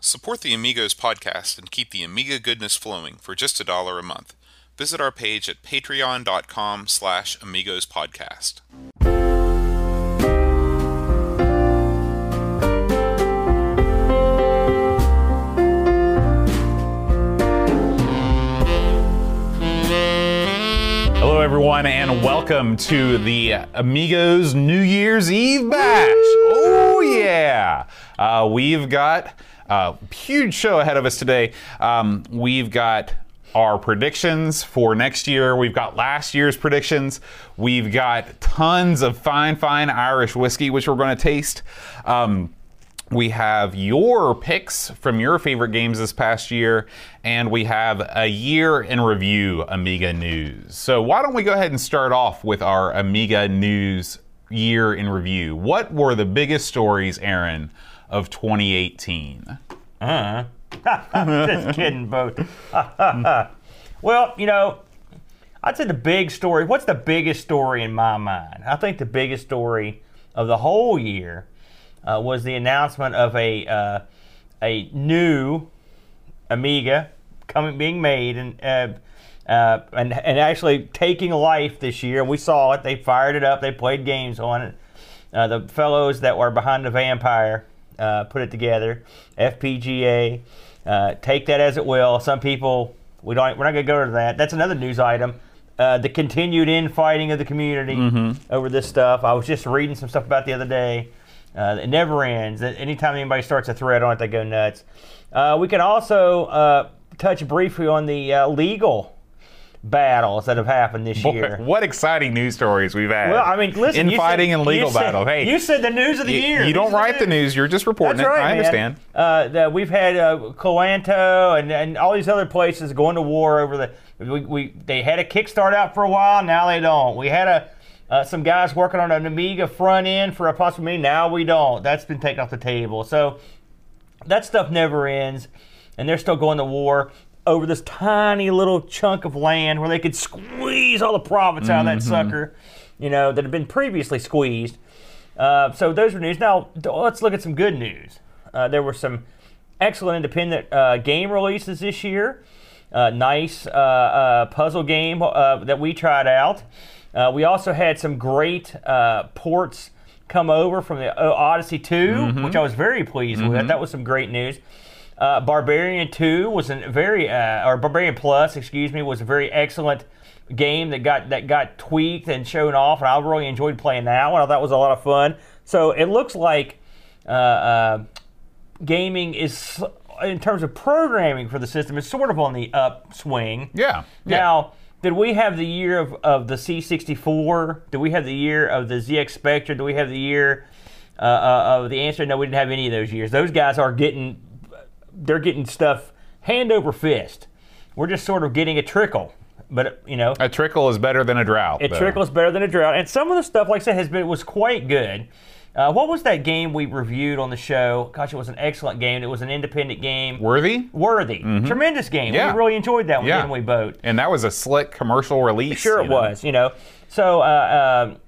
Support the Amigos podcast and keep the Amiga goodness flowing for just a dollar a month. Visit our page at patreon.com slash amigos podcast. Hello, everyone, and welcome to the Amigos New Year's Eve bash. Oh, yeah. Uh, we've got a huge show ahead of us today. Um, we've got our predictions for next year, we've got last year's predictions, we've got tons of fine, fine Irish whiskey, which we're going to taste. Um, we have your picks from your favorite games this past year, and we have a year in review Amiga news. So, why don't we go ahead and start off with our Amiga news year in review? What were the biggest stories, Aaron, of 2018? Just kidding, both. well, you know, I'd say the big story. What's the biggest story in my mind? I think the biggest story of the whole year uh, was the announcement of a uh, a new Amiga coming being made and. Uh, uh, and, and actually taking life this year. We saw it. They fired it up. They played games on it. Uh, the fellows that were behind the vampire uh, put it together. FPGA. Uh, take that as it will. Some people we don't. We're not going to go to that. That's another news item. Uh, the continued infighting of the community over this stuff. I was just reading some stuff about the other day. Uh, it never ends. That Anytime anybody starts a thread on it, they go nuts. Uh, we can also uh, touch briefly on the uh, legal battles that have happened this year. What exciting news stories we've had. Well, I mean, listen. you Infighting said- and legal you said- battle. Hey, you said the news of the you, year. you don't These are write the news, you're just reporting That's it. right, I man. understand. Uh, the, we've had uh, Colanto and, and all these other places going to war over the. We, we they had a kickstart out for a while. Now they don't. We had a uh, some guys working on an Amiga front end for a possible meeting. Now we don't. That's been taken off the table. So that stuff never ends, and they're still going to war over this tiny little chunk of land where they could squeeze all the profits out of that sucker, you know, that had been previously squeezed. Uh, so those were news. Now d- let's look at some good news. Uh, there were some excellent independent uh, game releases this year. Uh, nice uh, uh, puzzle game uh, that we tried out. Uh, we also had some great uh, ports come over from the O- Odyssey 2, which I was very pleased with. That was some great news. Uh, Barbarian 2 was a very, uh, or Barbarian Plus, excuse me, was a very excellent game that got that got tweaked and shown off, and I really enjoyed playing that one. I thought it was a lot of fun. So it looks like uh, uh, gaming is, in terms of programming for the system, is sort of on the upswing. Yeah. yeah. Now, did we have the year of, of the C64? Did we have the year of the ZX Spectre? Do we have the year uh, uh, of the answer? No, we didn't have any of those years. Those guys are getting, they're getting stuff hand over fist. We're just sort of getting a trickle, but you know, a trickle is better than a drought. it though. trickles better than a drought. And some of the stuff, like I said, has been was quite good. Uh, what was that game we reviewed on the show? Gosh, it was an excellent game. It was an independent game. Worthy? Worthy, tremendous game. Mm-hmm. Yeah. We really enjoyed that one, Yeah. didn't we, Boat? And that was a slick commercial release. Sure, you it know? was. You know, so uh, um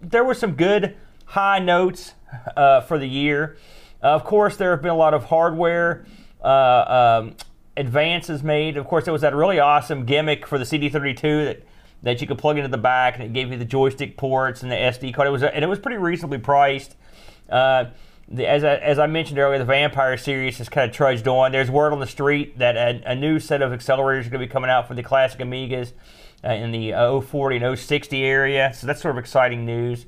there were some good high notes uh, for the year. Uh, of course, there have been a lot of hardware uh, um, advances made. Of course, there was that really awesome gimmick for the CD32 that that you could plug into the back and it gave you the joystick ports and the SD card. It was and it was pretty reasonably priced. Uh, the, as, I, as I mentioned earlier, the Vampire series has kind of trudged on. There's word on the street that a, a new set of accelerators are going to be coming out for the classic Amigas uh, in the uh, 040 and 060 area. So that's sort of exciting news.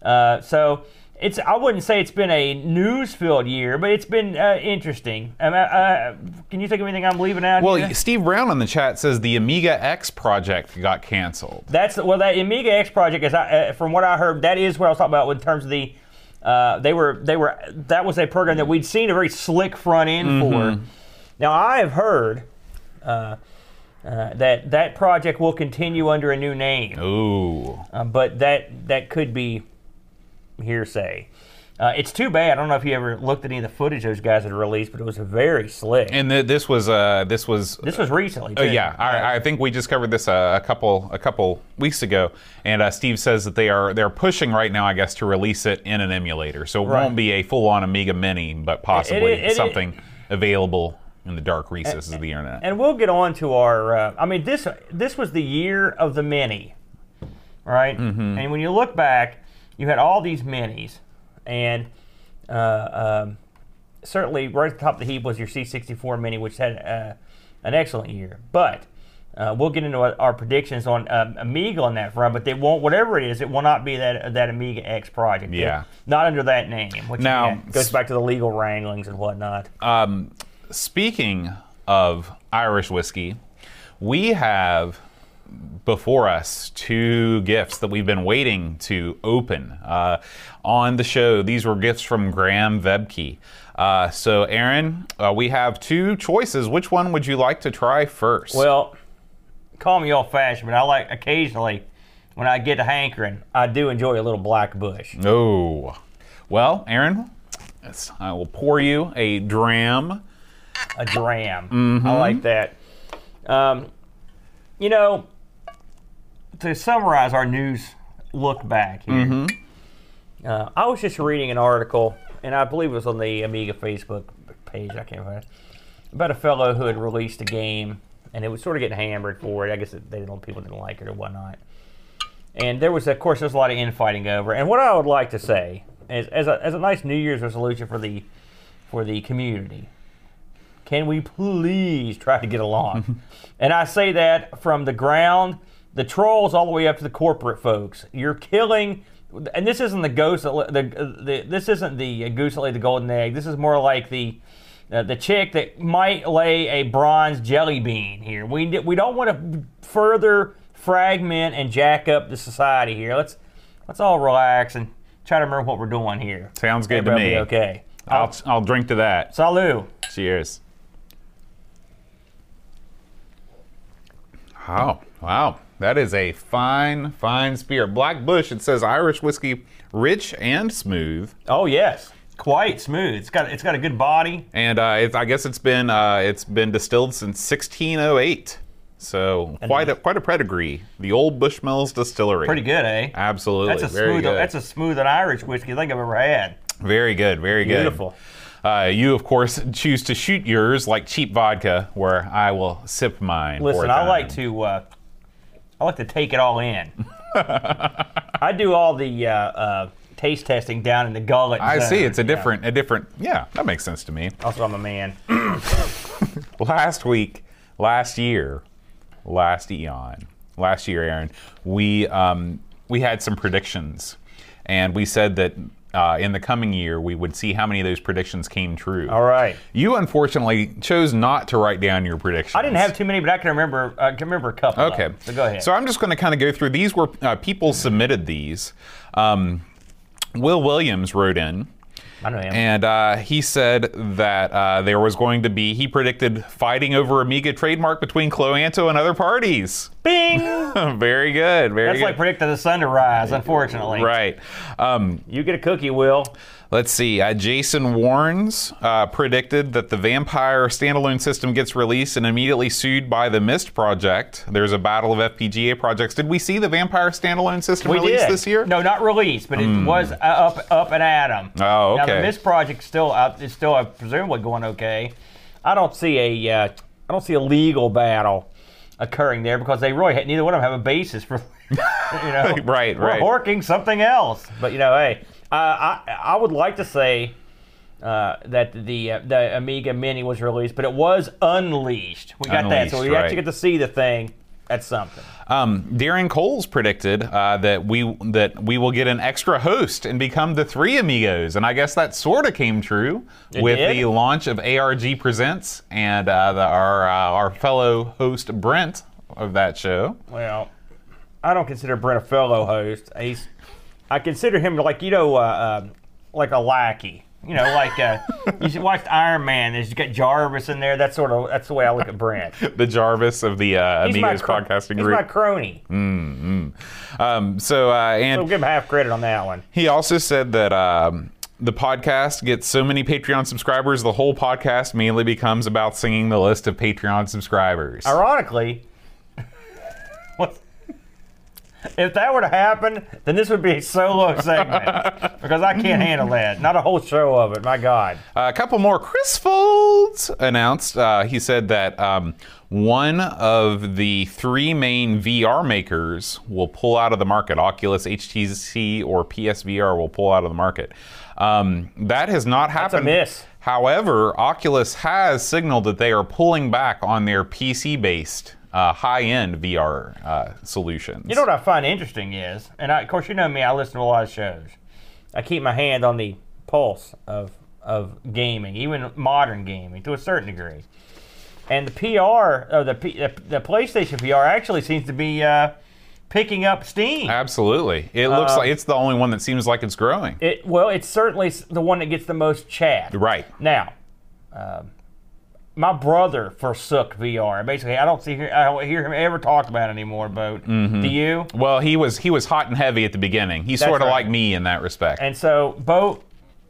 Uh, so it's I wouldn't say it's been a news-filled year, but it's been uh, interesting. Um, uh, uh, can you think of anything I'm leaving out? Well, here? Steve Brown in the chat says the Amiga X project got canceled. That's well, that Amiga X project is uh, from what I heard. That is what I was talking about in terms of the. Uh, they were they were that was a program that we'd seen a very slick front end Mm-hmm. for. Now I have heard uh, uh, that that project will continue under a new name, Ooh. uh, but that that could be hearsay. Uh, it's too bad. I don't know if you ever looked at any of the footage those guys had released, but it was very slick. And th- this was uh, this was this was recently. Uh, too. yeah, I, I think we just covered this uh, a couple a couple weeks ago, and uh, Steve says that they are they're pushing right now, I guess, to release it in an emulator, so it Right. won't be a full on Amiga Mini, but It- possibly it- it- something available in the dark recesses of the internet. and we'll get on to our. Uh, I mean, this this was the year of the mini, right? Mm-hmm. And when you look back, you had all these minis, and uh, um, certainly right at the top of the heap was your C64 mini, which had uh, an excellent year. But uh, we'll get into our, our predictions on um, Amiga on that front. But they won't, whatever it is, it will not be that that Amiga X project. Yeah. not under that name. Which Now, again, goes back to the legal wranglings and whatnot. Speaking of Irish whiskey, we have before us two gifts that we've been waiting to open uh, on the show. These were gifts from Graham Vebke. Uh, so, Aaron, uh, we have two choices. Which one would you like to try first? Well, call me old fashioned, but I like occasionally when I get to hankering, I do enjoy a little black bush. oh, well, Aaron, it's- I will pour you a dram. A dram. I like that. Um, you know, to summarize our news look back here, uh, I was just reading an article, and I believe it was on the Amiga Facebook page, I can't find it, about a fellow who had released a game, and it was sort of getting hammered for it. I guess it, they didn't, people didn't like it or whatnot. And there was, of course, there's a lot of infighting over. it. And what I would like to say, is, as, a, as a nice New Year's resolution for the for the community, can we please try to get along? and I say that from the ground, the trolls, all the way up to the corporate folks. You're killing, and this isn't the ghost. That, la- the, the this isn't the goose that laid the golden egg. This is more like the. Uh, the chick that might lay a bronze jelly bean here. We d- we don't want to further fragment and jack up the society here. Let's let's all relax and try to remember what we're doing here. Sounds good to Everybody me. be Okay. I'll, I'll drink to that. Salut. Cheers. Oh, wow. That is a fine, fine spear. Black Bush, it says Irish whiskey, rich and smooth. Oh yes, quite smooth. It's got it's got a good body. And uh, it, I guess it's been uh, it's been distilled since 1608. So quite a quite a pedigree. The old Bushmills Distillery. Pretty good, eh? Absolutely. That's a very smooth. good. That's a smooth and Irish whiskey I think I've ever had. Very good, very good. Beautiful. Uh, you, of course, choose to shoot yours like cheap vodka, where I will sip mine. for Listen, a I like time. to uh, I like to take it all in. I do all the uh, uh, taste testing down in the gullet. I zone. see. It's a different, a different. Yeah, that makes sense to me. Also, I'm a man. Last week, last year, last eon, last year, Aaron, we um, we had some predictions, and we said that uh, in the coming year we would see how many of those predictions came true. All right. You unfortunately chose not to write down your predictions. I didn't have too many, but I can remember. I can remember a couple. of Okay. them. So go ahead. So I'm just going to kind of go through. These were uh, people submitted these. Um, Will Williams wrote in, I know him. and uh, he said that uh, there was going to be. He predicted fighting over Amiga trademark between Cloanto and other parties. Bing. very good. Very That's good. like predicting the sun to rise. Unfortunately, Right. Um, You get a cookie, Will. let's see. Uh, Jason Warnes uh, predicted that the Vampire standalone system gets released and immediately sued by the Mist Project. There's a battle of FPGA projects. Did we see the Vampire standalone system released did. this year? No, not released, but it was uh, up, up and at 'em. Hmm. Oh, Now okay. the Mist project's still out. It's still uh, presumably going okay. I don't see a. Uh, I don't see a legal battle occurring there because they really neither one of them have a basis for. you know, Right, right. We're horking something else, but you know, hey, uh, I I would like to say. Uh, that the uh, the Amiga Mini was released, but it was unleashed. We got that, so we Unleashed, actually right. get to see the thing. That's something. Um, Darren Coles predicted uh, that we that we will get an extra host and become the three amigos, and I guess that sort of came true with did? the launch of ARG Presents and uh, the, our uh, our fellow host Brent of that show. Well, I don't consider Brent a fellow host. He's, I consider him like you know, uh, uh, like a lackey. You know, like uh, you should watch Iron Man. There's you got Jarvis in there. That's sort of that's the way I look at Brent. He's The Jarvis of the uh, my Amigos cro- podcasting He's my group. Mm. crony. Um, so uh, and We'll give him half credit on that one. He also said that um, the podcast gets so many Patreon subscribers, the whole podcast mainly becomes about singing the list of Patreon subscribers. Ironically, what? if that were to happen, then this would be a solo segment because I can't handle that. Not a whole show of it. My God. A couple more. Chris Folds announced, uh, he said that um, one of the three main VR makers will pull out of the market. Oculus, HTC, or PSVR will pull out of the market. Um, that has not happened. miss. However, Oculus has signaled that they are pulling back on their PC based. Uh, high-end VR uh, solutions. You know what I find interesting is, and I, of course you know me, I listen to a lot of shows. I keep my hand on the pulse of of gaming, even modern gaming, to a certain degree. And the PR, or the P, the, the PlayStation VR, actually seems to be uh, picking up steam. Uh, Absolutely, it looks Uh, like it's the only one that seems like it's growing. It, well, it's certainly s- the one that gets the most chat. right. Now, um, my brother forsook VR. Basically, I don't see I don't hear him ever talk about it anymore. Boat, do you? Well, he was he was hot and heavy at the beginning. He's sort of right. like me in that respect. And so, Bo,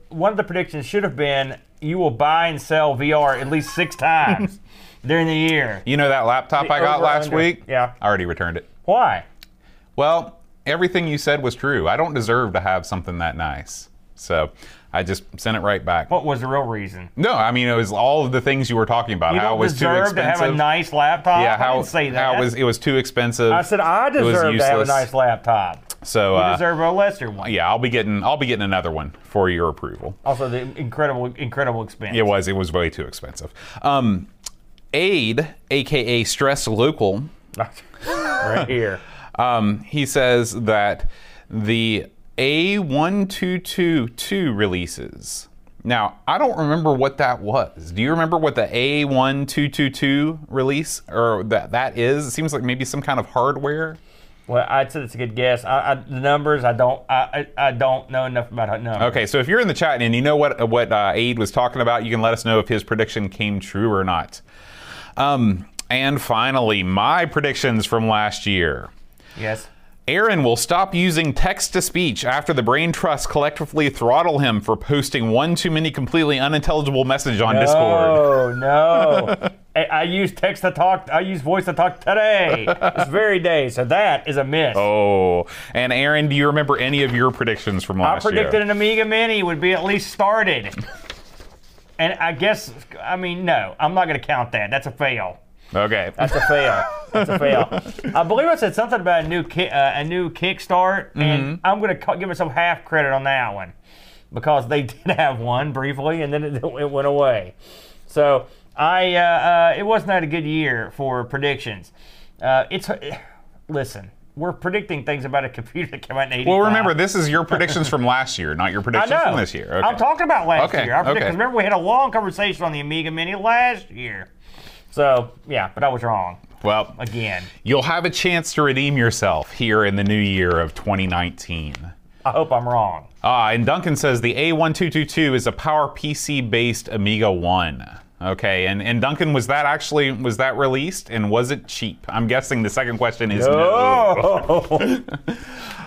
one of the predictions should have been you will buy and sell VR at least six times during the year. you know that laptop I got over last under. week? Yeah. I already returned it. Why? Well, everything you said was true. I don't deserve to have something that nice. So I just sent it right back. What was the real reason? no, I mean it was all of the things you were talking about. You how don't it was too deserve expensive. to have a nice laptop. yeah, I how, didn't say that. how it was it was too expensive. I said I deserve to have a useless. nice laptop. so You uh, deserve a lesser one. yeah, I'll be getting I'll be getting another one for your approval. Also, the incredible, incredible expense. It was. It was way too expensive. Um, Aid, aka Stress Local, right here. um, he says that the A1222 releases. Now, I don't remember what that was. Do you remember what the A1222 release or that that is? It seems like maybe some kind of hardware. Well, I'd say it's a good guess. I, I, the numbers, I don't, I, I, I don't know enough about how- numbers. Okay, so if you're in the chat and you know what what uh, Aid was talking about, you can let us know if his prediction came true or not. Um, and finally, my predictions from last year. Yes. Aaron will stop using text to speech after the brain trusts collectively throttle him for posting one too many completely unintelligible message on Discord. Oh no! I, I use text to talk. I use voice to talk today, this very day. So that is a miss. Oh, and Aaron, do you remember any of your predictions from I last predicted year? an Amiga Mini would be at least started, and I guess I mean no, I'm not going to count that. That's a fail. Okay. That's a fail. That's a fail. I believe I said something about a new ki- uh, a new Kickstart, and Mm-hmm. I'm going to give myself half credit on that one because they did have one briefly, and then it, it went away. So I uh, uh, it was not a good year for predictions. Uh, it's listen, we're predicting things about a computer that came out in '85. Well, remember, this is your predictions from last year, not your I predictions know. from this year. Okay. I'm talking about last Okay, year. I predict, okay. 'cause Remember, we had a long conversation on the Amiga Mini last year. So yeah, but I was wrong well, again. you'll have a chance to redeem yourself here in the new year of 2019. I hope I'm wrong. Ah, and Duncan says the A1222 is a power PC based Amiga 1. Okay, and, and Duncan, was that actually was that released and was it cheap? I'm guessing the second question is no. Oh! Nothing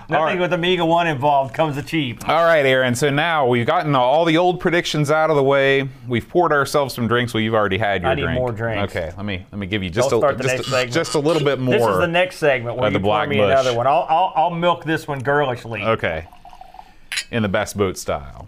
right. with Amiga One involved comes the cheap. All right, Aaron. So now we've gotten all the old predictions out of the way. We've poured ourselves some drinks. Well, you've already had your need drink. more drinks. Okay, let me let me give you just Don't a start the just, next a, segment. just a little bit more. This is the next segment where Uh, the you pour Black me Bush. another one. I'll, I'll, I'll milk this one girlishly. Okay. In the best boat style.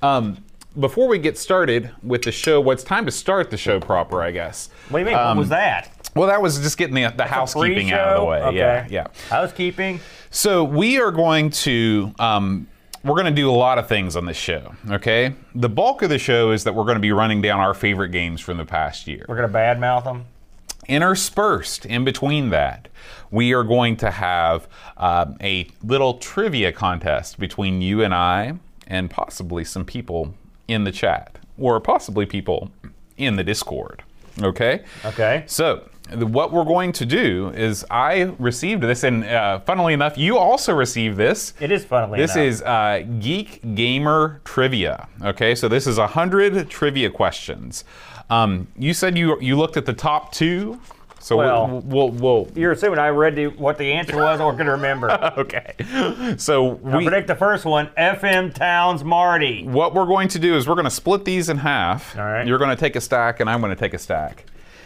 Um, before we get started with the show, well, it's time to start the show proper, I guess. what do you mean? what was that? Well, that was just getting the, the Um, housekeeping out of the pre-show? way. Okay. Yeah, yeah. Housekeeping. So we are going to um, we're going to do a lot of things on this show. Okay. The bulk of the show is that we're going to be running down our favorite games from the past year. We're gonna badmouth them. Interspersed in between that, we are going to have um, a little trivia contest between you and I, and possibly some people in the chat, or possibly people in the Discord. Okay? Okay. So, the, what we're going to do is, I received this, and uh, funnily enough, you also received this. It is funnily This enough. is uh, Geek Gamer Trivia. Okay, so this is 100 trivia questions. Um, you said you you looked at the top two. So Well- we'll, we'll, we'll You're assuming I read the, what the answer was or could remember. okay. So I we, predict the first one. FM Towns Marty. what we're going to do is we're going to split these in half. All right. You're going to take a stack, and I'm going to take a stack.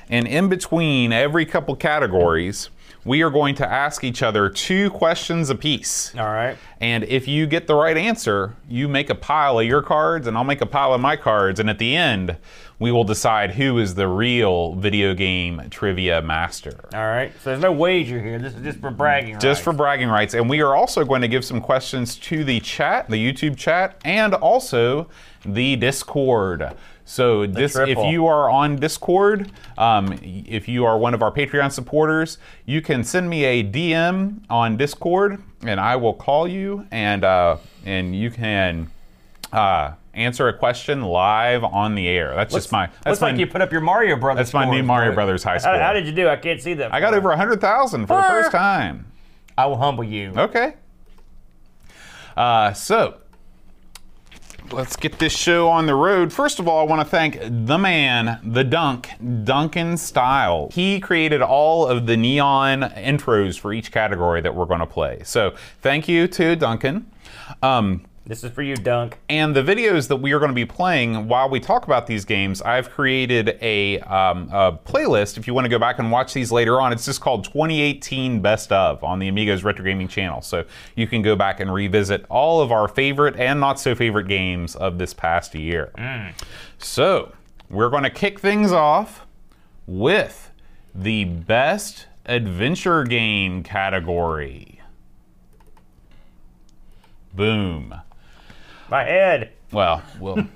And in between every couple categories, we are going to ask each other two questions apiece. All right. And if you get the right answer, you make a pile of your cards, and I'll make a pile of my cards. And at the end, we will decide who is the real video game trivia master. All right. So there's no wager here. This is just for bragging. Just for rights. bragging rights. And we are also going to give some questions to the chat, the YouTube chat, and also the Discord. So this, if triple. you are on Discord, um, y- if you are one of our Patreon supporters, you can send me a DM on Discord, and I will call you, and uh, and you can uh, answer a question live on the air. That's just my that's Looks my like you put up your Mario Brothers. that's my new scores, Mario boy. Brothers high How, score. how did you do? I can't see that. I got over hundred thousand for the first time. I will humble you. Okay. Uh, so let's get this show on the road. First of all, I want to thank the man, the dunk, Duncan Style. He created all of the neon intros for each category that we're going to play. So thank you to Duncan. Um, This is for you, Dunk. and the videos that we are going to be playing while we talk about these games, I've created a, um, a playlist. If you want to go back and watch these later on, it's just called 2018 Best of on the Amigos Retro Gaming channel. So you can go back and revisit all of our favorite and not so favorite games of this past year. So we're going to kick things off with the best adventure game category. Boom. My head. Well, well.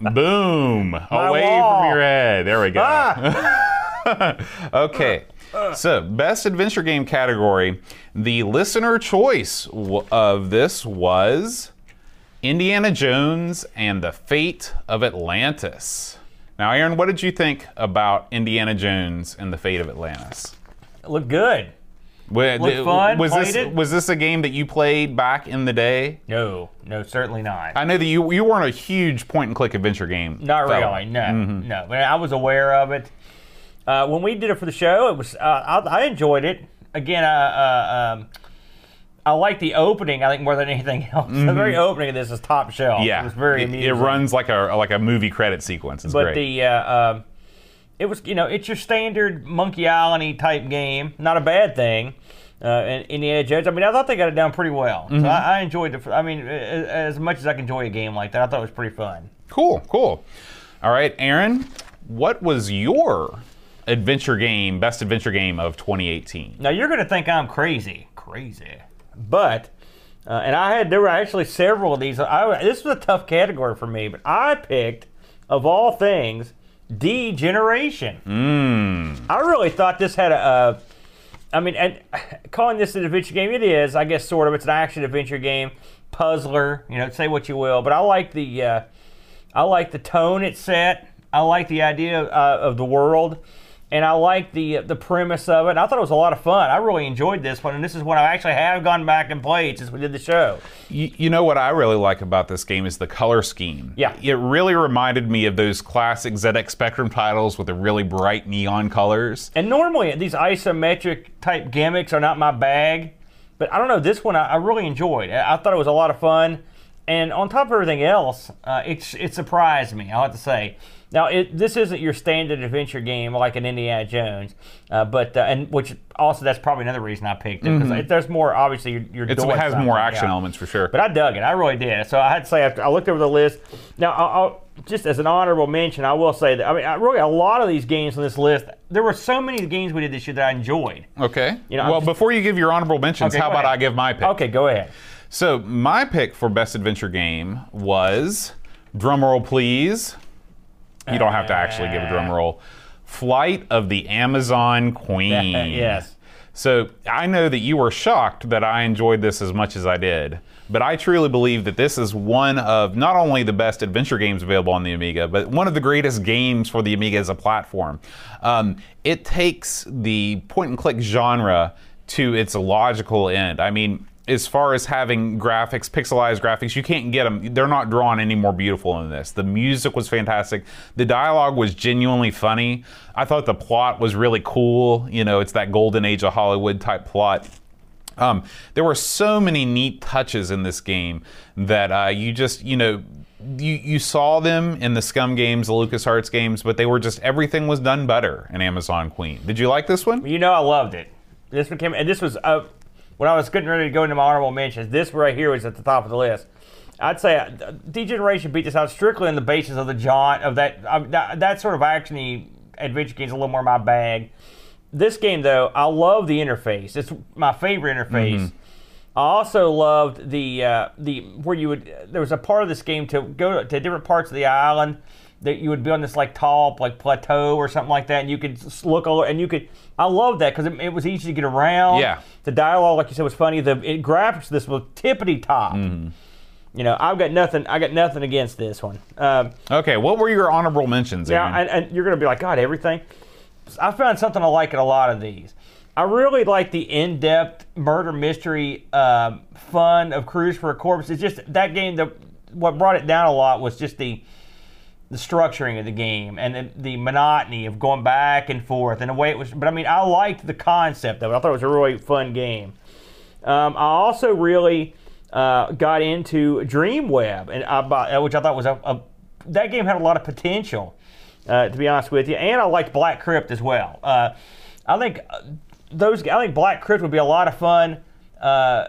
Boom! Away wall. from your head. There we go. Ah! Okay. So, best adventure game category. The listener choice w- of this was Indiana Jones and the Fate of Atlantis. Now, Aaron, what did you think about Indiana Jones and the Fate of Atlantis? Look good. Wa- Looked fun, was played this it. was this a game that you played back in the day? No, no, certainly not. I know that you you weren't a huge point and click adventure game. Not fella. really. No, Mm-hmm. no. But I was aware of it. Uh, when we did it for the show, it was uh, I, I enjoyed it. Again, I, uh, um, I like the opening. I think more than anything else, the very opening of this is top shelf. Mm-hmm. Yeah, it was very It, amusing. it runs like a like a movie credit sequence. It's but great. the uh, um, it was you know it's your standard Monkey Island type game. Not a bad thing. Uh, and Indiana Jones. I mean, I thought they got it down pretty well. So I, I enjoyed it. I mean, a- a- as much as I can enjoy a game like that, I thought it was pretty fun. cool, cool. All right, Aaron, what was your adventure game, best adventure game of 2018? Now you're going to think I'm crazy, crazy, but uh, and I had there were actually several of these. I, this was a tough category for me, but I picked of all things degeneration. I really thought this had a. a I mean, and calling this an adventure game, it is, I guess, sort of. It's an action adventure game, puzzler. You know, say what you will, but I like the, uh, I like the tone it set. I like the idea uh, of the world, and I like the the premise of it. I thought it was a lot of fun. I really enjoyed this one, and this is one I actually have gone back and played since we did the show. You, you know what I really like about this game is the color scheme. Yeah. It really reminded me of those classic ZX Spectrum titles with the really bright neon colors. And normally these isometric type gimmicks are not my bag, but I don't know. This one I, I really enjoyed. I, I thought it was a lot of fun, and on top of everything else, uh, it it surprised me. I have to say. Now it, this isn't your standard adventure game like an Indiana Jones, uh, but uh, and which also that's probably another reason I picked it because there's more obviously you're, you're Mm-hmm. It's, doing it has something, more action yeah. elements for sure. But I dug it. I really did. So I had to say, after I looked over the list. Now, I'll, I'll, just as an honorable mention, I will say that I mean, I, really, a lot of these games on this list, there were so many games we did this year that I enjoyed. okay. You know, I'm well, just- before you give your honorable mentions, Okay, how go about I ahead. give my pick? Okay, go ahead. So my pick for best adventure game was drumroll please. You don't have to actually give a drum roll. Flight of the Amazon Queen. Yes. So I know that you were shocked that I enjoyed this as much as I did, but I truly believe that this is one of not only the best adventure games available on the Amiga, but one of the greatest games for the Amiga as a platform. Um, it takes the point and click genre to its logical end. I mean, as far as having graphics, pixelized graphics, you can't get them. They're not drawn any more beautiful than this. The music was fantastic. The dialogue was genuinely funny. I thought the plot was really cool. You know, it's that golden age of Hollywood type plot. Um, there were so many neat touches in this game that uh, you just, you know, you you saw them in the Scum games, the LucasArts games, but they were just everything was done better in Amazon Queen. Did you like this one? You know, I loved it. This became, and this was uh, when I was getting ready to go into my honorable mentions. This right here was at the top of the list. I'd say uh, Degeneration beat this out strictly on the basis of the jaunt of that uh, that, that sort of actiony adventure games a little more my bag. This game though, I love the interface. It's my favorite interface. I also loved the uh, the where you would there was a part of this game to go to different parts of the island that you would be on this like tall like plateau or something like that, and you could s- look over and you could. I loved that because it, it was easy to get around. Yeah. the dialogue, like you said, was funny. The it, graphics this was tippity top. You know, I've got nothing. I got nothing against this one. Um, Okay, what were your honorable mentions? yeah, Aaron? and, and you're going to be like, God, everything. I found something I like in a lot of these. I really like the in-depth murder mystery um, fun of Cruise for a Corpse. It's just that game. The what brought it down a lot was just the the structuring of the game and the, the monotony of going back and forth and the way it was. But I mean, I liked the concept of it. I thought it was a really fun game. Um, I also really uh, got into Dreamweb, and I, bought- uh, which I thought was a, a that game had a lot of potential. Uh, to be honest with you, and I liked Black Crypt as well. Uh, I think uh, those. I think Black Crypt would be a lot of fun. Uh,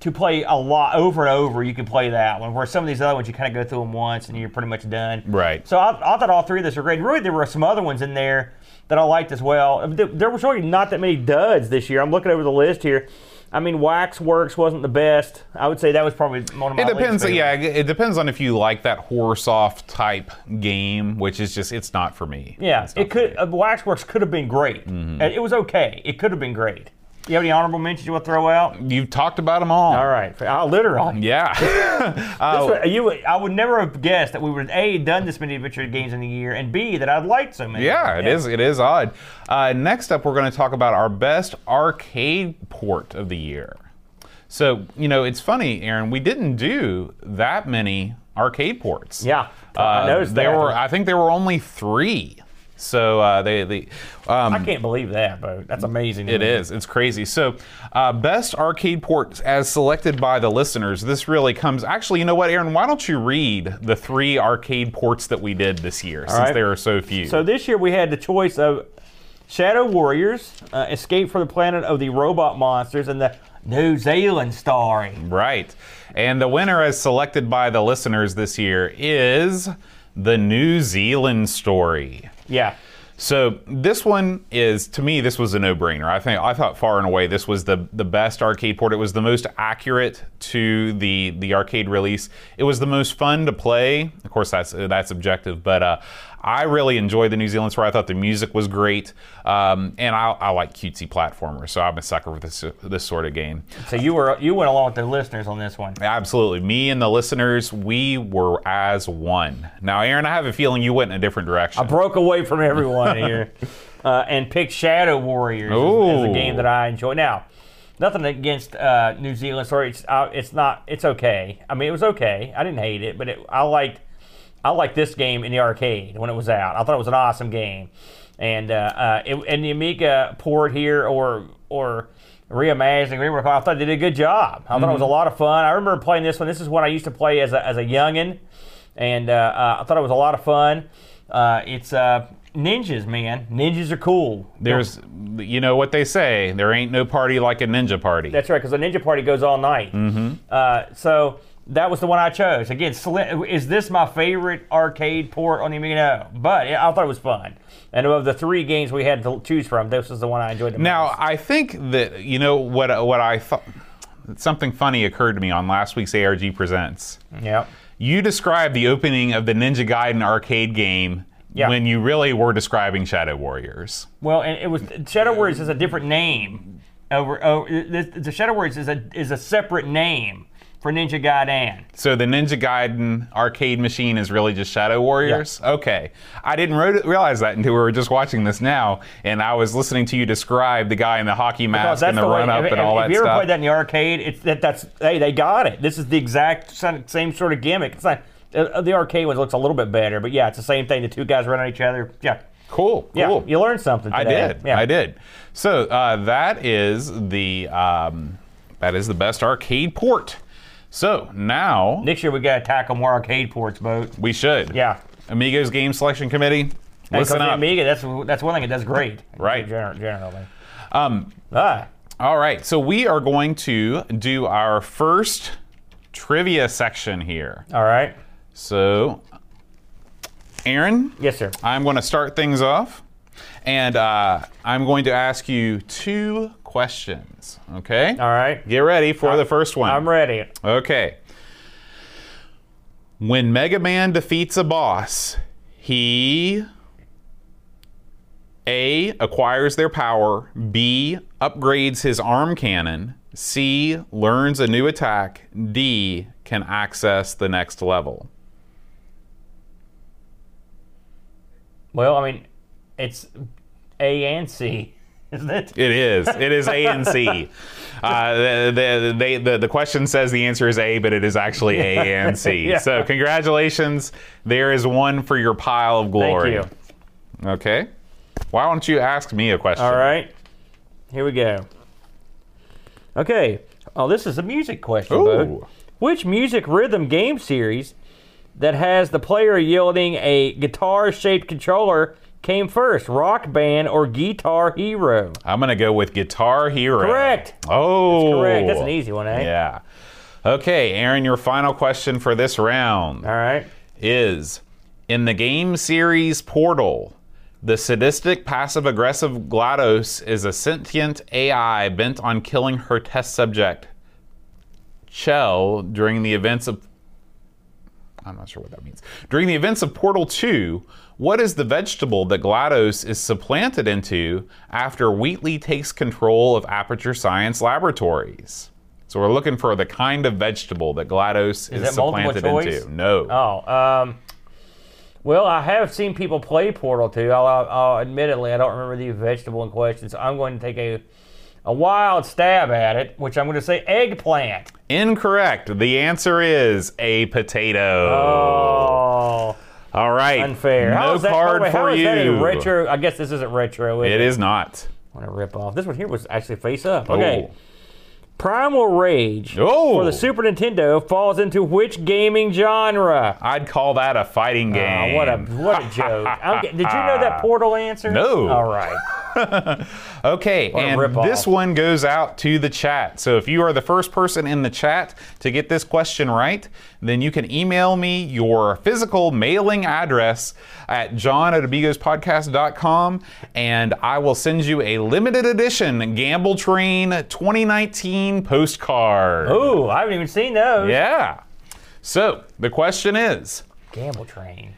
to play a lot over and over, you can play that one. Where some of these other ones, you kind of go through them once and you're pretty much done. Right. So I, I thought all three of those were great. Really, there were some other ones in there that I liked as well. I mean, There, there was really not that many duds this year. I'm looking over the list here. I mean, Waxworks wasn't the best. I would say that was probably one of my. It least depends. favorite. Yeah, it depends on if you like that horror soft type game, which is just it's not for me. Yeah, It's not it could. Uh, Waxworks could have been great. Mm-hmm. Uh, It was okay. It could have been great. You have any honorable mentions you want to throw out? for me. You've talked about them all. All right, I'll literally. Yeah. Uh, That's what- you, I would never have guessed that we would a done this many adventure games in a year, and b that I'd liked so many. yeah, it is. It is odd. Uh, next up, we're going to talk about our best arcade port of the year. So you know, it's funny, Aaron. We didn't do that many arcade ports. Yeah, I Uh, noticed there that. were. I think there were only three. So uh, they. they um, I can't believe that, but that's amazing. It is. It's crazy. So, uh, best arcade ports as selected by the listeners. This really comes. Actually, you know what, Aaron? Why don't you read the three arcade ports that we did this year, since right. there are so few? So this year we had the choice of Shadow Warriors, uh, Escape from the Planet of the Robot Monsters, and the New Zealand Story. right. And the winner, as selected by the listeners this year, is the New Zealand story. Yeah. So this one is to me this was a no-brainer. I think I thought far and away this was the the best arcade port. It was the most accurate to the the arcade release. It was the most fun to play. Of course that's uh, that's objective, but uh, I really enjoyed the New Zealand story. I thought the music was great, um, and I, I like cutesy platformers, so I'm a sucker for this this sort of game. So you were you went along with the listeners on this one. Absolutely, me and the listeners we were as one. Now, Aaron, I have a feeling you went in a different direction. broke away from everyone here uh, and picked Shadow Warriors as, as a Ooh. game that I enjoy. Now, nothing against uh, New Zealand. Sorry, it's uh, it's not it's okay. I mean, it was okay. I didn't hate it, but it, I liked I liked this game in the arcade when it was out. I thought it was an awesome game, and uh, uh, it, and the Amiga port here or or. Reimagining, reimagining. I thought they did a good job. I thought it was a lot of fun. I remember playing this one. This is one I used to play as a, as a youngin' and uh, uh, I thought it was a lot of fun. Uh, it's uh, ninjas, man. Ninjas are cool. There's, you know what they say, there ain't no party like a ninja party. That's right, because the ninja party goes all night. Mm-hmm. Uh, so that was the one I chose. Again, sli- is this my favorite arcade port on the Amiga? No, but I thought it was fun. And of the three games we had to choose from, this was the one I enjoyed the now, most. I think that, you know, what, what I thought, something funny occurred to me on last week's ARG Presents. Yep. You described the opening of the Ninja Gaiden arcade game Yeah. when you really were describing Shadow Warriors. Well, and it was Shadow Warriors is a different name. Over, over the, the Shadow Warriors is a is a separate name for Ninja Gaiden. So the Ninja Gaiden arcade machine is really just Shadow Warriors? Okay. I didn't ro- realize that until we were just watching this now, and I was listening to you describe the guy in the hockey Because mask that's and the, the way- run-up if, and all if that you ever stuff. played that in the arcade, it's that that's hey, they got it. This is the exact son- same sort of gimmick. It's not uh, the arcade one looks a little bit better, but yeah, it's the same thing. The two guys run at each other. Yeah, cool, yeah, cool. you learned something. I today. did. Yeah. I did. So uh, that is the um, that is the best arcade port. So now Next year we got to tackle more arcade ports, boat. we should. Yeah. Amigos Game Selection Committee, Hey, listen Coach up. Amiga, that's that's one thing it does great. Right. Gener- generally. Um. Ah. All right, so we are going to do our first trivia section here. All right. So, Aaron, Yes, sir. I'm going to start things off, and uh, I'm going to ask you two questions. Okay. All right. Get ready for the first one. I'm ready. Okay. When Mega Man defeats a boss, he A acquires their power, B upgrades his arm cannon, C learns a new attack, D can access the next level. Well, I mean, it's A and C, isn't it? It is. It is A and C. Uh, the, the, they, the, the question says the answer is A, but it is actually A and C. Yeah. So, congratulations. There is one for your pile of Thank glory. you. Okay. Why don't you ask me a question? All right. Here we go. Okay. Oh, this is a music question. Ooh. Bud. Which music rhythm game series that has the player yielding a guitar-shaped controller came first? Rock Band or Guitar Hero? I'm gonna go with Guitar Hero. Correct. Oh, Correct. That's an easy one, eh? Yeah. Okay, Aaron, your final question for this round All right. is: In the game series Portal, the sadistic, passive-aggressive Glados is a sentient AI bent on killing her test subject, Chell, during the events of I'm not sure what that means. During the events of Portal 2, what is the vegetable that GLaDOS is supplanted into after Wheatley takes control of Aperture Science Laboratories? So we're looking for the kind of vegetable that GLaDOS is, that multiple supplanted choice? into. No. Oh, um, well, I have seen people play Portal 2. I'll, I'll, I'll admittedly, I don't remember the vegetable in question, so I'm going to take a a wild stab at it, which I'm going to say eggplant. Incorrect. The answer is a potato. Oh, All right. unfair. No how is that, card by the way, for how is you. that a retro? I guess this isn't retro. Is It it? is not. Want to rip off? This one here was actually face up. Okay. Oh. Primal Rage Oh. for the Super Nintendo falls into which gaming genre? I'd call that a fighting Ah, game. what a what a joke! I'm, g- did you know that Portal answer? Ah. No. All right. Okay, a and ripoff. this one goes out to the chat. So if you are the first person in the chat to get this question right, then you can email me your physical mailing address at john at abigospodcast.com, and I will send you a limited edition Gamble Train 2019 postcard. Ooh, I haven't even seen those. Yeah. So the question is Gamble Train.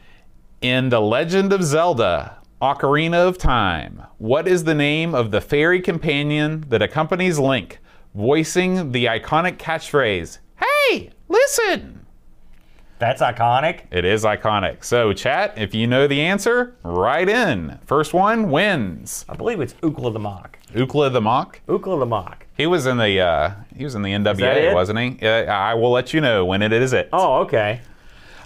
in The Legend of Zelda Ocarina of Time, what is the name of the fairy companion that accompanies Link, voicing the iconic catchphrase, Hey, listen? That's iconic. It is iconic. So, chat, if you know the answer, write in. First one wins. I believe it's Ookla the Mock. Ukla the Mock. Ookla the Mock. He was in the uh, he was in the that NWA, it? wasn't he? Yeah, I will let you know when it is it. Oh, okay.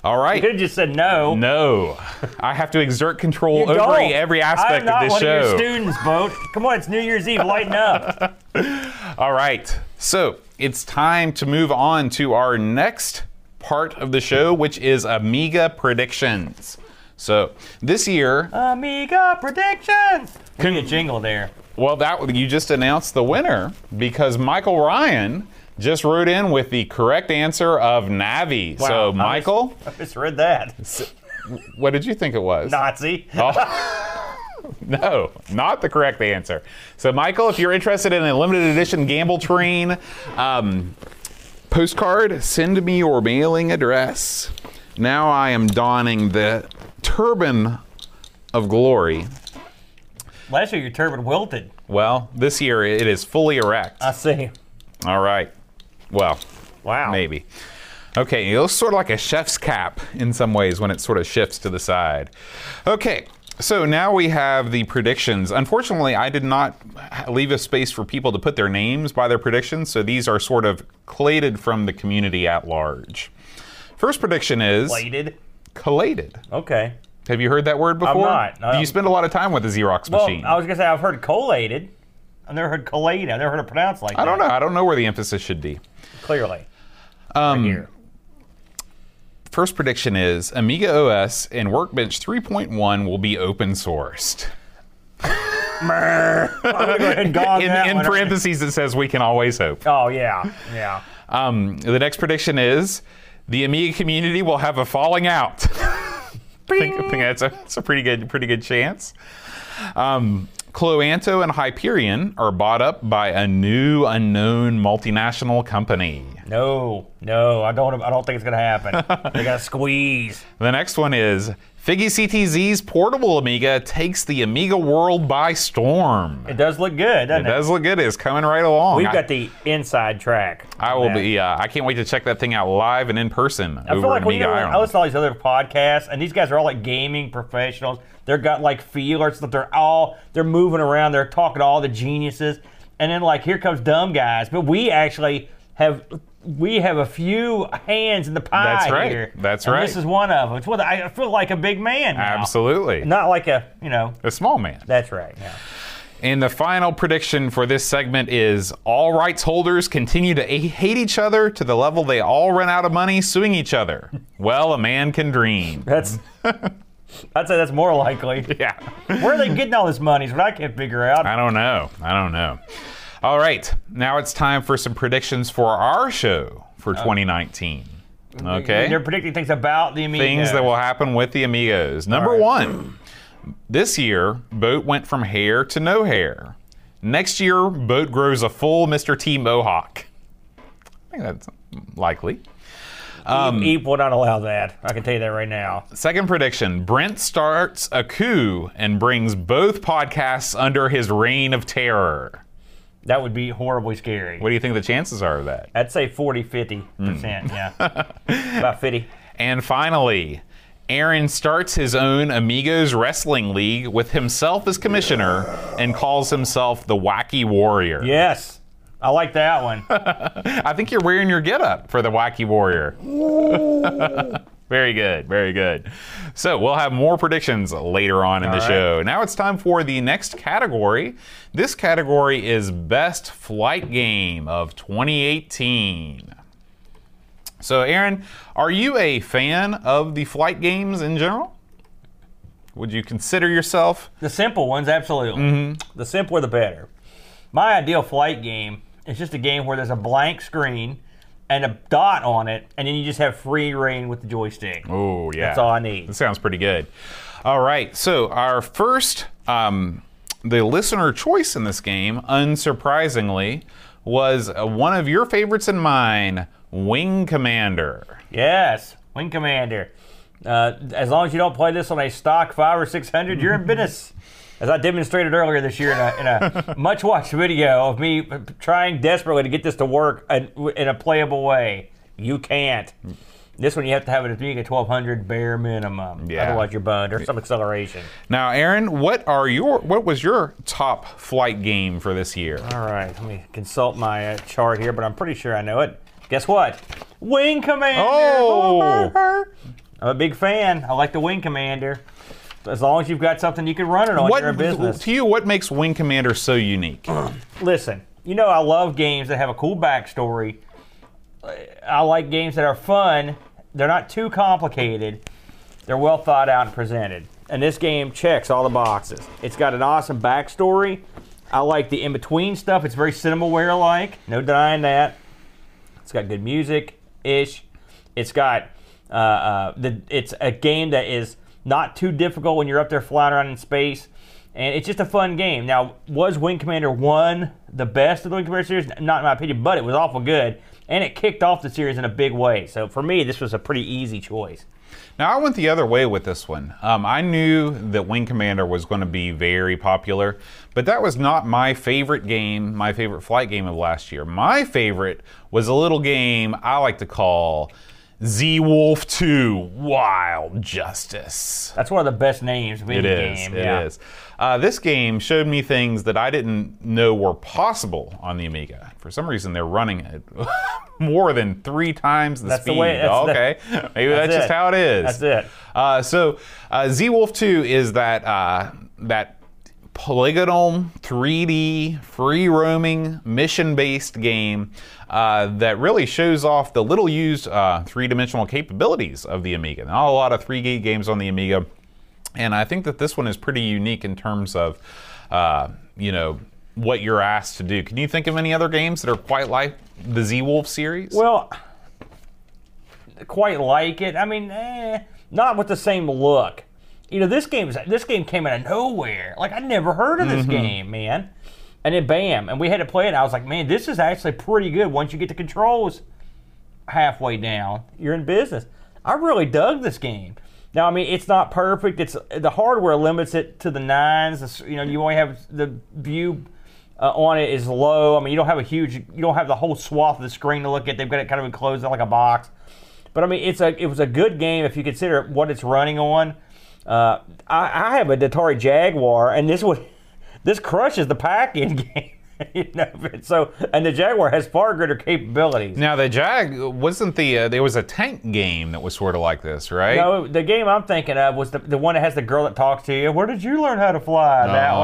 All right. Could have just said no. No, I have to exert control You over don't. every aspect I'm of not this one show. of your students, boat. Come on, it's New Year's Eve. Lighten up. All right. So it's time to move on to our next part of the show, which is Amiga predictions. So this year, Amiga predictions. Can you jingle there? well, that you just announced the winner because Michael Ryan just wrote in with the correct answer of Navi. I So was- Michael, I misread that. what did you think it was? Nazi. No, not the correct answer. So, Michael, if you're interested in a limited edition Gamble Train um, postcard, send me your mailing address. Now I am donning the turban of glory. Last year your turban wilted. Well, this year it is fully erect. I see. All right. Well, Wow. maybe. Okay, it looks sort of like a chef's cap in some ways when it sort of shifts to the side. Okay, so now we have the predictions. Unfortunately, I did not leave a space for people to put their names by their predictions, so these are sort of collated from the community at large. First prediction is Plated. collated. Okay. Have you heard that word before? not. No. Do you spend a lot of time with the Xerox Well, machine? I was gonna say I've heard collated. I've never heard collated. I've never heard it pronounced like I that. don't know. I don't know where the emphasis should be. Clearly. Um, here. First prediction is Amiga OS and Workbench 3.1 will be open sourced. I'm gonna go ahead and gong In, that in one. parentheses, it says we can always hope. Oh yeah, yeah. Um, the next prediction is the Amiga community will have a falling out. I think, I think that's, a, that's a pretty good pretty good chance. Um, Cloanto and Hyperion are bought up by a new unknown multinational company. No, no, I don't. I don't think it's gonna happen. they gotta squeeze. The next one is Figgy CTZ's portable Amiga takes the Amiga world by storm. It does look good, doesn't It it? does look good. It's coming right along. We've I- got the inside track. I will on that. be. Uh, I can't wait to check that thing out live and in person I over feel like at when Amiga you I Ireland. listen to all these other podcasts, and these guys are all like gaming professionals. They're got like feelers that they're all they're moving around. They're talking to all the geniuses, and then like here comes dumb guys. But we actually have we have a few hands in the pie That's right. here. That's And right. This is one of them. It's what I I feel like a big man. Now. Absolutely. Not like a you know. A small man. That's right. Yeah. And the final prediction for this segment is all rights holders continue to a- hate each other to the level they all run out of money suing each other. Well, a man can dream. That's. I'd say that's more likely. Mm-hmm. Yeah. Where are they getting all this money? Is what I can't figure out. I don't know. I don't know. All right. Now it's time for some predictions for our show for 2019. Okay. They're predicting things about the Amiga. things that will happen with the amigos. Number right. one, this year, Boat went from hair to no hair. Next year, Boat grows a full Mr. T mohawk. I think that's likely. um, Eep will not allow that. I can tell you that right now. Second prediction Brent starts a coup and brings both podcasts under his reign of terror. That would be horribly scary. What do you think the chances are of that? I'd say 40, 50 Hmm. percent. Yeah, about 50. And finally, Aaron starts his own Amigos Wrestling League with himself as commissioner and calls himself the Wacky Warrior. Yes, I like that one. I think you're wearing your getup for the Wacky Warrior. very good, very good. So we'll have more predictions later on in the right. show. Now it's time for the next category. This category is Best Flight Game of 2018. So, Aaron, are you a fan of the flight games in general? Would you consider yourself? The simple ones, absolutely. Mm-hmm. The simpler, the better. My ideal flight game is just a game where there's a blank screen and a dot on it, and then you just have free reign with the joystick. Oh, yeah. That's all I need. That sounds pretty good. All right. So our first, um, the listener choice in this game, unsurprisingly, was uh, one of your favorites and mine, Wing Commander. Yes, Wing Commander. Uh, as long as you don't play this on a stock five or six hundred, you're in business. As I demonstrated earlier this year in a, in a much-watched video of me trying desperately to get this to work in, in a playable way, you can't. This one you have to have it as being a 1200 bare minimum. Yeah. Otherwise you're boned or some acceleration. Now, Aaron, what are your what was your top flight game for this year? All right, let me consult my uh, chart here, but I'm pretty sure I know it. Guess what? Wing Commander. Oh! I'm a big fan. I like the Wing Commander. As long as you've got something you can run it on, What you're in business. to you? What makes Wing Commander so unique? Listen, you know I love games that have a cool backstory. I like games that are fun. They're not too complicated. They're well thought out and presented. And this game checks all the boxes. It's got an awesome backstory. I like the in between stuff. It's very cinemaware like. No denying that. It's got good music ish. It's got uh, uh, the. It's a game that is not too difficult when you're up there flying around in space, and it's just a fun game. Now, was Wing Commander One the best of the Wing Commander series? Not in my opinion, but it was awful good, and it kicked off the series in a big way. So for me, this was a pretty easy choice. Now I went the other way with this one. Um, I knew that Wing Commander was going to be very popular, but that was not my favorite game, my favorite flight game of last year. My favorite was a little game I like to call Z Wolf 2 Wild Justice. That's one of the best names of any It is. game. It is. Uh, this game showed me things that I didn't know were possible on the Amiga. For some reason, they're running it more than three times the That's the speed. way- that's the- okay, maybe that's, that's just it. how it is. That's it. Uh, so, uh, Z Wolf Two is that uh, that polygonal 3D free roaming mission based game uh, that really shows off the little used uh, three dimensional capabilities of the Amiga. Not a lot of 3D games on the Amiga, and I think that this one is pretty unique in terms of uh, you know what you're asked to do. Can you think of any other games that are quite like the Z Wolf series? Well, quite like it. I mean, eh, not with the same look. You know, this game this game came out of nowhere. Like I never heard of this game, man. And then bam, and we had to play it. I was like, man, this is actually pretty good. Once you get the controls halfway down, you're in business. I really dug this game. Now, I mean, it's not perfect. It's the hardware limits it to the nines. It's- you know, you only have the view uh, on it is low. I mean, you don't have a huge, you don't have the whole swath of the screen to look at. They've got it kind of enclosed in like a box. But I mean, it's a it was a good game if you consider what it's running on. Uh, I, I have a Atari Jaguar, and this would this crushes the pack-in game. you know, but so and the Jaguar has far greater capabilities. now the Jag wasn't the uh, there was a tank game that was sort of like this, right? No, the game I'm thinking of was the, the one that has the girl that talks to you. Where did you learn how to fly? That Oh.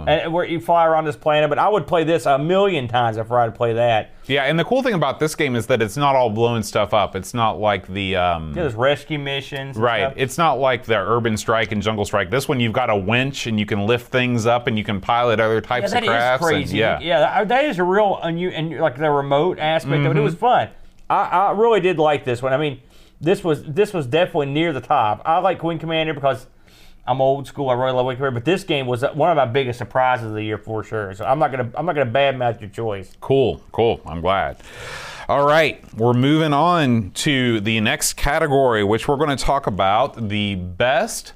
one, and where you fly around this planet. But I would play this a million times if I were to play that. Yeah, and the cool thing about this game is that it's not all blowing stuff up. It's not like the um, There's rescue missions. and right. stuff. It's not like the Urban Strike and Jungle Strike. This one, you've got a winch and you can lift things up and you can pilot other Yeah, types that of is crafts. and- crazy. yeah. that- that is a real unusual and like the remote aspect of it. Mm-hmm. It was fun. I, I really did like this one. I mean, this was this was definitely near the top. I like Wing Commander because I'm old school. I really love Wing Commander, but this game was one of my biggest surprises of the year for sure. So I'm not gonna I'm not gonna badmouth your choice. Cool, cool. I'm glad. All right, we're moving on to the next category, which we're going to talk about the best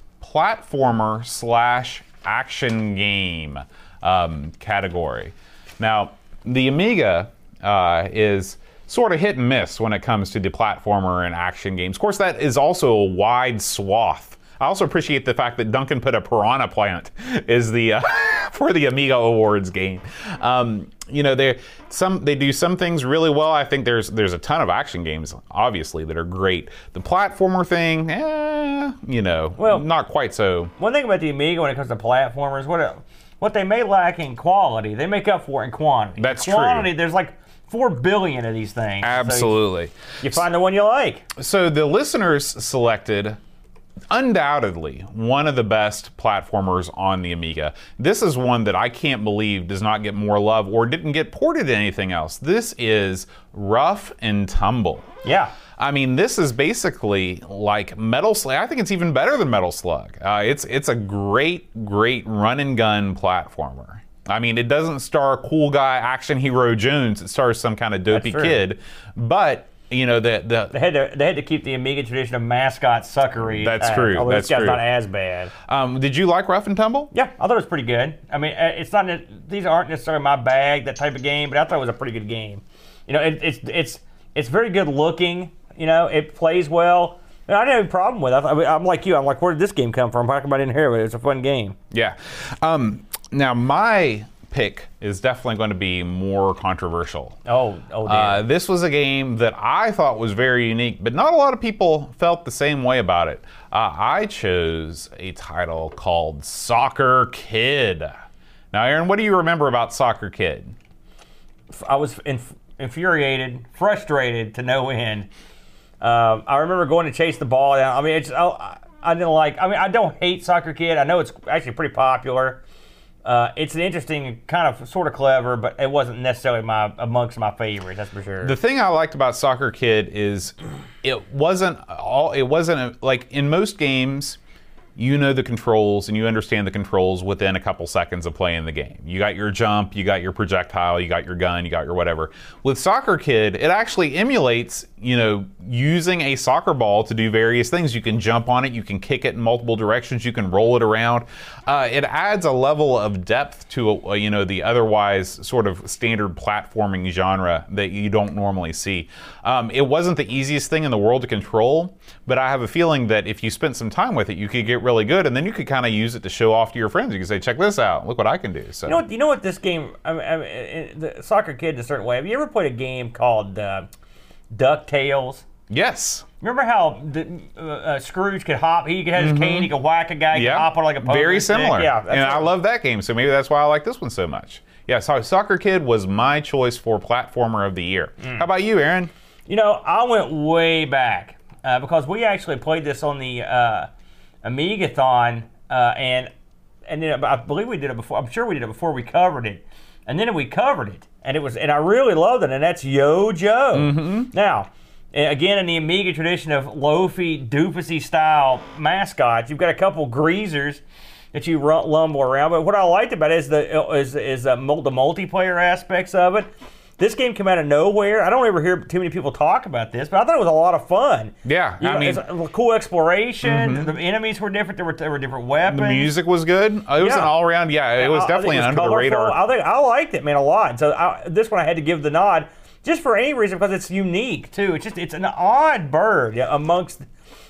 platformer slash action game um, category. Now, the Amiga uh, is sort of hit and miss when it comes to the platformer and action games. Of course, that is also a wide swath. I also appreciate the fact that Duncan put a piranha plant is the uh, for the Amiga Awards game. Um, you know, they some they do some things really well. I think there's there's a ton of action games, obviously, that are great. The platformer thing, eh, you know, Well- not quite so. One thing about the Amiga when it comes to platformers, what it- what they may lack in quality, they make up for in quantity. That's true. quantity, There's like four billion of these things. So Absolutely. you find the one you like. So the listeners selected undoubtedly one of the best platformers on the Amiga. This is one that I can't believe does not get more love or didn't get ported to anything else. This is Rough and Tumble. Yeah. I mean, this is basically like Metal Slug. I think it's even better than Metal Slug. Uh, it's it's a great, great run and gun platformer. I mean, it doesn't star cool guy action hero Jones. It stars some kind of dopey fair. kid, but you know the the They had to they had to keep the Amiga tradition of mascot suckery. That's uh, true, Although that's this guy's true. not as bad. Um, did you like Rough and Tumble? Yeah, I thought it was pretty good. I mean, uh, it's not these aren't necessarily my bag that type of game, but I thought it was a pretty good game. You know, it, it's it's it's very good looking. You know, it plays well. And I didn't have a problem with. it. I thought, I mean, I'm like you. I'm like, where did this game come from? How come I didn't hear of it? It's a fun game. Yeah. Um, now my pick is definitely going to be more controversial. Oh, oh, damn. Uh, this was a game that I thought was very unique, but not a lot of people felt the same way about it. Uh, I chose a title called Soccer Kid. Now, Aaron, what do you remember about Soccer Kid? I was inf- infuriated, frustrated to no end. Um, I remember going to chase the ball down. I mean, it's I, I didn't like. I mean, I don't hate Soccer Kid. I know it's actually pretty popular. Uh, it's an interesting kind of sort of clever, but it wasn't necessarily my amongst my favorites. That's for sure. The thing I liked about Soccer Kid is it wasn't all. It wasn't a, like in most games. You know the controls and you understand the controls within a couple seconds of playing the game. You got your jump, you got your projectile, you got your gun, you got your whatever. With Soccer Kid, it actually emulates, you know, using a soccer ball to do various things. You can jump on it, you can kick it in multiple directions, you can roll it around. Uh, it adds a level of depth to, uh, you know, the otherwise sort of standard platforming genre that you don't normally see. Um, it wasn't the easiest thing in the world to control, but I have a feeling that if you spent some time with it, you could get really good, and then you could kind of use it to show off to your friends. You could say, "Check this out! Look what I can do!" So you know what? You know what? This game, I mean, I mean, it- it- the Soccer Kid, in a certain way. Have you ever played a game called uh, Ducktales? yes, Remember how the, uh, uh, Scrooge could hop? He could have his cane. He could whack a guy. He could hop on like a poker Mm-hmm. very stick. similar. Yeah, and I love that game, so maybe that's why I like this one so much. Yeah, so Soccer Kid was my choice for platformer of the year. Mm. How about you, Aaron? You know, I went way back uh, because we actually played this on the uh, Amigathon, uh, and and then I believe we did it before. I'm sure we did it before we covered it, and then we covered it, and it was and I really loved it, and that's Yo Joe. Now. a- Again, in the Amiga tradition of loafy, doofusy style mascots, you've got a couple greasers that you ru- lumble around. But what I liked about it is the is is uh, mul- the multiplayer aspects of it. This game came out of nowhere. I don't ever hear too many people talk about this, but I thought it was a lot of fun. Yeah, You I know, mean- Mm-hmm. it's a cool exploration. The enemies were different. There were there were different weapons. The music was good. It was an Yeah. all around, yeah, it was I- I think definitely it an was under the colorful. radar. I think I liked it, man, a lot. So I, this one I had to give the nod just for any reason because it's unique too. It's just it's an odd bird yeah, amongst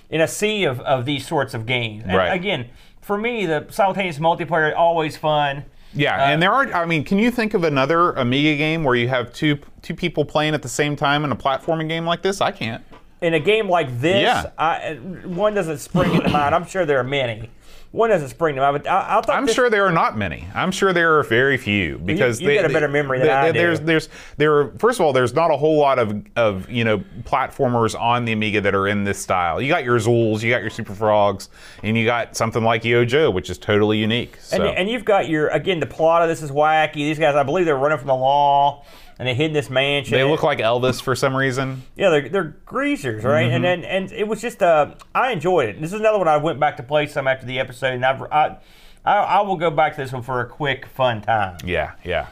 in a sea of, of these sorts of games. And Right. Again, for me, the simultaneous multiplayer always fun. Yeah, and there are. I mean, can you think of another Amiga game where you have two two people playing at the same time in a platforming game like this? I can't. in a game like this, Yeah. I, one doesn't spring to mind. I'm sure there are many. One doesn't spring to mind, but I, I thought I'm this- sure there are not many. I'm sure there are very few because you got a better memory than I do. There's, there's, there. Are, first of all, there's not a whole lot of, of you know platformers on the Amiga that are in this style. You got your Zools, you got your Super Frogs, and you got something like Yo Joe, which is totally unique. So. And, and you've got your again the plot of this is wacky. These guys, I believe, they're running from the law and they hid in this mansion. they look like Elvis for some reason. yeah, they're, they're greasers, right? And then and it was just uh, I enjoyed it. This is another one I went back to play some after the episode, and I've, I, I I will go back to this one for a quick fun time. Yeah, yeah.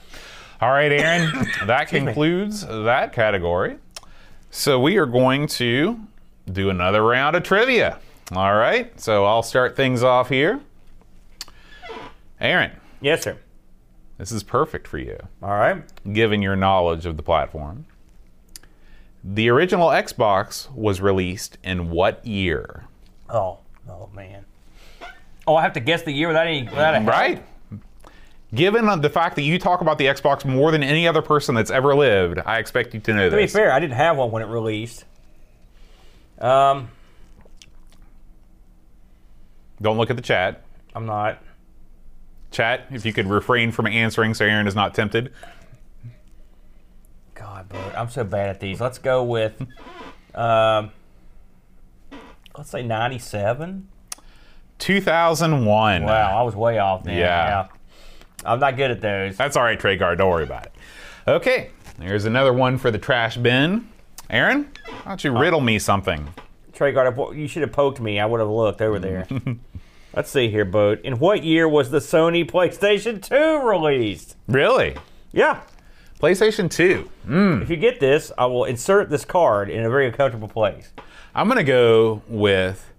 All right, Aaron, that concludes that category. So we are going to do another round of trivia. All right, so I'll start things off here. Aaron, Yes, sir. this is perfect for you, All right. given your knowledge of the platform. The original Xbox was released in what year? Oh, oh man. Oh, I have to guess the year without any without a Right? Given the fact that you talk about the Xbox more than any other person that's ever lived, I expect you to know To be this. fair, I didn't have one when it released. Um, Don't look at the chat. I'm not. chat if you could refrain from answering so Aaron is not tempted. God, bro, I'm so bad at these. Let's go with, um, let's say 97. 2001. Wow, I was way off then. Yeah. I'm not good at those. That's all right, Trey Guard. Don't worry about it. Okay, there's another one for the trash bin. Aaron, why don't you riddle me something? Trey Gard, I- you should have poked me. I would have looked over there. let's see here, Boat. In what year was the Sony PlayStation 2 released? Really? Yeah. PlayStation 2. If you get this, I will insert this card in a very uncomfortable place. I'm going to go with.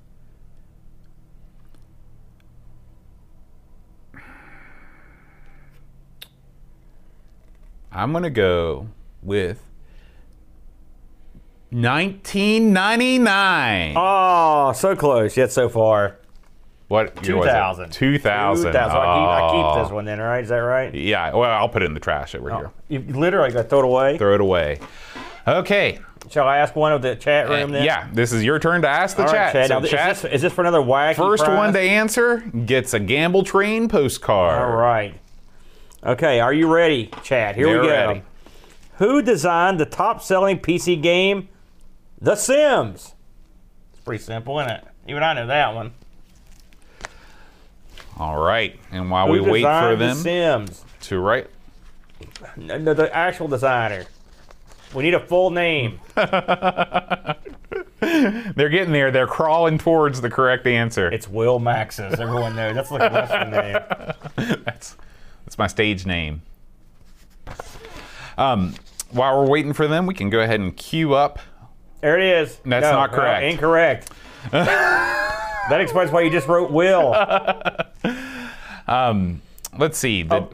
I'm going to go with 1999. Oh, so close, yet so far. What? year was it? 2000. 2000. 2000. So I, keep, I Oh. keep this one Oh. then, all right? Is that right? Yeah, well, I'll put it in the trash over here. You you literally got to throw it away. Throw it away. Okay. Shall I ask one of the chat room then? Uh, Yeah, this is your turn to ask the All right, chat. Chad. So now, is, chat, This, is this for another wacky first prize? one to answer gets a Gamble Train postcard. All right. Okay, are you ready, Chad? Here They're we go. ready. Who designed the top-selling PC game, The Sims? It's pretty simple, isn't it? Even I know that one. All right. And while Who we wait for designed The them Sims. to write, No, no, the actual designer. We need a full name. they're getting there. They're crawling towards the correct answer. It's Will Maxis. Everyone knows. That's like the Western name. that's that's my stage name. Um, while we're waiting for them, we can go ahead and queue up There it is. That's No, not no, correct. incorrect. that explains why you just wrote Will. Let's see. The,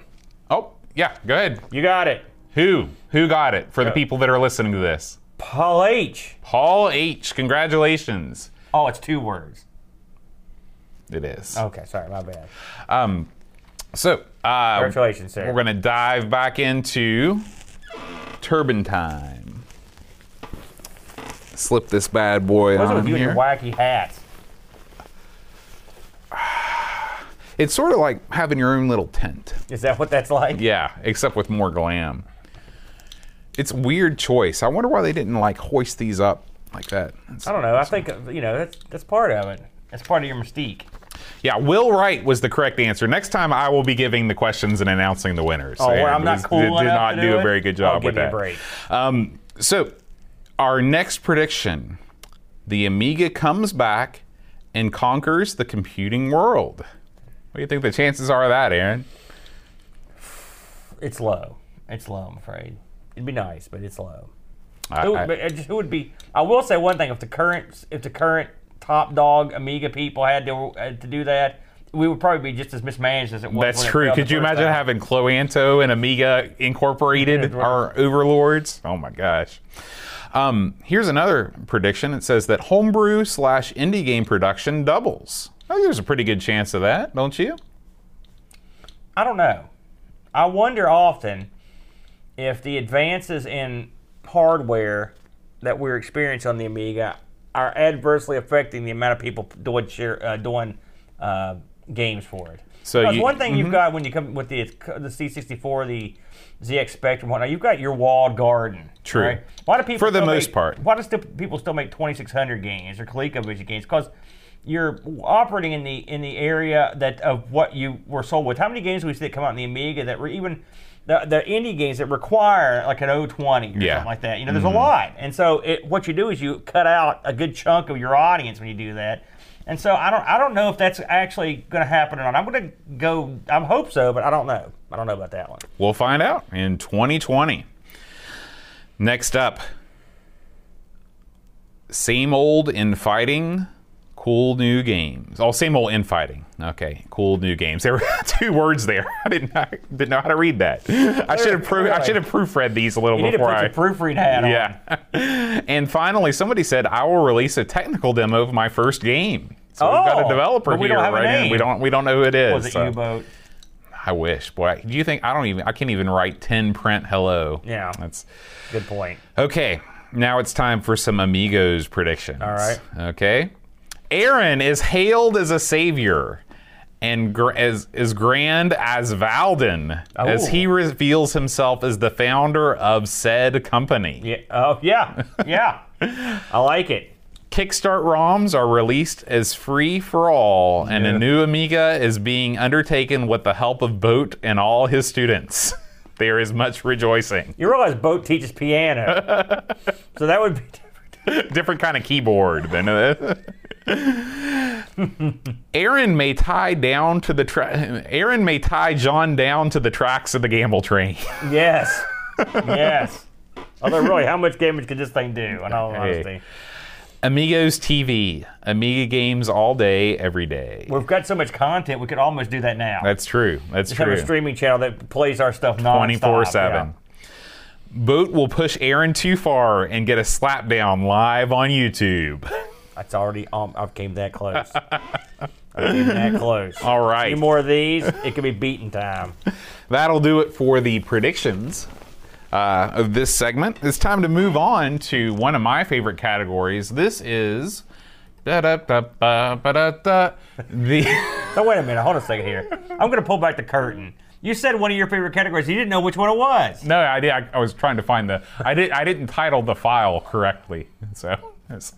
oh. yeah. Go ahead. You got it. Who? Who got it for the people that are listening to this? Paul H. Paul H. Congratulations. Oh, it's two words. It is. Okay, sorry, my bad. So uh, Congratulations, sir. we're going to dive back into Turban Time. Slip this bad boy What's it on with you and your here. wacky hats? It's sort of like having your own little tent. Is that what that's like? Yeah, except with more glam. It's a weird choice. I wonder why they didn't like hoist these up like that. That's- I don't know. I think uh, you know that's that's part of it. That's part of your mystique. Yeah, Will Wright was the correct answer. Next time, I will be giving the questions and announcing the winners. Oh, well, And I'm not was- cool Did, did enough not to do do a it? very good Oh, job give with me a that. break. Um, so, our next prediction: the Amiga comes back and conquers the computing world. What do you think the chances are of that, Aaron? It's low. It's low. I'm afraid. It'd be nice, but it's low. I- Who, I- but it just- who would be? I will say one thing: if the current, if the current top dog Amiga people had to uh, to do that, we would probably be just as mismanaged as it was. That's when it true. failed the Could you first imagine time. having Cloanto and Amiga Incorporated our overlords? Oh my gosh. Um, here's another prediction. It says that homebrew slash indie game production doubles. I think there's a pretty good chance of that, don't you? I don't know. I wonder often if the advances in hardware that we're experiencing on the Amiga are adversely affecting the amount of people doing share, uh, doing uh, games for it. So Because you- Mm-hmm. one thing you've got when you come with the the C64, the ZX Spectrum, whatnot, you've got your walled garden. True. right? Why do people For the still most make- part. Why do still, people still make 2600 games or ColecoVision games? Because you're operating in the in the area that of what you were sold with. How many games do we see that come out in the Amiga that were even the, the indie games that require like an 020 or Yeah. Mm-hmm. something like that? You know, there's a lot. And so it, what you do is you cut out a good chunk of your audience when you do that. And so I don't I don't know if that's actually going to happen or not. I'm going to go. I hope so, but I don't know. I don't know about that one. We'll find out in 2020. Next up, same old infighting, cool new games. Oh, same old infighting. Okay, cool new games. There were two words there. I didn't know, didn't know how to read that. I should have proof, I should have proofread these a little You need to before put I. your proofread hat on. yeah. and finally, somebody said, "I will release a technical demo of my first game." So we've got a Oh, developer but we here don't have a right now. name. We don't we don't know who it is. Was it so- U-boat? I wish, boy. Do you think I don't even? I can't even write ten print hello. Yeah. That's Good point. okay. Now it's time for some amigos predictions. All right. Okay. Aaron is hailed as a savior, and gr- as is grand as Valden as Ooh. he reveals himself as the founder of said company. Yeah. Oh, yeah. Yeah. I like it. Kickstart ROMs are released as free for all, and a new Amiga is being undertaken with the help of Boat and all his students. there is much rejoicing. You realize Boat teaches piano, so that would be different. Different kind of keyboard than. uh, Aaron may tie down to the tra- Aaron may tie John down to the tracks of the gamble train. Yes. Yes. Although, really, how much damage could this thing do? In all honesty, Amigos TV, Amiga games all day, every day. we've got so much content we could almost do that now. That's true. That's have true. a streaming channel that plays our stuff nonstop. 24 yeah. 7. Boot will push Aaron too far and get a slap down live on YouTube. That's already. Um, I've came that close. I came that close. All right. Any more of these? It could be beaten time. That'll do it for the predictions uh, of this segment. It's time to move on to one of my favorite categories. This is. da-da-da-ba, ba-da-da, The, So wait a minute. Hold on a second here. I'm going to pull back the curtain. You said one of your favorite categories. You didn't know which one it was. no, I, did, I, I was trying to find the. I, did, I didn't title the file correctly. So, it's-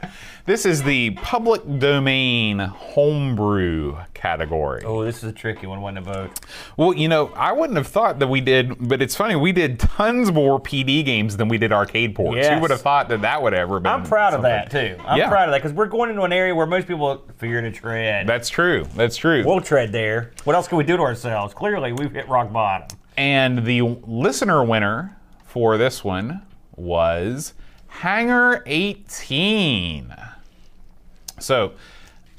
this is the public domain homebrew category. Oh, this is a tricky one. One to vote. Well, you know, I wouldn't have thought that we did, but it's funny, we did tons more PD games than we did arcade ports. You Yes. would have thought that that would ever been. I'm proud of something. that too. I'm Yeah. proud of that because we're going into an area where most people fear to tread. That's true. That's true. we'll tread there. What else can we do to ourselves? Clearly, we've hit rock bottom. and the listener winner for this one was Hanger 18. So,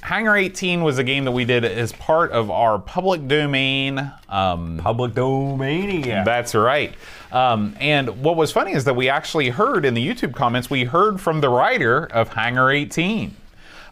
Hanger 18 was a game that we did as part of our public domain um, Public domania. That's right. Um, and what was funny is that we actually heard in the YouTube comments, we heard from the writer of Hanger 18.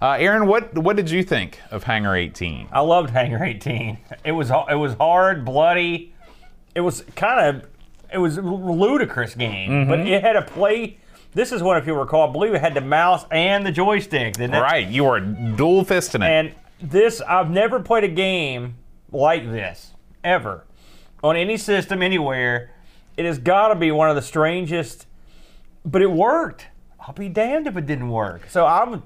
Uh, Aaron, what what did you think of Hanger 18? I loved Hangar 18. It was it was hard, bloody. Mm-hmm. It was kind of it was a ludicrous game, but it had a play This is one, if you recall, I believe it had the mouse and the joystick, didn't it? Right, you are dual fisting it. And this, I've never played a game like this ever on any system anywhere. It has got to be one of the strangest, but it worked. I'll be damned if it didn't work. So I'm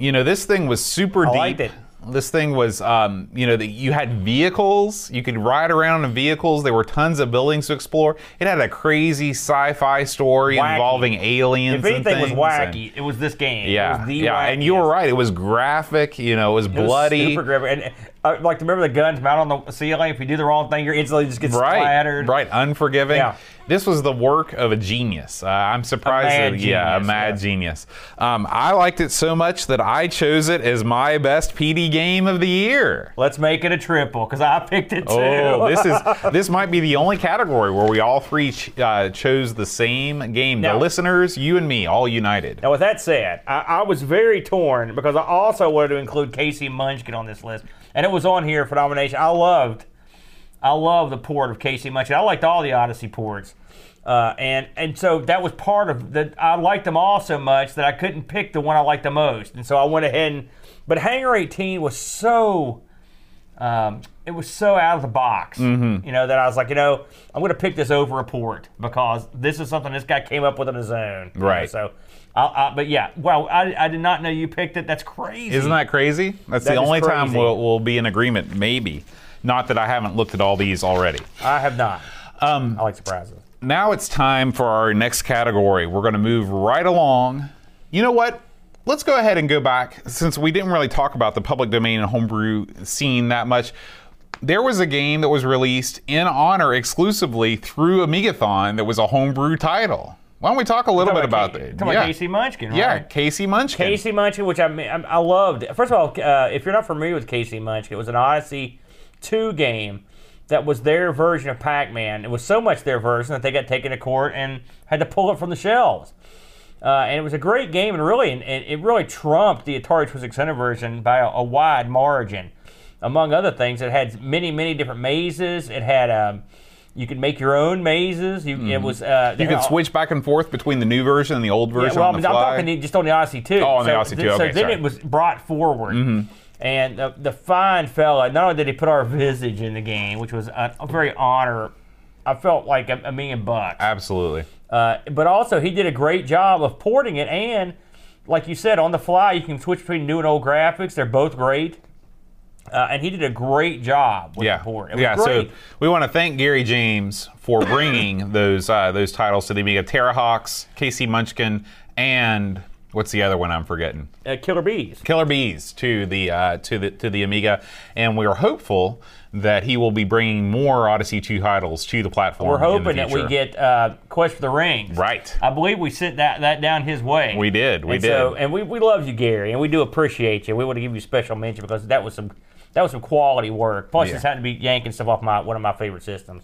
you know, this thing was super deep. liked it. This thing was, um, you know, that you had vehicles. You could ride around in vehicles. There were tons of buildings to explore. It had a crazy sci-fi story Wacky. involving aliens. if and anything was things, and- wacky, it was this game. yeah, it was the yeah, and you wackiest. were right. It was graphic. You know, it was It was bloody. super graphic. And uh, like, remember the guns mounted on the ceiling? If you do the wrong thing, you're instantly just gets right, splattered. right, unforgiving. Yeah. This was the work of a genius. Uh, I'm surprised. mad that, yeah, a genius, mad yeah. genius. Um, I liked it so much that I chose it as my best PD game of the year. Let's make it a triple because I picked it too. Oh, this is this might be the only category where we all three ch- uh, chose the same game. Now- the listeners, you and me, all united. Now, with that said, I, I was very torn because I also wanted to include Casey Munchkin on this list, and it was on here for nomination. I loved, I loved the port of Casey Munchkin. I liked all the Odyssey ports, uh, and and so that was part of that. I liked them all so much that I couldn't pick the one I liked the most, and so I went ahead and. But Hangar 18 was so. Um, it was so out of the box, you know, that I was like, you know, I'm going to pick this over a port because this is something this guy came up with on his own. you know, Right. so so, I, I, but yeah, well, I, I did not know you picked it. That's crazy. Isn't that crazy? That's That the is only time crazy. we'll, we'll be in agreement, maybe. Not that I haven't looked at all these already. I have not. Um, I like surprises. Now it's time for our next category. We're going to move right along. You know what? Let's go ahead and go back since we didn't really talk about the public domain and homebrew scene that much. There was a game that was released in honor exclusively through Amigathon that was a homebrew title. Why don't we talk a little bit about Ca- that? talking about Casey Munchkin, right? yeah, Casey Munchkin. Casey Munchkin, which I, I, I loved. First of all, uh, if you're not familiar with Casey Munchkin, it was an Odyssey 2 game that was their version of Pac Man. It was so much their version that they got taken to court and had to pull it from the shelves. Uh, and it was a great game, and really, and and it really trumped the Atari 2600 version by a, a wide margin. Among other things, it had many, many different mazes. It had um, you could make your own mazes. You, It was uh, Mm-hmm. You could switch back and forth between the new version and the old version. well, on I'm, the I'm fly. talking just on the Odyssey too. Oh, on the Odyssey too, So okay, then sorry. Mm-hmm. it was brought forward, and the, the fine fella. Not only did he put our visage in the game, which was a, a very honor. I felt like a, a million bucks. Absolutely. Uh, but also, he did a great job of porting it, and like you said, on the fly, you can switch between new and old graphics. They're both great, uh, and he did a great job with Yeah. the port. It was yeah. great. So we want to thank Gary James for bringing those uh, those titles to the Amiga Terrahawks, Casey Munchkin, and what's the other one I'm forgetting? uh, Killer Bees. Killer Bees to the uh, to the to the Amiga, and we are hopeful that he will be bringing more Odyssey 2 titles to the platform. We're in the hoping that we future. get uh, Quest for the Rings. right. I believe we sent that, that down his way. We did. We and did. So, and we, we love you, Gary, and we do appreciate you. We want to give you special mention because that was some that was some quality work. Plus, Yeah. this happened to be yanking stuff off my one of my favorite systems.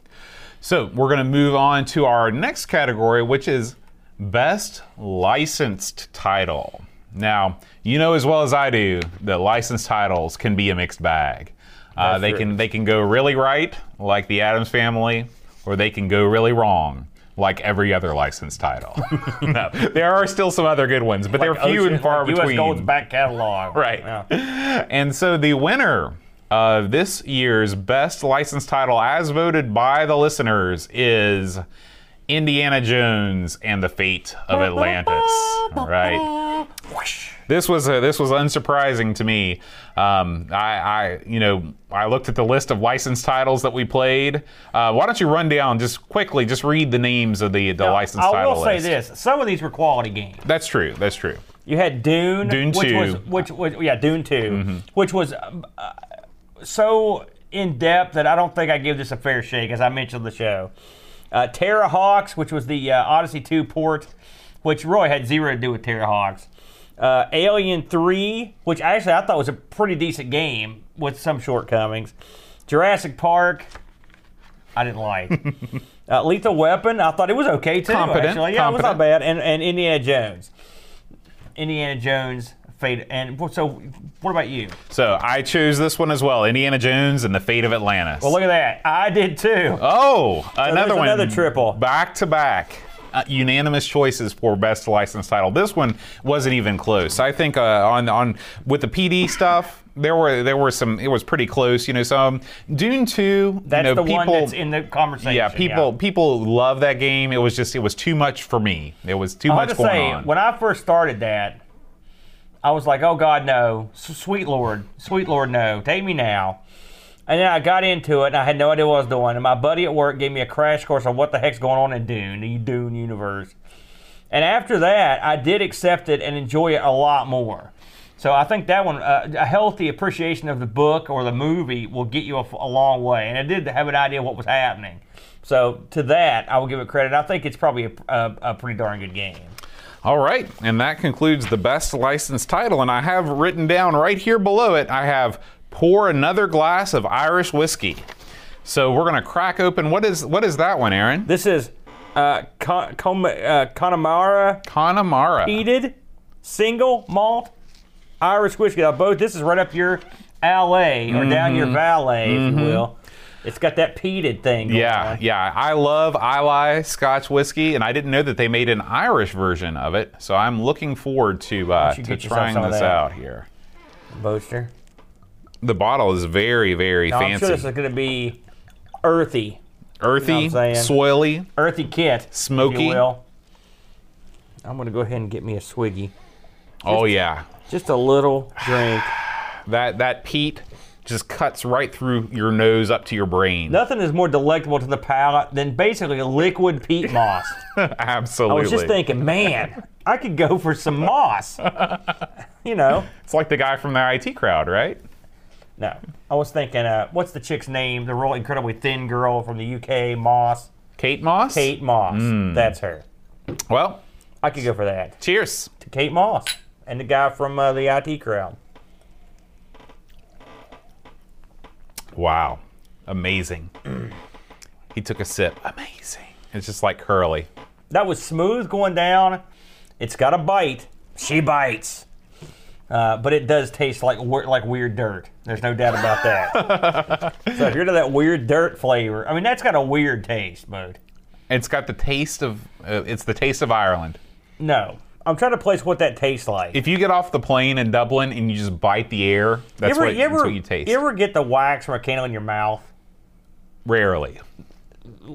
So we're going to move on to our next category, which is best licensed title. Now, you know as well as I do that licensed titles can be a mixed bag. Uh, they true. can they can go really right, like the Adams Family, or they can go really wrong, like every other licensed title. no, there are still some other good ones, but they're few Ocean- and far like U.S. between. Gold's back catalog. Right. Yeah. And so the winner of this year's best licensed title, as voted by the listeners, is Indiana Jones and the Fate of Atlantis. Right. This was a, this was unsurprising to me. Um, I, I you know I looked at the list of licensed titles that we played. Uh, why don't you run down just quickly? Just read the names of the the licensed I title will say list. this: some of these were quality games. That's true. That's true. You had Dune, Dune which 2. was which was yeah Dune 2 which was um, uh, so in depth that I don't think I give this a fair shake as I mentioned the show. Uh, Terra Hawks, which was the uh, Odyssey two port, which really had zero to do with Terra Hawks. Uh, Alien three, which actually I thought was a pretty decent game with some shortcomings. Jurassic Park, I didn't like. uh, Lethal Weapon, I thought it was okay too. Competent, actually. yeah, it was competent. not bad. And and Indiana Jones. Indiana Jones fade. And wh- so, what about you? So I chose this one as well: Indiana Jones and the Fate of Atlantis. Well, look at that. I did too. Oh, another there's one. another triple. Back to back. uh, unanimous choices for best licensed title. This one wasn't even close. I think uh, on on with the PD stuff. There were there were some. It was pretty close, you know. Some Dune Two. That's you know, the people, one that's in the conversation. yeah, people people love that game. It was just it was too much for me. It was too I much have to going say, on. when I first started that, I was like, "Oh God, no! S- Sweet Lord, sweet Lord, no! Take me now!" And then I got into it, and I had no idea what I was doing. And my buddy at work gave me a crash course on what the heck's going on in Dune, the Dune universe. And after that, I did accept it and enjoy it a lot more. So I think that one, uh, a healthy appreciation of the book or the movie, will get you a, f- a long way. And I did have an idea what was happening. So to that, I will give it credit. I think it's probably a, a, a pretty darn good game. All right, and that concludes the best licensed title. And I have written down right here below it, I have pour another glass of Irish whiskey. So we're gonna crack open. What is what is that one, Aaron? This is uh, Con- Con- uh, Connemara Connemara. heated single malt Irish whiskey. Now, both this is right up your alley or down Mm-hmm. your valet, if you will. It's got that peated thing. Going Yeah, on. yeah. I love Islay Scotch whiskey, and I didn't know that they made an Irish version of it. So I'm looking forward to uh, should to get yourself trying some of this that. out here. Boaster. The bottle is very, very Now, I'm fancy, sure this is going to be earthy, earthy, you know what I'm saying. soily. earthy kit, If Smoky. you will. I'm going to go ahead and get me a swiggy, Oh yeah, just a little drink. that that peat just cuts right through your nose up to your brain. Nothing is more delectable to the palate than basically liquid peat moss. I Absolutely. was just thinking, man, I could go for some moss. you know? It's like the guy from the IT crowd, right? No. I was thinking, uh, what's the chick's name? The real incredibly thin girl from the UK, Moss. Kate Moss. Kate Moss. That's her. Well, I could go for that. cheers. To Kate Moss and the guy from uh, the IT crowd. Wow. Amazing. he took a sip. Amazing. It's just like curly. That was smooth going down. It's got a bite. She bites. Uh, but it does taste like wor- like weird dirt. There's no doubt about that. so if you're to that weird dirt flavor, I mean, that's got a weird taste, mode. It's got the taste of uh, it's the taste of Ireland. No. I'm trying to place what that tastes like. If you get off the plane in Dublin and you just bite the air, that's, you ever, what, you, ever, that's what you taste. you ever get the wax from a candle in your mouth? Rarely.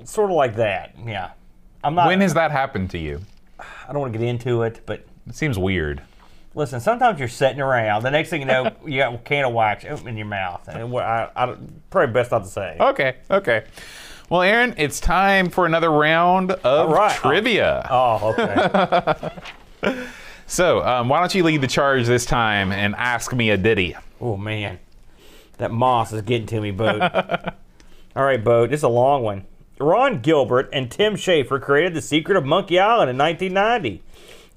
Sort of like that, yeah. I'm not. When has that happened to you? I don't want to get into it, but It seems weird. listen. Sometimes you're sitting around. The next thing you know, you got a candle wax in your mouth. And what- I, I, don't- probably best not to say. Okay, okay. Well, Aaron, it's time for another round of All right. trivia. Oh, okay. So, um, why don't you lead the charge this time and ask me a ditty? oh man, that moss is getting to me, boat. All right, boat. This is a long one. Ron Gilbert and Tim Schafer created The Secret of Monkey Island in 1990,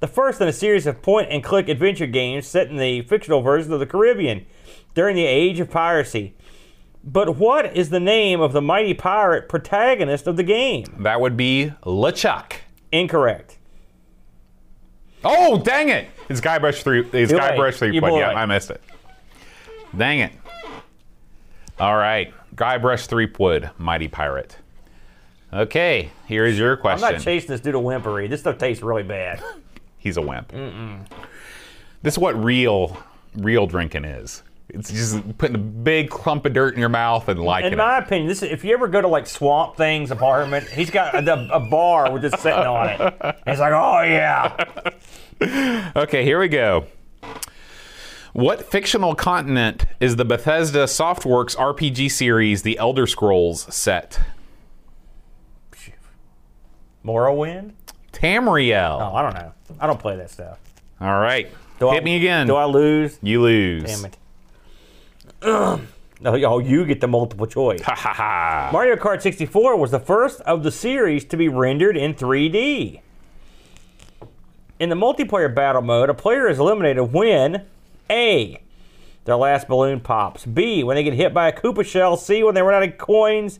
the first in a series of point-and-click adventure games set in the fictional version of the Caribbean during the Age of Piracy. But what is the name of the mighty pirate protagonist of the game? That would be LeChuck. Incorrect. Oh, dang it! It's Guybrush through. It's You're Guybrush right. through. You're But yeah, right. I missed it. Dang it! All right, Guybrush Threepwood, mighty pirate. Okay, here is your I'm question. not chasing this due to whimpery. This stuff tastes really bad. He's a wimp. This is what real, real drinking is. It's just putting a big clump of dirt in your mouth and liking In it. my opinion, this is, if you ever go to like Swamp Thing's apartment, he's got a, a bar with this sitting on it. And He's like, oh yeah, Okay, here we go. What fictional continent is the Bethesda Softworks RPG series The Elder Scrolls set? Morrowind. Tamriel. Oh, I don't know. I don't play that stuff. All right. Oh. Do Hit I, me again. Do I lose? you lose. Damn it. No, y'all, you get the multiple choice. Ha ha ha. Mario Kart 64 was the first of the series to be rendered in 3D. In the multiplayer battle mode, a player is eliminated when A. Their last balloon pops. B. When they get hit by a Koopa shell. C. When they run out of coins.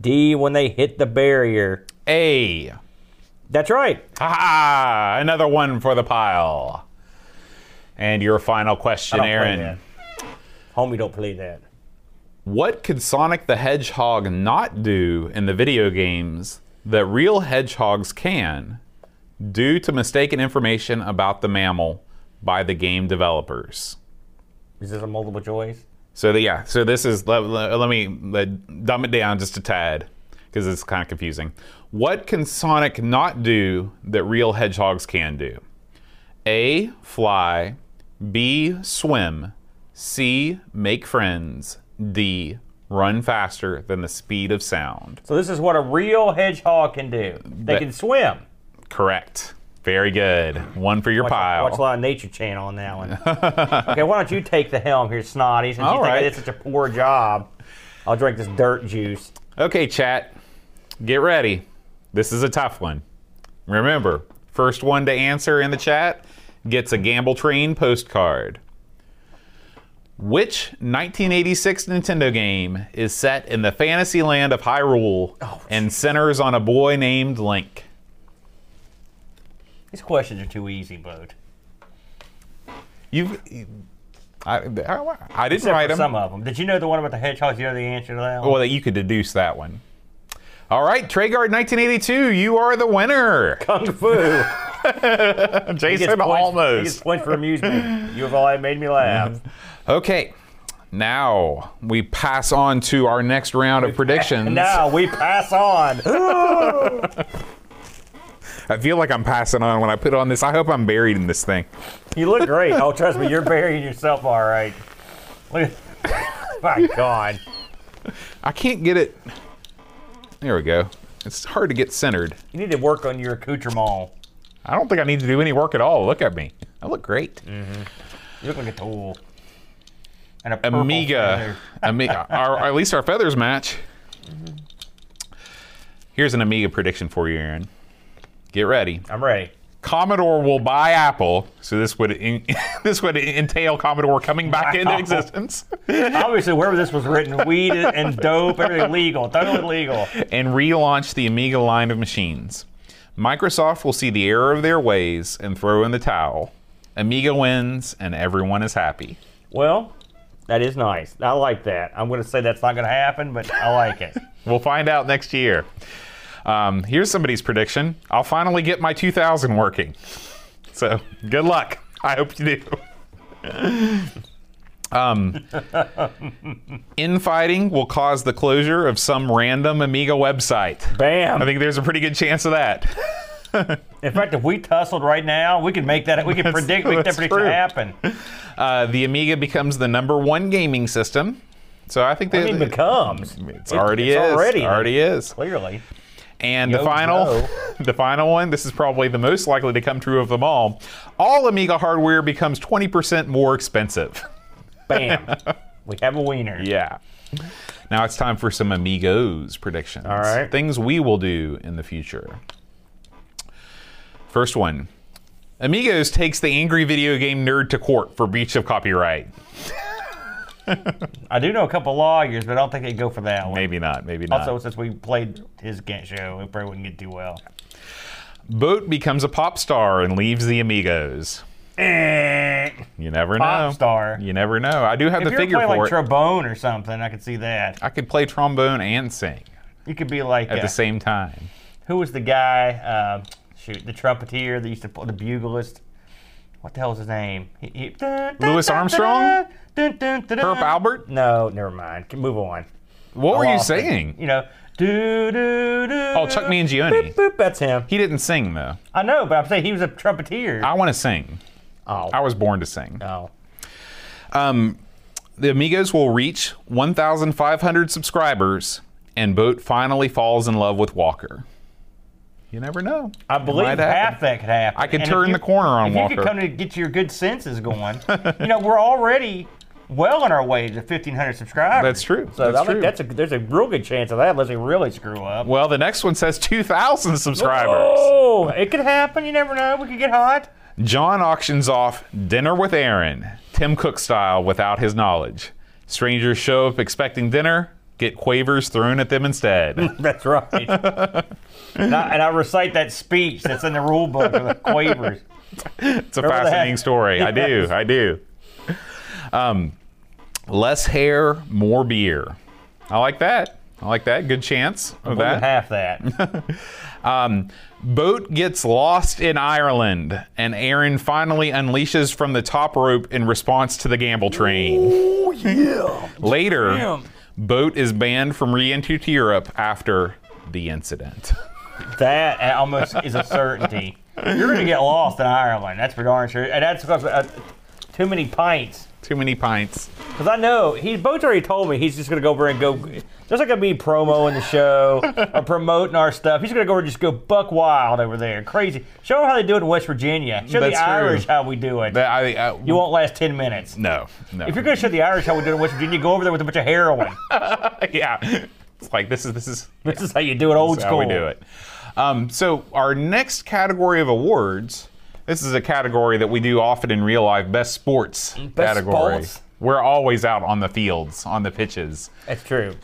D. When they hit the barrier. A. Ha That's right. ha. Another one for the pile. And your final question, I don't play Aaron. that. Homie, don't play that. What could Sonic the Hedgehog not do in the video games that real hedgehogs can? due to mistaken information about the mammal by the game developers. Is this a multiple choice? So the, yeah, so this is let, let, let me let, dumb it down just a tad because it's kind of confusing. What can Sonic not do that real hedgehogs can do? A. Fly. B. Swim. C. Make friends. D. Run faster than the speed of sound. So this is what a real hedgehog can do. They That- can swim. Correct. Very good. One for your pile. Watch a lot of Nature Channel on that one. okay, why don't you take the helm here, Snotty, since All you think right. I did such a poor job. I'll drink this dirt juice. Okay, chat, get ready. This is a tough one. Remember, first one to answer in the chat gets a Gamble Train postcard. Which 1986 Nintendo game is set in the fantasy land of Hyrule and centers on a boy named Link? These questions are too easy, Boat. You've. I, I, I didn't Except write for them. some of them. Did you know the one about the hedgehogs? You know the answer to that one? Well, that you could deduce that one. All right, Treyguard 1982, you are the winner. Kung Fu. He Jason points- almost. He gets points for amusement. you have all made me laugh. Okay. Now we pass on to our next round of predictions. now we pass on. I feel like I'm passing on when I put on this. I hope I'm buried in this thing. You look great. Oh, trust me, you're burying yourself all right. Look at- My God. I can't get it. There we go. It's hard to get centered. You need to work on your accoutrement. I don't think I need to do any work at all. Look at me. I look great. You look like a tool. And a purple Amiga. feather. Amiga. our, at least our feathers match. Here's an Amiga prediction for you, Aaron. Get ready. I'm ready. Commodore will buy Apple, so this would in, this would entail Commodore coming back into Wow. existence Obviously, wherever this was written, weed and dope, everything legal, totally legal. and relaunch the Amiga line of machines. Microsoft will see the error of their ways and throw in the towel. Amiga wins, and everyone is happy. Well, that is nice. I like that. I'm going to say that's not going to happen, but I like it. We'll find out next year. Um, here's somebody's prediction: I'll finally get my 2000 working. So good luck. I hope you do. um, infighting will cause the closure of some random Amiga website. I Bam. think there's a pretty good chance of that. In fact, if we tussled right now, we could make that. We could predict. We could that's predict true. to happen. Uh, the Amiga becomes the number one gaming system. So I think I that mean, becomes. it's already it's is already. already is. Clearly. And the Yo, final, yo. the final one. This is probably the most likely to come true of them all. All Amiga hardware becomes 20% more expensive. Bam. we have a wiener. Yeah. Now it's time for some Amigos predictions. All right. Things we will do in the future. First one. Amigos takes the angry video game nerd to court for breach of copyright. I do know a couple lawyers, but I don't think they'd go for that one. Maybe not. Maybe not. Also, since we played his game show, it probably wouldn't get too well. Boat becomes a pop star and leaves the Amigos. You never know. Pop star. Oh. You never know. I do have If the you're figure playing for like it. trombone or something, I could see that. I could play trombone and sing You could be like, at uh, the same time. who was the guy? Uh, shoot, the trumpeter that used to play the buglist. What the hell was his name? He, he, dun, dun, Louis dun, Armstrong? dun, dun, dun, dun. Herb Albert? No, never mind. Can- Move on. What were you Lost it. saying? You know, do do do. Oh, Chuck Mangione. Boop, boop, that's him. He didn't sing though. I know, but I'm saying he was a trumpeter. I want to sing. oh, I was born to sing. Um, no. The Amigos will reach 1,500 subscribers, and Boat finally falls in love with Walker. You never know. I It believe might happen. half that could happen. I could And if turn you- the corner on if Walker. you could come to get your good senses going, you know we're already well on our way to 1,500 subscribers. That's true. So That's I think true. that's a there's a real good chance of that unless they really screw up. Well, the next one says 2,000 subscribers. Oh, it could happen. You never know. We could get hot. John auctions off dinner with Aaron, Tim Cook style, without his knowledge. Strangers show up expecting dinner, get quavers thrown at them instead. That's right. and, I, and I recite that speech that's in the rule book of the quavers. it's a Remember that? fascinating story. I do. Yes. I do. Um, less hair, more beer. I like that. I like that. Good chance of More than that. half that. Um, boat gets lost in Ireland, and Aaron finally unleashes from the top rope in response to the gamble train. oh yeah. Later, Damn. Boat is banned from re-entry to Europe after the incident. That a- almost is a certainty. You're gonna get lost in Ireland. That's for darn sure. And that's because uh, too many pints. Too many pints. Because I know he both already told me he's just gonna go over and go. There's not gonna be promo in the show or promoting our stuff. He's gonna go over and just go buck wild over there, crazy. Show him how they do it in West Virginia. Show That's the true. Irish how we do it. That I, I- you won't last ten minutes. no, no. If you're gonna show the Irish how we do it in West Virginia, go over there with a bunch of heroin. yeah, it's like this is this is This is how you do it old That's school. how we do it. Um, so our next category of awards. This is a category that we do often in real life. Best sports category. sports. We're always out on the fields, on the pitches. That's true.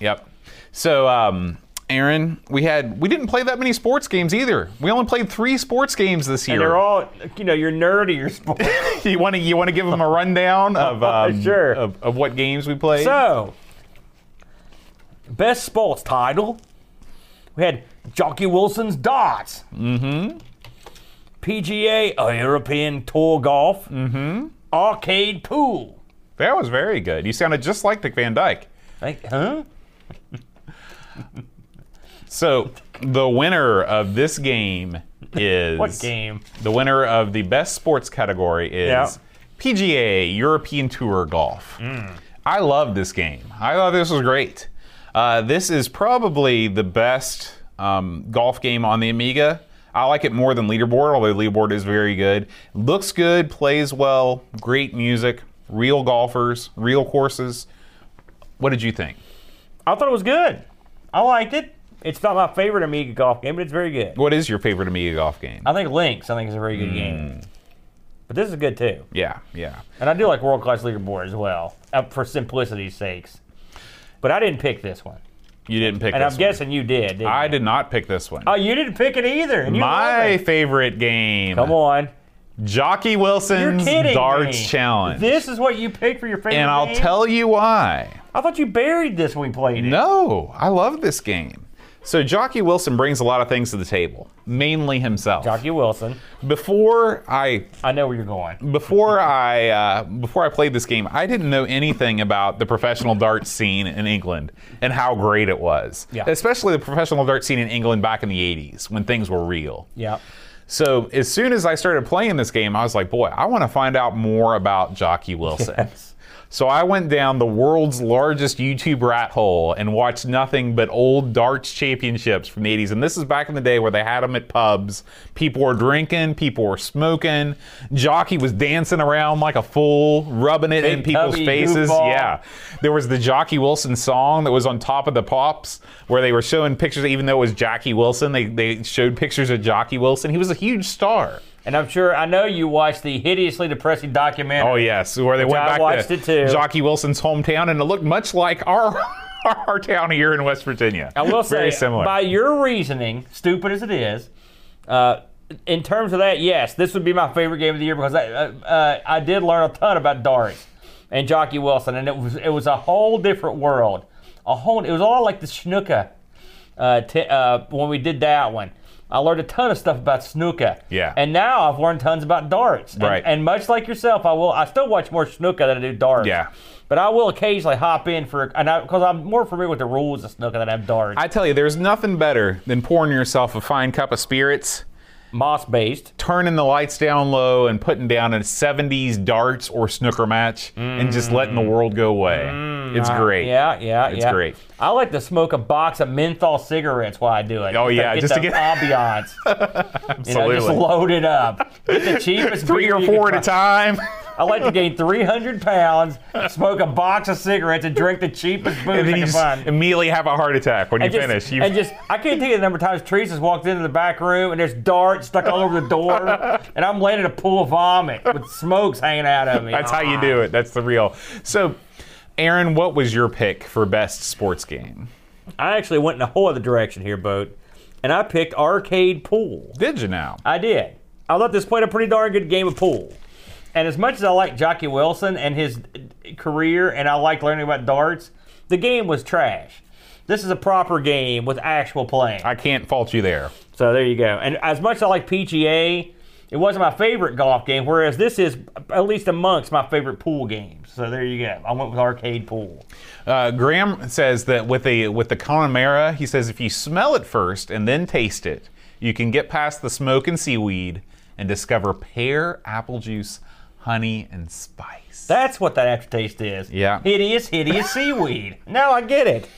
Yep. So, um, Aaron, we had we didn't play that many sports games either. We only played three sports games this year. They're all, you know, you're nerdy, you're sports. you want to you want to give them a rundown of um, Sure. of, of what games we played? So, best sports title. We had Jockey Wilson's darts. Mm-hmm. PGA, a European Tour golf. Mm-hmm. Arcade pool. that was very good. You sounded just like Dick Van Dyke. Like, huh? So the winner of this game is What game? The winner of the best sports category is Yeah. PGA European Tour Golf. Mm. I love this game. I thought this was great. Uh, this is probably the best um, golf game on the Amiga. I like it more than Leaderboard, although Leaderboard is very good. Looks good, plays well, great music, real golfers, real courses. What did you think? I thought it was good. I liked it. It's not my favorite Amiga golf game, but it's very good. What is your favorite Amiga golf game? I think Lynx, I think, is a very good Mm. game. But this is good too. Yeah, yeah. And I do like World Class Leaderboard as well, uh, for simplicity's sakes. But I didn't pick this one. You didn't pick And this I'm one. guessing you did. Didn't I you? did not pick this one. Oh, you didn't pick it either. And you love My it. favorite game. Come on. Jockey You're Wilson's kidding. Darts me. Challenge. This is what you picked for your favorite and I'll game? tell you why. I thought you buried this when we played it. No, I love this game. So Jockey Wilson brings a lot of things to the table, mainly himself. Jockey Wilson. Before I I know where you're going. before I uh, before I played this game, I didn't know anything about the professional dart scene in England and how great it was. Yeah. Especially the professional dart scene in England back in the 80s when things were real. Yeah. So as soon as I started playing this game, I was like, boy, I want to find out more about Jockey Wilson. Yes. So I went down the world's largest YouTube rat hole and watched nothing but old darts championships from the 80s. And this is back in the day where they had them at pubs. People were drinking, people were smoking. Jockey was dancing around like a fool, rubbing it in Big people's tubby faces. goofball. Yeah. There was the Jockey Wilson song that was on top of the pops, where they were showing pictures, even though it was Jackie Wilson, they, they showed pictures of Jockey Wilson. He was a huge star. And I'm sure, I know you watched the hideously depressing documentary. Oh yes, where they went I back watched to it too. Jockey Wilson's hometown, and it looked much like our our town here in West Virginia. I will say, very similar. by your reasoning, stupid as it is, uh, in terms of that, yes, this would be my favorite game of the year because I, uh, uh, I did learn a ton about darts and Jockey Wilson, and it was it was a whole different world, a whole. It was all like the snooker uh, t- uh, when we did that one. I learned a ton of stuff about snooker. Yeah. And now I've learned tons about darts. And- Right. And, much like yourself, I will. I still watch more snooker than I do darts. Yeah. But I will occasionally hop in for, and because I'm more familiar with the rules of snooker than I'm darts. I tell you, there's nothing better than pouring yourself a fine cup of spirits, moss based. turning the lights down low, and putting down a 70s darts or snooker match, and just letting the world go away. it's great. Mm. Uh, Yeah, yeah, It's yeah. great. I like to smoke a box of menthol cigarettes while I do it. Oh, yeah, get just to the get- ambiance. you know, just Absolutely. load it up. Get the cheapest Three beer or you can four at a find. time. I like to gain 300 pounds, smoke a box of cigarettes, and drink the cheapest booze And I then can you just find. immediately have a heart attack when you And just- finish. You- and just, I can't tell you the number of times Teresa has walked into the back room and there's darts stuck all over the door, and I'm laying in a pool of vomit with smokes hanging out of me. that's how you do it. That's the real. So, Aaron, what was your pick for best sports game? I actually went in a whole other direction here, Boat, and I picked arcade pool. Did you now? I did. I thought this played a pretty darn good game of pool. And as much as I like Jockey Wilson and his uh, career, and I like learning about darts, the game was trash. This is a proper game with actual playing. I can't fault you there. So there you go. And as much as I like PGA, it wasn't my favorite golf game, whereas this is at least amongst my favorite pool games. So there you go. I went with arcade pool. Uh, Graham says that with the with the Connemara, he says if you smell it first and then taste it, you can get past the smoke and seaweed and discover pear, apple juice, honey, and spice. That's what that aftertaste is. Yeah. Hideous, hideous seaweed. Now I get it.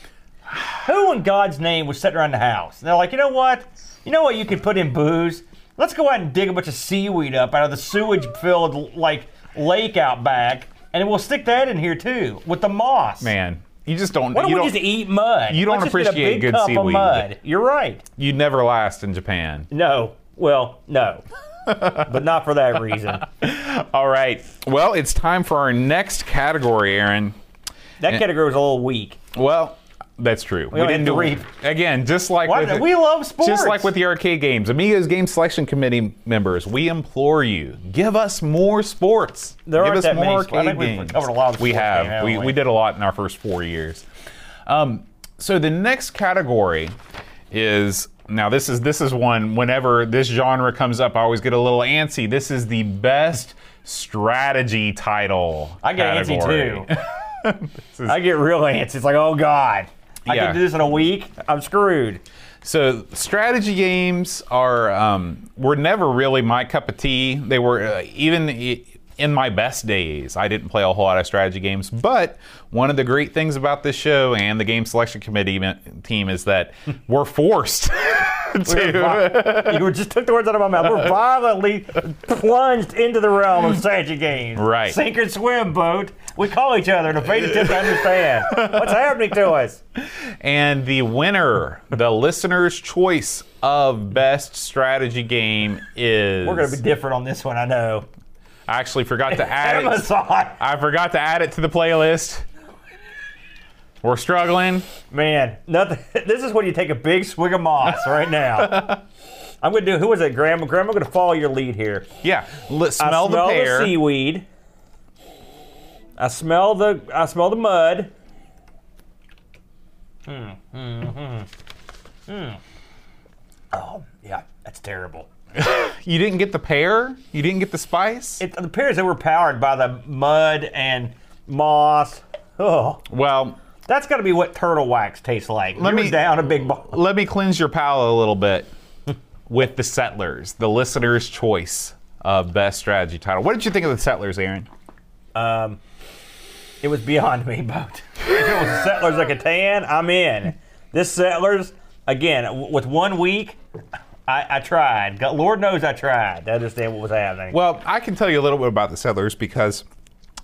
Who in God's name was sitting around the house? And they're like, you know what? You know what you could put in booze? Let's go out and dig a bunch of seaweed up out of the sewage filled like lake out back, and we'll stick that in here too with the moss. Man, you just don't. Why don't you we don't, just eat mud? you don't Let's just get a appreciate big good cup Of seaweed. mud. You're right. You'd never last in Japan. No. Well, no. but not for that reason. All right. Well, it's time for our next category, Aaron. That category was a little weak. Well, that's true. We, only didn't had do three. again. Just like Why, with the- we love sports. Just like with the arcade games, Amigos Game Selection Committee members, we implore you, give us more sports. There give aren't us that more many. arcade I think we've games. covered a lot of we sports have. games, haven't we, we? we did a lot in our first four years. Um, so the next category is now this is this is one whenever this genre comes up, I always get a little antsy. This is the best strategy title. I get category. antsy too. I get real antsy. It's like, oh God. I Yeah. can do this in a week. I'm screwed. So strategy games are um, were never really my cup of tea. They were uh, even i- in my best days. I didn't play a whole lot of strategy games, but one of the great things about this show and the game selection committee me- team is that we're forced to. you were- just took the words out of my mouth. We're violently plunged into the realm of strategy games. Right. Sink or swim, boat. We call each other and are paid attempt to understand what's happening to us. And the winner, the listener's choice of best strategy game is. We're going to be different on this one, I know. I actually forgot to add it. Amazon. I forgot to add it to the playlist. We're struggling. Man, nothing. This is when you take a big swig of moss right now. I'm going to do, who was it, Grandma? Grandma, I'm going to follow your lead here. Yeah, L- I smell, the smell pear. the seaweed. I smell the I smell the mud. Hmm. Hmm. Hmm. Hmm. Oh yeah, that's terrible. you didn't get the pear. You didn't get the spice. It appears they were powered by the mud and moss. Oh, well, that's got to be what turtle wax tastes like. Let me- down a big bottle. let me cleanse your palate a little bit with the settlers, the listener's choice of best strategy title. What did you think of the settlers, Aaron? It was beyond me, boat. if it was settlers like a tan, I'm in. This settlers again w- with one week. I, I tried. God, Lord knows I tried to understand what was happening. Well, I can tell you a little bit about the settlers because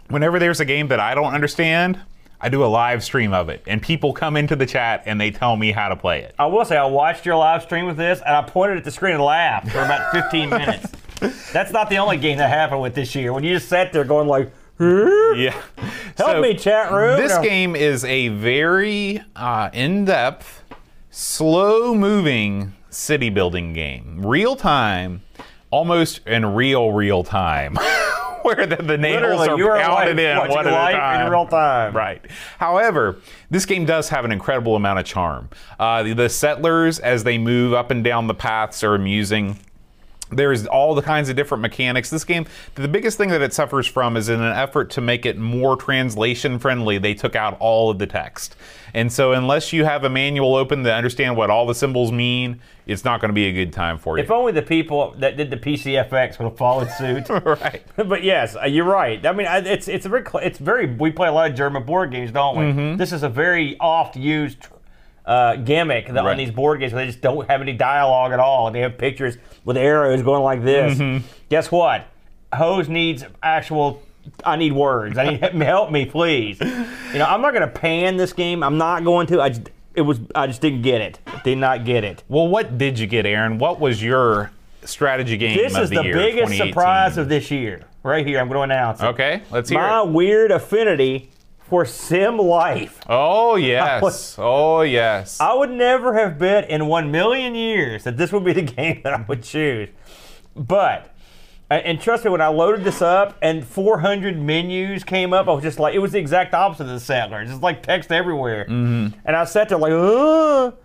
whenever there's a game that I don't understand, I do a live stream of it, and people come into the chat and they tell me how to play it. I will say I watched your live stream with this, and I pointed at the screen and laughed for about 15 minutes. That's not the only game that happened with this year. When you just sat there going like, "Huh? Yeah. "Help me, chat room." This No. game is a very uh, in depth, slow moving city building game. Real time, almost in real, real time. Where the, the nails Literally, are you are pounded like in watching one at a life in time. real time. Right. However, this game does have an incredible amount of charm. Uh, the- the settlers, as they move up and down the paths, are amusing there's all the kinds of different mechanics. This game, the biggest thing that it suffers from is in an effort to make it more translation friendly, they took out all of the text. And so, unless you have a manual open to understand what all the symbols mean, it's not going to be a good time for you. If only the people that did the PCFX would have followed suit. right. but yes, uh, you're right. I mean, I- it's it's a very cl- it's very we play a lot of German board games, don't we? Mm-hmm. This is a very oft used uh, gimmick that Right. on these board games where they just don't have any dialogue at all, and they have pictures with arrows going like this. Mm-hmm. Guess what? Hose needs actual. I need words. I need help me, please. You know, I'm not going to pan this game. I'm not going to. I just, it was I just didn't get it. Did not get it. Well, what did you get, Aaron? What was your strategy game This of is the year, biggest 2018? surprise of this year, right here. I'm going to announce it. Okay, let's hear my it. weird affinity for sim life. Oh, yes. Oh, yes. I would never have bet in one million years that this would be the game that I would choose. But uh, And, and trust me, when I loaded this up and 400 menus came up, I was just like, it was the exact opposite of the Sattler. It's just like text everywhere. And I sat there like, ugh.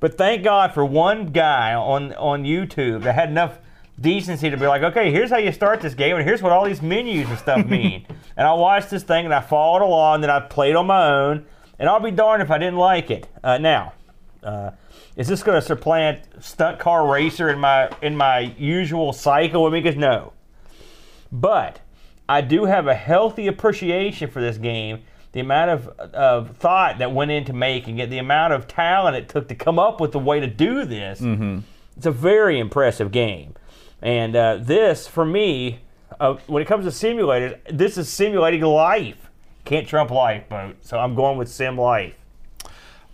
But thank God for one guy on, on YouTube that had enough decency to be like, okay, here's how you start this game, and here's what all these menus and stuff mean. and I watched this thing, and I followed along, and then I played on my own. And I'll be darned if I didn't like it. Uh, now, uh, is this going to supplant stunt car racer in my in my usual cycle with me? Because no, but I do have a healthy appreciation for this game. The amount of, of thought that went into making it, the amount of talent it took to come up with the way to do this. Mm-hmm. It's a very impressive game, and uh, this for me, uh, when it comes to simulators, this is simulating life. Can't trump life, boat. So I'm going with sim life.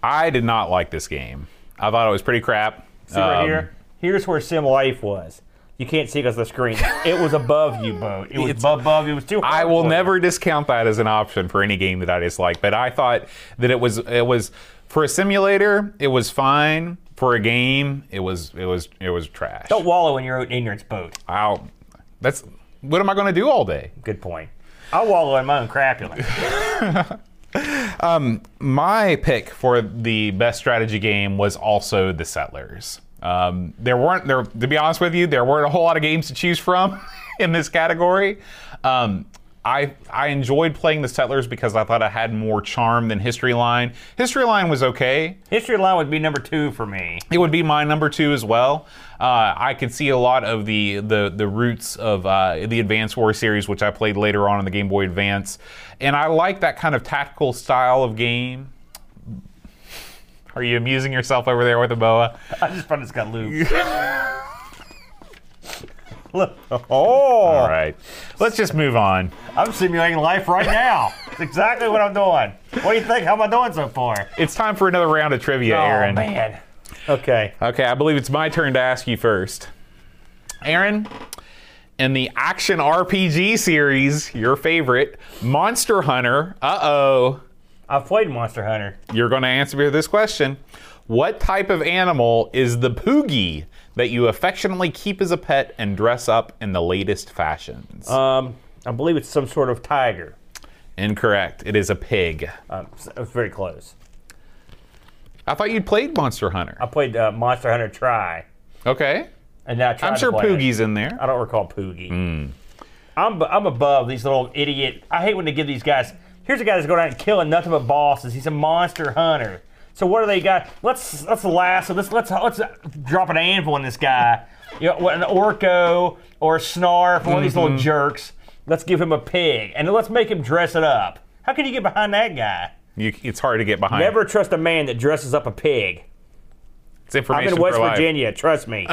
I did not like this game. I thought it was pretty crap. See right Um, here? Here's where Sim Life was. You can't see because of the screen. It was above you, boat. It was above, above. It was too high. I will never discount that as an option for any game that I dislike. But I thought that it was it was for a simulator, it was fine. For a game, it was it was it was trash. Don't wallow in your own ignorance, boat. I'll, that's what am I going to do all day? Good point. I wallow in my own crapulence. my pick for the best strategy game was also The Settlers. Um, there weren't there to be honest with you, there weren't a whole lot of games to choose from in this category. Um, I I enjoyed playing The Settlers because I thought it had more charm than History Line. History Line was okay. History line would be number two for me. It would be my number two as well. Uh, I could see a lot of the the, the roots of uh, the Advance War series, which I played later on in the Game Boy Advance, and I like that kind of tactical style of game. Are you amusing yourself over there with a boa? I just found it's got loops. Look. Oh, All right, let's just move on. I'm simulating life right now. It's exactly what I'm doing. What do you think? How am I doing so far? It's time for another round of trivia, Aaron. Oh man. Okay. Okay, I believe it's my turn to ask you first. Aaron, in the action RPG series, your favorite, Monster Hunter, uh oh, I've played Monster Hunter. you're going to answer me this question. What type of animal is the poogie that you affectionately keep as a pet and dress up in the latest fashions? Um, I believe it's some sort of tiger. Incorrect. It is a pig. Um, s- it was very close. I thought you'd played Monster Hunter. I played uh, Monster Hunter Try, Okay. and now I tried I'm to sure play it. Poogie's in there. I don't recall Poogie. Mm. I'm b- I'm above these little idiot. I hate when they give these guys. Here's a guy that's going out and killing nothing but bosses. He's a monster hunter. So what do they got? Let's let's lasso. Let's let's let's drop an anvil on this guy. You know, an orco or a snarf, one of these Mm-hmm. little jerks. Let's give him a pig, and let's make him dress it up. How can you get behind that guy? You, it's hard to get behind. Never trust a man that dresses up a pig. it's information I'm in West for life. Virginia. Trust me.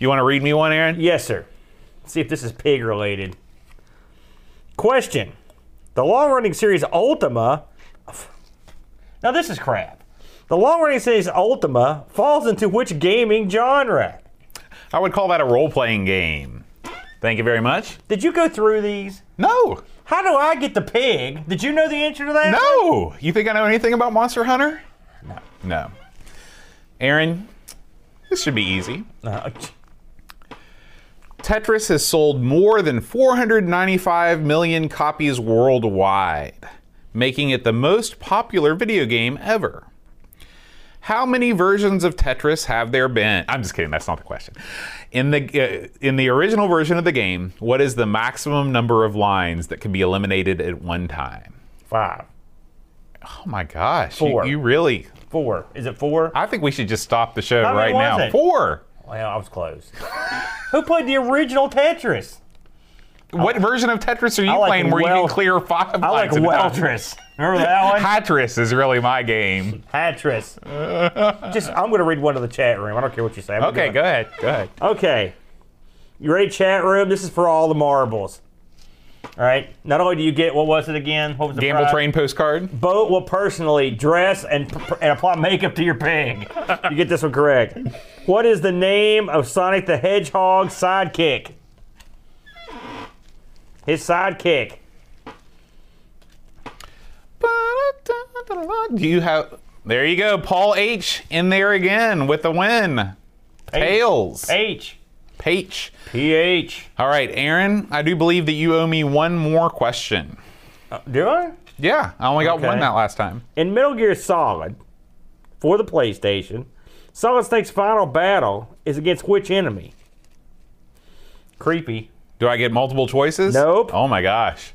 You want to read me one, Aaron? yes, sir. Let's see if this is pig related. Question: The long-running series Ultima. Now this is crap. The long-running series Ultima falls into which gaming genre? I would call that a role playing game. Thank you very much. Did you go through these? No. How do I get the pig? Did you know the answer to that? No. You think I know anything about Monster Hunter? No. No. Aaron, this should be easy. No. Tetris has sold more than 495 million copies worldwide, making it the most popular video game ever. How many versions of Tetris have there been? I'm just kidding. That's not the question. In the uh, in the original version of the game, what is the maximum number of lines that can be eliminated at one time? Five, Oh my gosh! you- Four. You, really? four. Is it four? I think we should just stop the show How many right was now. it? Four. Well, I was close. Who played the original Tetris? What version of Tetris are you I like playing where you well- can clear five I like lines? at a time? Weltress. Remember that one? Patris is really my game. Patris. Just, I'm going to read one to the chat room. I don't care what you say. I'm gonna Okay, do go ahead. Go ahead. it. Okay. You ready, chat room? This is for all the marbles. All right. Not only do you get what was it again? What was the Gamble prize? train postcard. Boat will personally dress and p- and apply makeup to your pig. you get this one correct. What is the name of Sonic the Hedgehog's sidekick? His sidekick. Do you have? There you go. Paul H. in there again with the win. Tails. H. Page. PH. All right, Aaron, I do believe that you owe me one more question. Uh, Do I? Yeah, I only got Okay. one that last time. In Metal Gear Solid, for the PlayStation, Solid Snake's final battle is against which enemy? Creepy. Do I get multiple choices? Nope. Oh my gosh.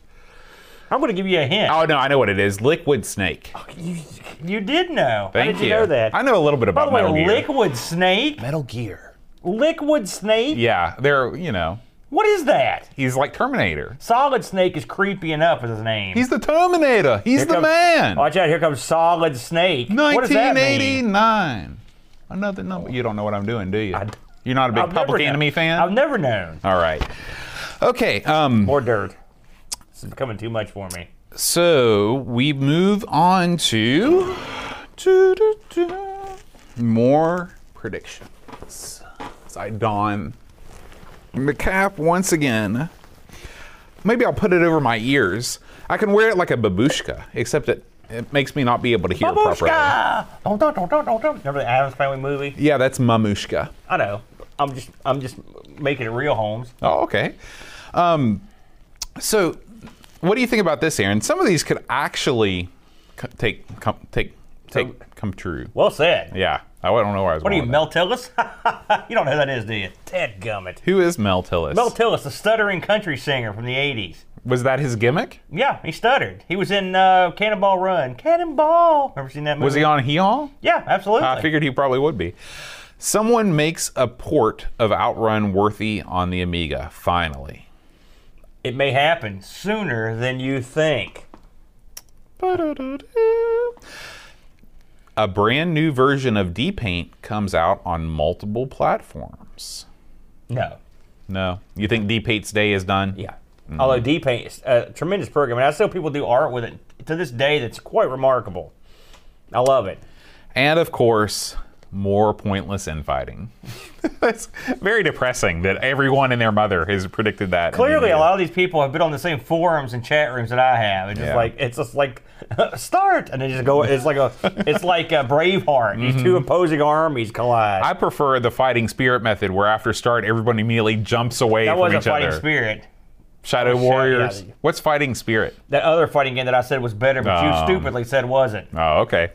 I'm going to give you a hint. Oh no, I know what it is. Liquid Snake. You, you did know. How Thank did you, know that? I know a little bit By the about Metal way, Gear. Liquid Snake. Metal Gear. Liquid Snake. Yeah, they're you know What is that? he's like Terminator. Solid Snake is creepy enough with his name. He's the Terminator. He's Here the comes- man. Watch out! Here comes Solid Snake. What does that mean? 1989. Another number. You don't know what I'm doing, do you? d- You're not a big I've never Public known. Enemy fan. I've never known. All right. Okay. Um. More dirt. This is becoming too much for me. So we move on to doo, doo, doo, more predictions. As I don the cap once again. Maybe I'll put it over my ears. I can wear it like a babushka, except it, it makes me not be able to hear properly. Babushka! Don't, don't, don't, don't, don't, don't. Remember the Adams Family movie? Yeah, that's mamushka. I know. I'm just, I'm just making it real, Holmes. Oh, okay. Um, so, what do you think about this, Aaron? Some of these could actually co- take come, take take come true. Well said. Yeah, Oh, I don't know where I was. What are going you, with Mel Tillis? you don't know who that is, do you? Ted Gummit. that. Who is Mel Tillis? Mel Tillis, the stuttering country singer from the 80s. was that his gimmick? Yeah, he stuttered. He was in uh, Cannonball Run. Cannonball! Remember seeing that movie? Was he on Hee Haw? Yeah, absolutely. I figured he probably would be. Someone makes a port of Outrun Worthy on the Amiga. Finally. it may happen sooner than you think. A brand new version of D Paint comes out on multiple platforms. No. No. You think D Paint's day is done? Yeah. Mm. Although D Paint is a tremendous program, and I still people do art with it to this day. That's quite remarkable. I love it. And of course, more pointless infighting. That's very depressing that everyone and their mother has predicted that. in the Clearly, media. a lot of these people have been on the same forums and chat rooms that I have. It's just Yeah. like it's just like start, and they just go. It's like a it's like a Braveheart. These two opposing armies collide. Mm-hmm. I prefer the fighting spirit method where after start, everyone immediately jumps away that from was a each fighting other. spirit. Shadow yeah, Warriors. the- What's fighting spirit? That other fighting game that I said was better, but Um, you stupidly said wasn't. Oh, okay.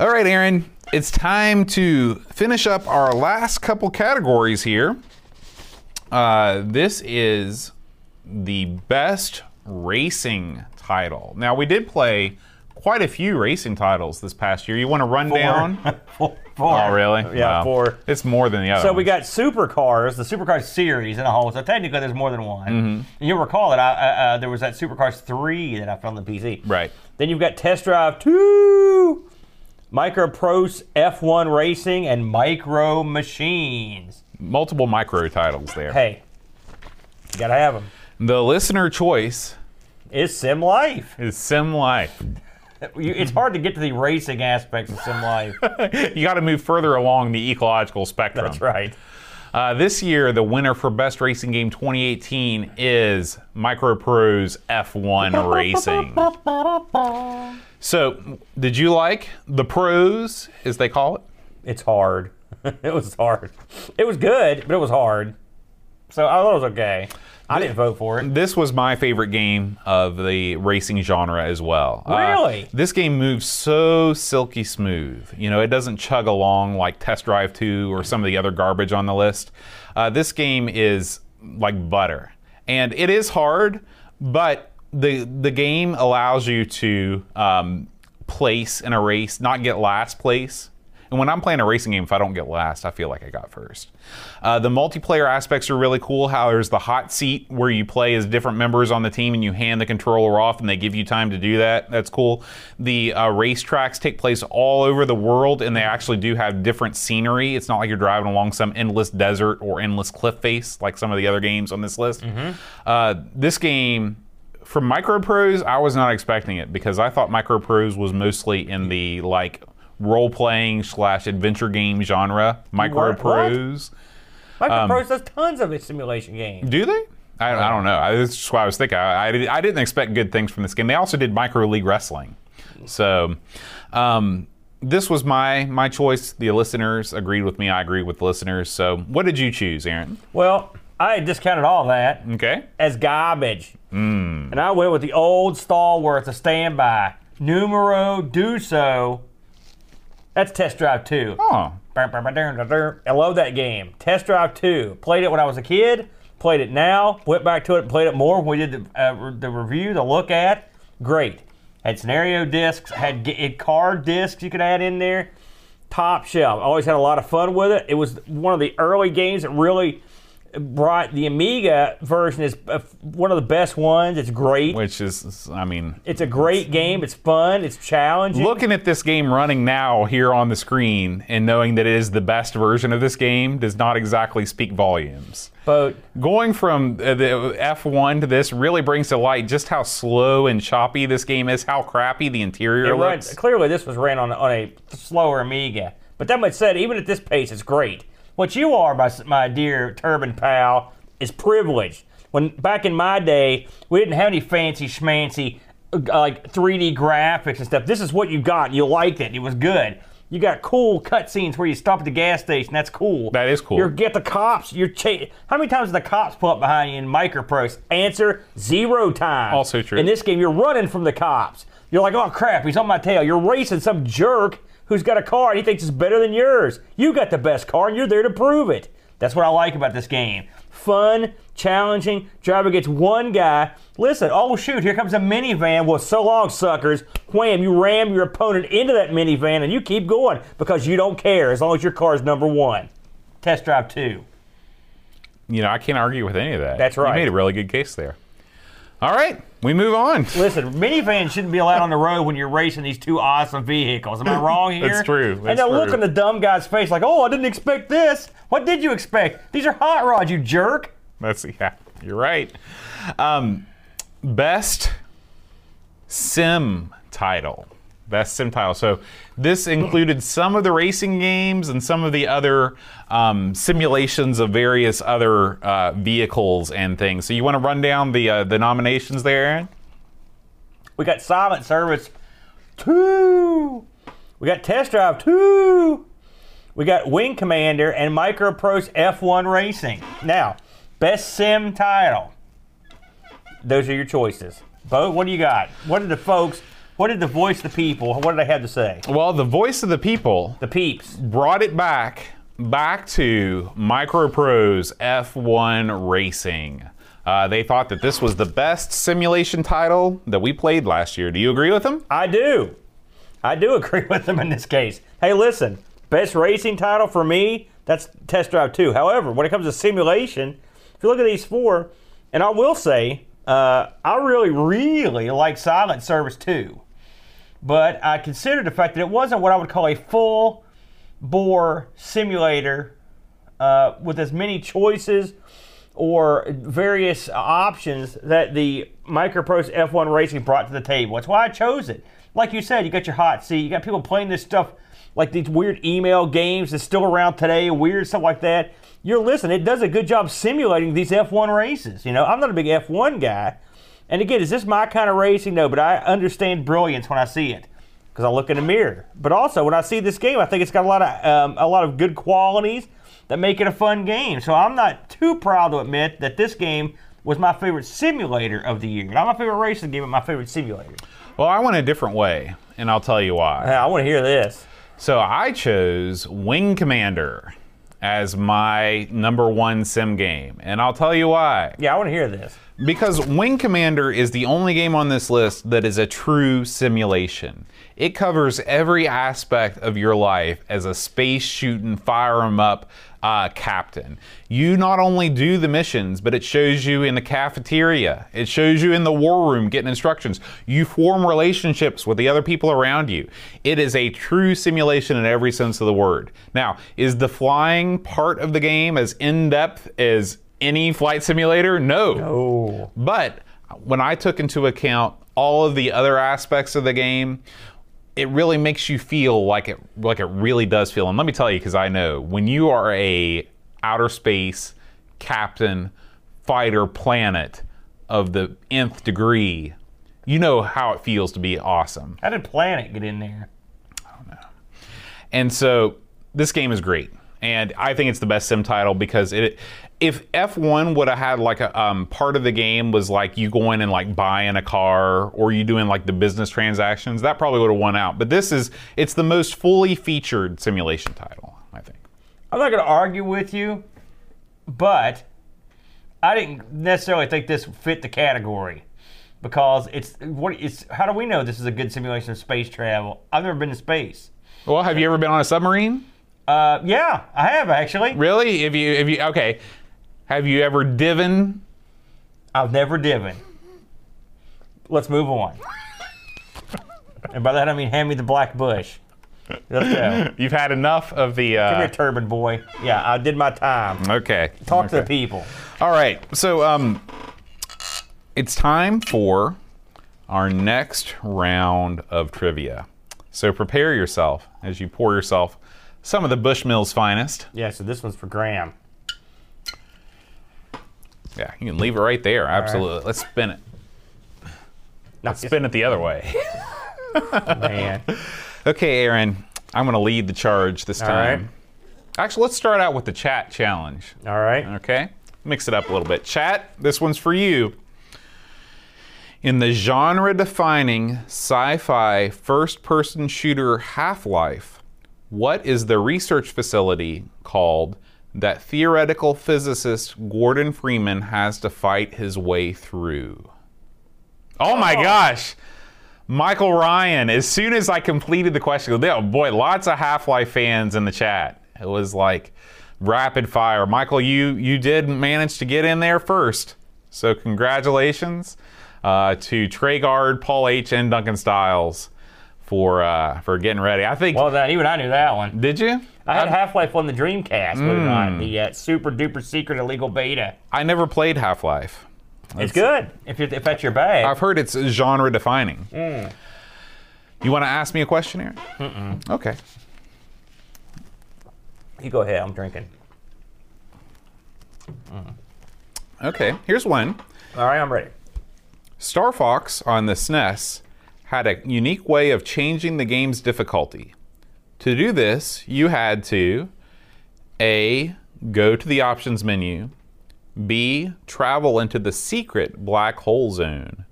All right, Aaron. It's time to finish up our last couple categories here. Uh, this is the best racing title. Now, we did play quite a few racing titles this past year. You want to run down? Four. Oh, really? Yeah, Wow. four. It's more than the other. So we ones. got supercars, the supercars series in a whole. So technically, there's more than one. Mm-hmm. And you'll recall that I, uh, uh, there was that supercars three that I found on the PC. Right. Then you've got test drive two, micro pros F1 racing, and micro machines. multiple micro titles there. Hey, you gotta have them. The listener choice It's sim life. is Sim Life. You- It's hard to get to the racing aspects of sim life. you got to move further along the ecological spectrum. That's right. Uh, this year, the winner for Best Racing Game 2018 is MicroProse F1 Racing. So, did you like the pros, as they call it? It's hard. it was hard. It was good, but it was hard. So I thought it was okay. I didn't vote for it. This was my favorite game of the racing genre as well. Uh, Really? this game moves so silky smooth. You know, it doesn't chug along like Test Drive 2 or some of the other garbage on the list. Uh, this game is like butter. And it is hard, but the, the game allows you to um, place in a race, not get last place. And when I'm playing a racing game, if I don't get last, I feel like I got first. Uh, the multiplayer aspects are really cool. How there's the hot seat where you play as different members on the team and you hand the controller off and they give you time to do that. That's cool. The uh, race tracks take place all over the world and they actually do have different scenery. It's not like you're driving along some endless desert or endless cliff face like some of the other games on this list. Uh, this game from microprose i was not expecting it because i thought microprose was mostly in the like role-playing slash adventure game genre weren't- what? microprose Microprose does tons of simulation games. do they I, I don't know. I, that's just what I was thinking. I, I, did, I didn't expect good things from this game. They also did micro league wrestling, so um, this was my my choice. The listeners agreed with me. I agreed with the listeners. So, what did you choose, Aaron? Well, I had discounted all that Okay. as garbage. And I went with the old stalwart, the standby. Numero Duso. That's Test Drive 2. Oh, I love that game. Test Drive 2. Played it when I was a kid, played it now, went back to it and played it more when we did the, uh, the review, the look at. Great. Had scenario discs, had, g- had card discs you could add in there. Top shelf. Always had a lot of fun with it. It was one of the early games that really brought the Amiga version is uh, one of the best ones. It's great. which is, I mean, It's a great game. It's fun. It's challenging. looking at this game running now here on the screen and knowing that it is the best version of this game does not exactly speak volumes. boat. Going from uh, the F1 to this really brings to light just how slow and choppy this game is, how crappy the interior It ran, looks. clearly, this was ran on, on a slower Amiga. But that much said, even at this pace, it's great. What you are, my, s- my dear turban pal, is privileged. When back in my day, we didn't have any fancy schmancy uh, like 3D graphics and stuff. This is what you got. and You liked it. It was good. You got cool cutscenes where you stop at the gas station. That's cool. That is cool. You're get the cops. You're cha- How many times did the cops pull up behind you in microprose? Answer zero times. Also true. In this game, you're running from the cops. You're like, oh crap, he's on my tail. You're racing some jerk who's got a car and he thinks it's better than yours. You got the best car and you're there to prove it. That's what I like about this game. Fun, challenging. Driver gets one guy. Listen, oh shoot, here comes a minivan. Well, so long, suckers. Wham, you ram your opponent into that minivan and you keep going because you don't care as long as your car is number one. Test Drive 2. you know, I can't argue with any of that. That's right. You made a really good case there. All right, we move on. Listen, minivans shouldn't be allowed on the road when you're racing these two awesome vehicles. Am I wrong here? That's true. and That's that look true. on the dumb guy's face like, oh, I didn't expect this. What did you expect? These are hot rods, you jerk. That's yeah, you're right. Um, best sim title. Best sim title. So this included some of the racing games and some of the other um, simulations of various other uh, vehicles and things. So you want to run down the uh, the nominations there, Aaron? We got Silent Service 2. We got Test Drive 2. We got Wing Commander and Microprose F1 Racing. Now, best sim title. Those are your choices. Bo, what do you got? What did the folks, what did the voice of the people, what did they have to say? Well, the voice of the people The peeps. brought it back back to microprose f1 racing uh, they thought that this was the best simulation title that we played last year do you agree with them I do. I do agree with them in this case. Hey, listen, best racing title for me, that's Test Drive 2. However, when it comes to simulation, if you look at these four, and I will say, uh, I really, really like Silent Service 2. But I considered the fact that it wasn't what I would call a full bore simulator uh, with as many choices or various options that the Microprose F1 Racing brought to the table. That's why I chose it. Like you said, you got your hot seat, you got people playing this stuff like these weird email games that's still around today, weird stuff like that. You're listening, it does a good job simulating these F1 races. You know, I'm not a big F1 guy. And again, is this my kind of racing? No, but I understand brilliance when I see it because I look in the mirror. But also, when I see this game, I think it's got a lot of um, a lot of good qualities that make it a fun game. So I'm not too proud to admit that this game was my favorite simulator of the year. Not my favorite racing game, but my favorite simulator. well i went a different way and i'll tell you why Now, I want to hear this. So I chose Wing Commander as my number one sim game, and I'll tell you why. Yeah, I want to hear this. Because Wing Commander is the only game on this list that is a true simulation. It covers every aspect of your life as a space shooting, fire 'em up uh, captain. You not only do the missions, but it shows you in the cafeteria. It shows you in the war room getting instructions. You form relationships with the other people around you. It is a true simulation in every sense of the word. Now, is the flying part of the game as in depth as any flight simulator? No. Oh, But when I took into account all of the other aspects of the game, it really makes you feel like it like it really does feel. And let me tell you, because I know when you are a outer space captain fighter planet of the nth degree, you know how it feels to be awesome. how did Planet get in there? And so this game is great. And I think it's the best sim title because it, if F1 would have had like a um, part of the game was like you going and like buying a car or you doing like the business transactions, that probably would have won out. But this is, it's the most fully featured simulation title, I think. I'm not going to argue with you, but I didn't necessarily think this fit the category because it's what it's. How do we know this is a good simulation of space travel? I've never been to space. Well, have you ever been on a submarine? Uh, yeah, I have actually. Really? If you, if you, okay. Have you ever diven? I've never divin. Let's move on. and by that I mean hand me the black bush. Let's go. You've had enough of the. Come Uh, here, turban boy. Yeah, I did my time. okay. Talk to the people. All right. So um it's time for our next round of trivia. So prepare yourself as you pour yourself some of the Bushmills finest. Yeah, so this one's for Graham. Yeah, you can leave it right there. Absolutely. Let's spin it. Not Spin it the other way. man. Okay, Aaron, I'm going to lead the charge this right. time. Actually, let's start out with the chat challenge. All right. Okay? Mix it up a little bit. Chat, this one's for you. In the genre defining sci fi first person shooter Half Life, what is the research facility called that theoretical physicist Gordon Freeman has to fight his way through? Oh my gosh! Michael Ryan, as soon as I completed the question, oh boy, lots of Half Life fans in the chat. It was like rapid fire. Michael, you you did manage to get in there first, so congratulations uh, to Trey Guard, Paul H, and Duncan Stiles for uh, for getting ready. I think Well, then even I knew that one. did you? I had Half Life on the Dreamcast, believe it or not, the uh, super duper secret illegal beta. I never played Half Life. It's good if, it, if that's your bag. I've heard it's genre defining. Hmm. You want to ask me a question, Aaron? Okay. you go ahead. I'm drinking. Okay. Here's one. All right, I'm ready. Star Fox on the SNES had a unique way of changing the game's difficulty. To do this, you had to A. Go to the options menu, B. Travel into the secret black hole zone,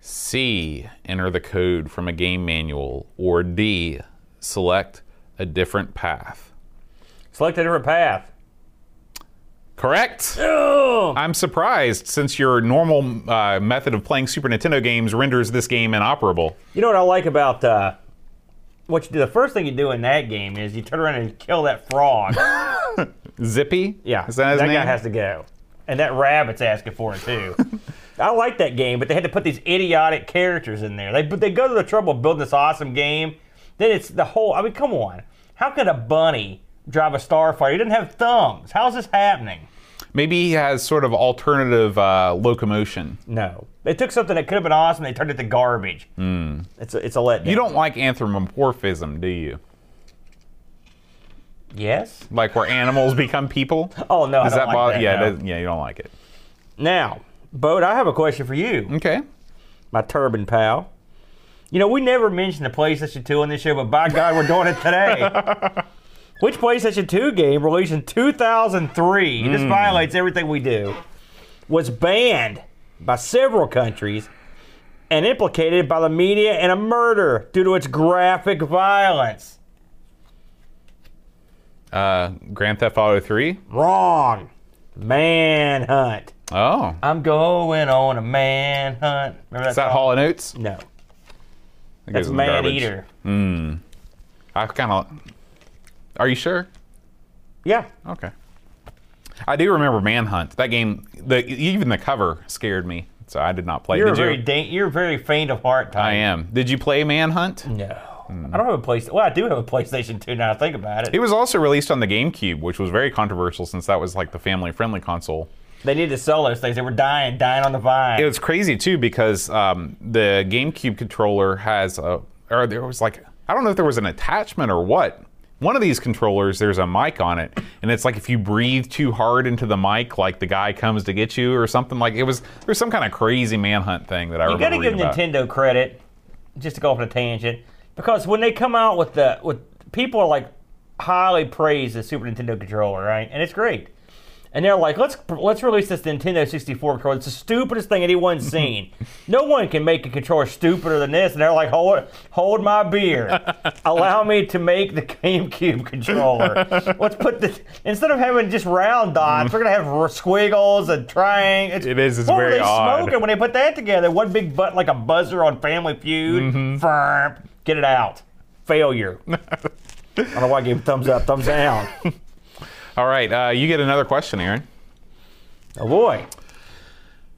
C. Enter the code from a game manual, or D. Select a different path. Select a different path. Correct? Oh, I'm surprised since your normal uh, method of playing Super Nintendo games renders this game inoperable. you know what I like about uh, what you do? The first thing you do in that game is you turn around and kill that frog. Zippy? Yeah, Is that his name? guy has to go, and that rabbit's asking for it too. I like that game, but they had to put these idiotic characters in there. They but they go to the trouble of building this awesome game. Then it's the whole. I mean, come on, how could a bunny drive a starfighter? He doesn't have thumbs. How's this happening? Maybe he has sort of alternative uh, locomotion. No, they took something that could have been awesome. They turned it to garbage. It's a, it's a letdown. Hmm. You don't like anthropomorphism, do you? Yes. Like where animals become people? Oh no, Does I don't like bother- that. Yeah, no. that- yeah, you don't like it. Now, Bode, I have a question for you. Okay. my turban pal. You know, we never mentioned the PlayStation 2 on this show, but by God, we're doing it today. Which PlayStation 2 game released in 2003, this violates everything we do, was banned by several countries and implicated by the media in a murder due to its graphic violence? Uh, Grand Theft Auto 3? Wrong. Manhunt. Oh. I'm going on a manhunt. Remember Is that Hall and Oates? No. That goes That's in the Man garbage. Eater. I kind of. Are you sure? Yeah. Okay. I do remember Manhunt. That game, the even the cover scared me, so I did not play. You're did very you? da- you're very faint of heart, Ty. I am. Did you play Manhunt? No. I don't have a PlayStation. Well, I do have a PlayStation 2 now. I think about it. It was also released on the GameCube, which was very controversial since that was like the family-friendly console. They needed to sell those things. They were dying, dying on the vine. It was crazy too because um, the GameCube controller has a, or there was like, I don't know if there was an attachment or what. One of these controllers, there's a mic on it, and it's like if you breathe too hard into the mic, like the guy comes to get you or something. Like it was, there was some kind of crazy manhunt thing that I you got to remember give reading about. Nintendo credit, just to go off on a tangent, because when they come out with the with people are like highly praise the Super Nintendo controller, right? And it's great. And they're like, let's let's release this Nintendo 64 controller. It's the stupidest thing anyone's seen. no one can make a controller stupider than this. And they're like, hold hold my beer. Allow me to make the GameCube controller. let's put the instead of having just round dots, we're gonna have r- squiggles and triangles. It is, it's what were very they odd. smoking when they put that together? One big butt like a buzzer on Family Feud. Mm-hmm. Firm. Get it out. Failure. I don't know why I gave it thumbs up, thumbs down. All right, uh, you get another question, Aaron. oh boy.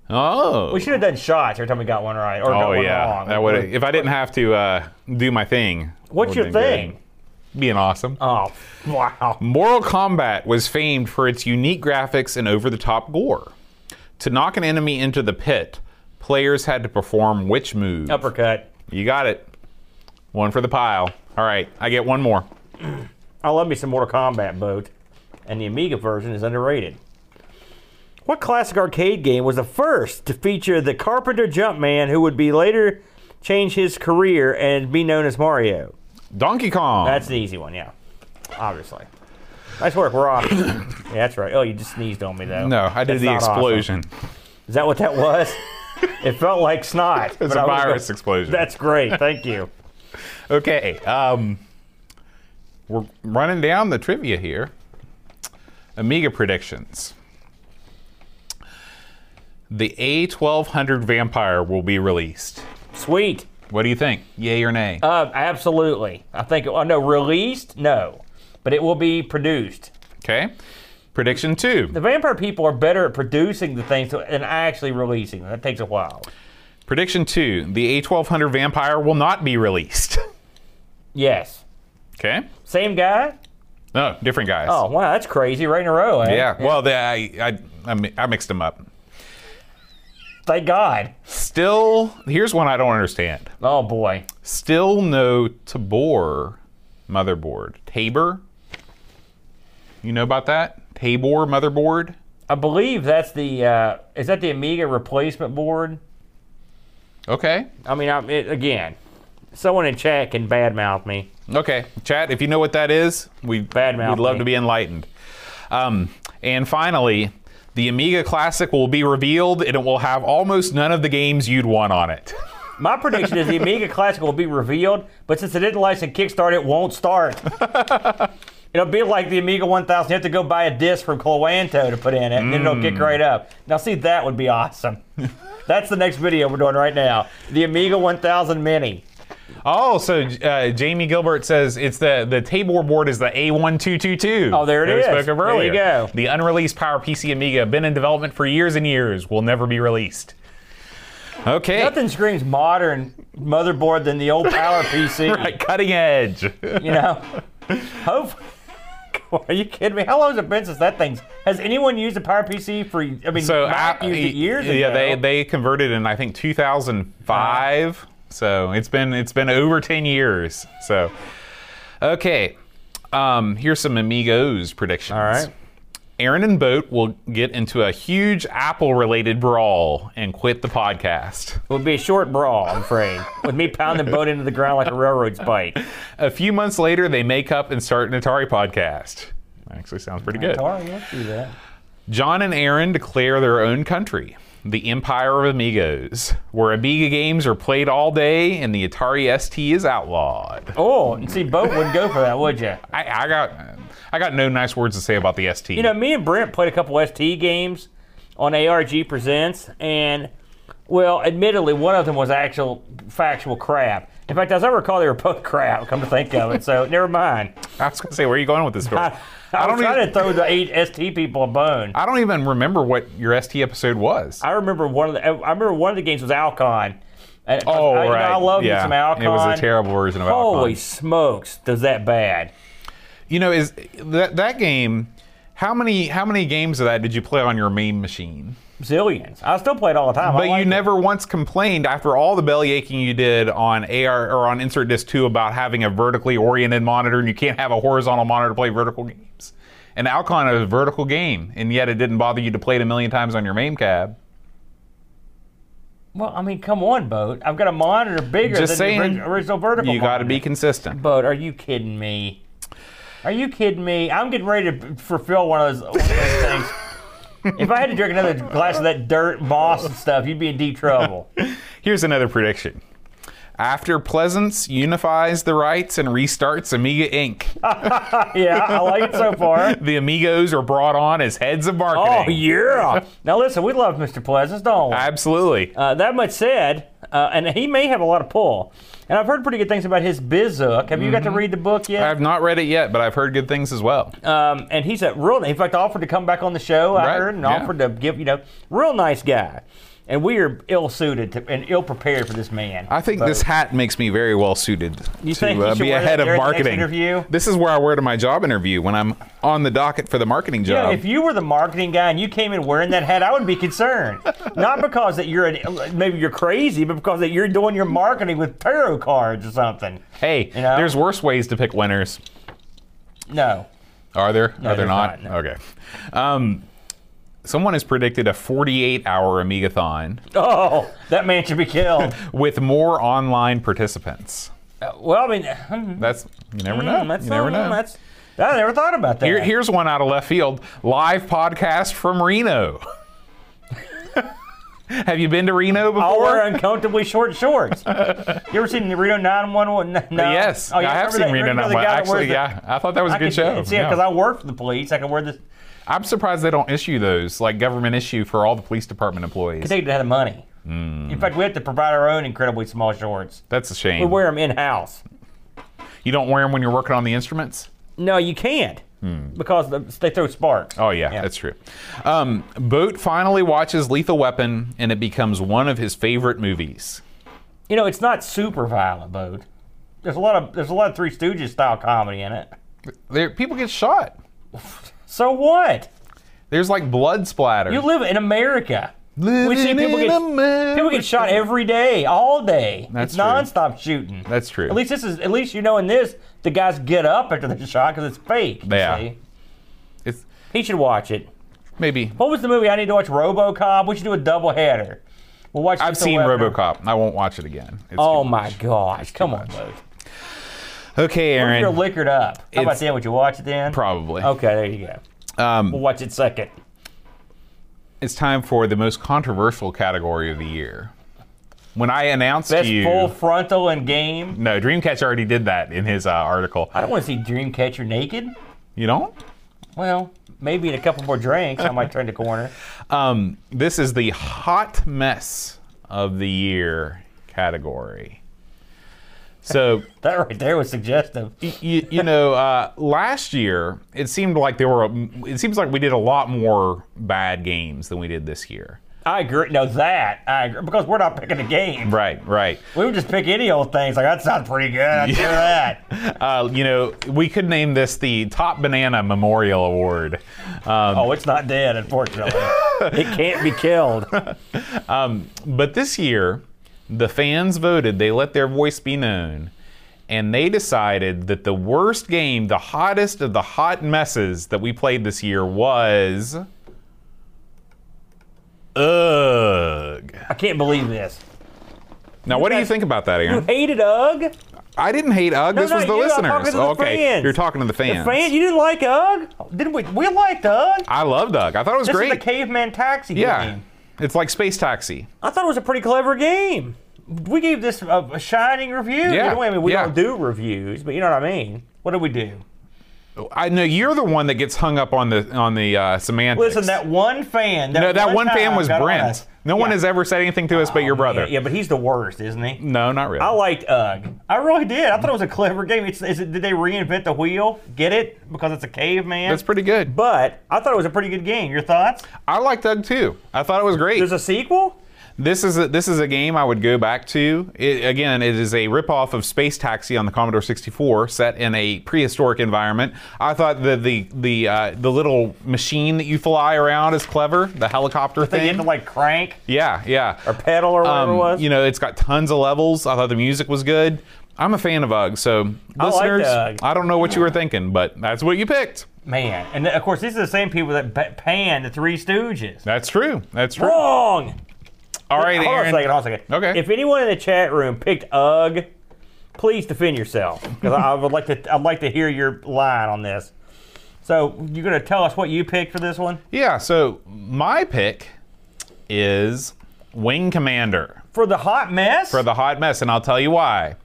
Oh. We should have done shots every time we got one right or got Oh one yeah, wrong. that would. If I didn't have to uh, do my thing. What's would've been your good. thing? Being awesome. Oh wow! Mortal Kombat was famed for its unique graphics and over the top gore. To knock an enemy into the pit, players had to perform which move? Uppercut. You got it. One for the pile. All right, I get one more. I love me some Mortal Kombat boat, and the Amiga version is underrated. What classic arcade game was the first to feature the carpenter Jumpman, who would be later change his career and be known as Mario? Donkey Kong. That's the easy one, yeah. Obviously. Nice work. We're off. yeah, that's right. Oh, you just sneezed on me though. no, I did That's the not awesome. explosion. Is that what that was? it felt like snot. It's a virus explosion. That's great. Thank you. Okay. Um, we're running down the trivia here. Amiga predictions. The A1200 Vampire will be released. Sweet. What do you think? Yay or nay? Uh, absolutely. I think. Oh no, released? No, but it will be produced. okay. Prediction two. The vampire people are better at producing the things than actually releasing them. That takes a while. Prediction two. The A1200 Vampire will not be released. Yes. okay. Same guy. No, different guys. Oh wow, that's crazy. Right in a row. Eh? Yeah. Well, they, I, I, I, mi- I mixed them up. Thank God. Still, here's one I don't understand. Oh boy. Still no Tabor motherboard. Tabor? You know about that? Tabor motherboard? I believe that's the. Uh, is that the Amiga replacement board? Okay. I mean, I, it, again, someone in chat can badmouth me. Okay. Chat, if you know what that is, we, we'd Badmouth love me. to be enlightened. Um, and finally, the Amiga Classic will be revealed and it will have almost none of the games you'd want on it. My prediction is the Amiga Classic will be revealed, but since it didn't license Kickstart, it won't start. it'll be like the Amiga 1000. You have to go buy a disc from Cloanto to put in it, and then it'll Mm. kick right up. Now, see, that would be awesome. That's the next video we're doing right now. The Amiga 1000 Mini. Oh, so uh, Jamie Gilbert says it's the the Tabor board is the A1222. Oh, there it it is. is. that We spoke of There you earlier. go. The unreleased Power PC Amiga, been in development for years and years, will never be released. Okay. Nothing screams modern motherboard than the old Power PC. Right, cutting edge. You know, hope. Are you kidding me? How long has it been since that thing's? Has anyone used a Power PC for? I mean, so Mac I- used it years ago. Uh-huh. yeah, they they converted in I think 2005. So it's been it's been over 10 years. So okay, um, here's some amigos predictions. All right. Aaron and Boat will get into a huge Apple related brawl and quit the podcast. It would be a short brawl, I'm afraid, with me pounding boat into the ground like a railroad spike. A few months later, they make up and start an Atari podcast. Actually, sounds pretty good. Sorry, let's do that. John and Aaron declare their own country, the Empire of Amigos, where Amiga games are played all day and the Atari ST is outlawed. Oh, and see, boat wouldn't go for that, would you? I, I got, I got no nice words to say about the ST. You know, me and Brent played a couple ST games on ARG Presents, and well, admittedly, one of them was actual factual crap. In fact, as I recall, they were both crap. Come to think of it, so never mind. I was gonna say, where are you going with this story? I, I was don't trying even, to throw the eight ST people a bone. I don't even remember what your ST episode was. I remember one of the. I remember one of the games was Alcon. And oh I, you know, right, I love me yeah. some Alcon. It was a terrible version of Alcon. Holy smokes, does that bad? You know, is that that game? How many how many games of that did you play on your main machine? Zillions. I still play it all the time. I But like you it. never once complained after all the belly aching you did on AR or on Insert Disc 2 about having a vertically oriented monitor and you can't have a horizontal monitor to play vertical games. And Alcon is a vertical game, and yet it didn't bother you to play it a million times on your main cab. Well, I mean, come on, boat. I've got a monitor bigger Just than saying, the ori- original vertical. You got to monitor. be consistent. Boat, are you kidding me? Are you kidding me? I'm getting ready to fulfill one of those, one of those things. If I had to drink another glass of that dirt, moss, and stuff, you'd be in deep trouble. Here's another prediction. After Pleasance unifies the rights and restarts Amiga Inc., Yeah, I like it so far. the Amigos are brought on as heads of marketing. Oh yeah. Now listen, we love Mr. Pleasance, don't we? Absolutely. Uh, that much said, uh, and he may have a lot of pull. And I've heard pretty good things about his bizook. Have you got to Mm-hmm. read the book yet? I've not read it yet, but I've heard good things as well. Um, and he's a real. In fact, offered to come back on the show. I Right, heard and yeah. offered to give. You know, real nice guy. And we are ill suited and ill prepared for this man. I think this hat makes me very well suited to think you uh, should be wear a that head of during the next marketing. interview? This is where I wear to my job interview when I'm on the docket for the marketing Yeah, job. if you were the marketing guy and you came in wearing that hat, I would be concerned. Not because that you're an, maybe you're crazy, but because that you're doing your marketing with tarot cards or something. hey, You know? there's worse ways to pick winners. No. Are there? Are there there's not? not, Okay. Um, someone has predicted a 48-hour Amigathon Oh, that man should be killed. with more online participants. Uh, well, I mean, hmm, That's you never know. that's you never hmm, know. That's, I never thought about that. Here- here's one out of left field: live podcast from Reno. Have you been to Reno before? I'll wear uncomfortably short shorts. you ever seen the Reno 911? No. Oh, Yes, yeah, I have remember seen that- Reno remember 911. the guy that wears Actually, the- yeah, I thought that was a I good could- show. It's, yeah, because Yeah. I work for the police. I can wear this. I'm surprised they don't issue those, like government issue for all the police department employees. They didn't have the money. Hmm. In fact, we have to provide our own incredibly small shorts. That's a We shame. wear them in house. You don't wear them when you're working on the instruments? No, you can't because the, they throw sparks. Hmm. Oh, yeah, Yeah. that's true. Um, Boat finally watches Lethal Weapon, and it becomes one of his favorite movies. You know, it's not super violent, Bode. There's a lot of there's a lot of Three Stooges style comedy in it. There, people get shot. So what? There's like blood splatter. You live in America. we see Living people in get people America. get shot every day, all day. That's it's true. nonstop shooting. That's true. At least this is at least you know in this the guys get up after they're shot because it's fake. you Yeah. see. It's He should watch it. maybe. What was the movie I need to watch? RoboCop. We should do a double header. We'll watch. I've Lethal seen Weapon. RoboCop. I won't watch it again. It's Oh too- my gosh! Come on, Luke. Okay, Aaron. You're liquored up. How about It's- then? Would you watch it then? Probably. Okay, there you go. Um, we'll watch it second. it's time for the most controversial category of the year. When I announced Best to you, full frontal in game. no, Dreamcatcher already did that in his uh, article. I don't want to see Dreamcatcher naked. You don't? Well, maybe in a couple more drinks, I might turn the corner. Um, this is the hot mess of the year category. So, That right there was suggestive. you, you know, uh, last year it seemed like there were. a- It seems like we did a lot more bad games than we did this year. I agree. No, that I agree because we're not picking a game. Right, right. We would just pick any old things. Like that sounds pretty good. I'd do that. Uh, you know, we could name this the Top Banana Memorial Award. Um, Oh, it's not dead, unfortunately. it can't be killed. But this year, the fans voted, they let their voice be known, and they decided that the worst game, the hottest of the hot messes that we played this year was. Ugh. I can't believe this. Now, what do you guys- think about that, Aaron? Hated UG. I didn't hate Ugh. this no, was the you, I'm listeners. talking to the Oh, okay, fans. you're talking to the fans. Fan, you didn't like UG? Didn't we? We liked UG. I loved Ugh. I thought it was This great. is the caveman taxi yeah, game. it's like Space Taxi. I thought it was a pretty clever game. We gave this a, a shining review. You Yeah, know what I mean, we yeah. don't do reviews, but you know what I mean. What did we do? I know you're the one that gets hung up on the on the uh, semantics. Listen, that one fan. That No, Uh, that one fan time was got on Brent. us. No one Yeah. Oh, has ever said anything to us but your brother. Yeah, yeah, but he's the worst, isn't he? No, not really. I liked UG. I really did. I thought it was a clever game. It's, is it, did they reinvent the wheel? Get it? Because it's a caveman. That's pretty good. But but I thought it was a pretty good game. Your thoughts? I liked Doug too. I thought it was great. There's a sequel? this is a, this is a game I would go back to. It, again, it is a ripoff of Space Taxi on the Commodore 64, set in a prehistoric environment. I thought the the the uh, the little machine that you fly around is clever. The helicopter They thing. get to like crank yeah, yeah. or pedal or whatever it Um, was. You know, it's got tons of levels. I thought the music was good. I'm a fan of UGG, so like listeners, UGG. I don't know what you were thinking, but that's what you picked. Man, and of course, these are the same people that ba- pan the Three Stooges. That's true. That's true. Wrong. All right, hold on a Aaron. second. Hold on a second. Okay. If anyone in the chat room picked UG, please defend yourself because I, I would like to. I'd like to hear your line on this. So you're gonna tell us what you picked for this one Yeah, so my pick is Wing Commander for the hot mess. for the hot mess, and I'll tell you why.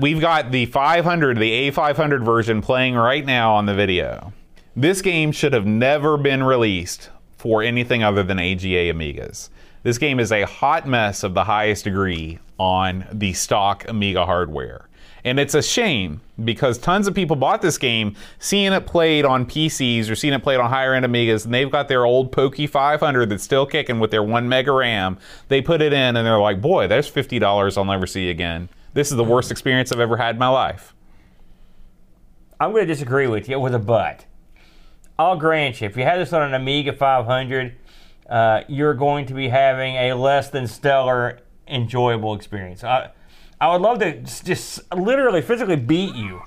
We've got the 500, the A500 version playing right now on the video. This game should have never been released for anything other than AGA Amigas. This game is a hot mess of the highest degree on the stock Amiga hardware. And it's a shame because tons of people bought this game seeing it played on PCs or seeing it played on higher end Amigas, and they've got their old Pokey 500 that's still kicking with their one mega RAM. They put it in and they're like, boy, there's $50 I'll never see again. This is the worst experience I've ever had in my life. I'm going to disagree with you with a but. I'll grant you, if you had this on an Amiga 500, uh, you're going to be having a less than stellar, enjoyable experience. I, I would love to s- just literally physically beat you,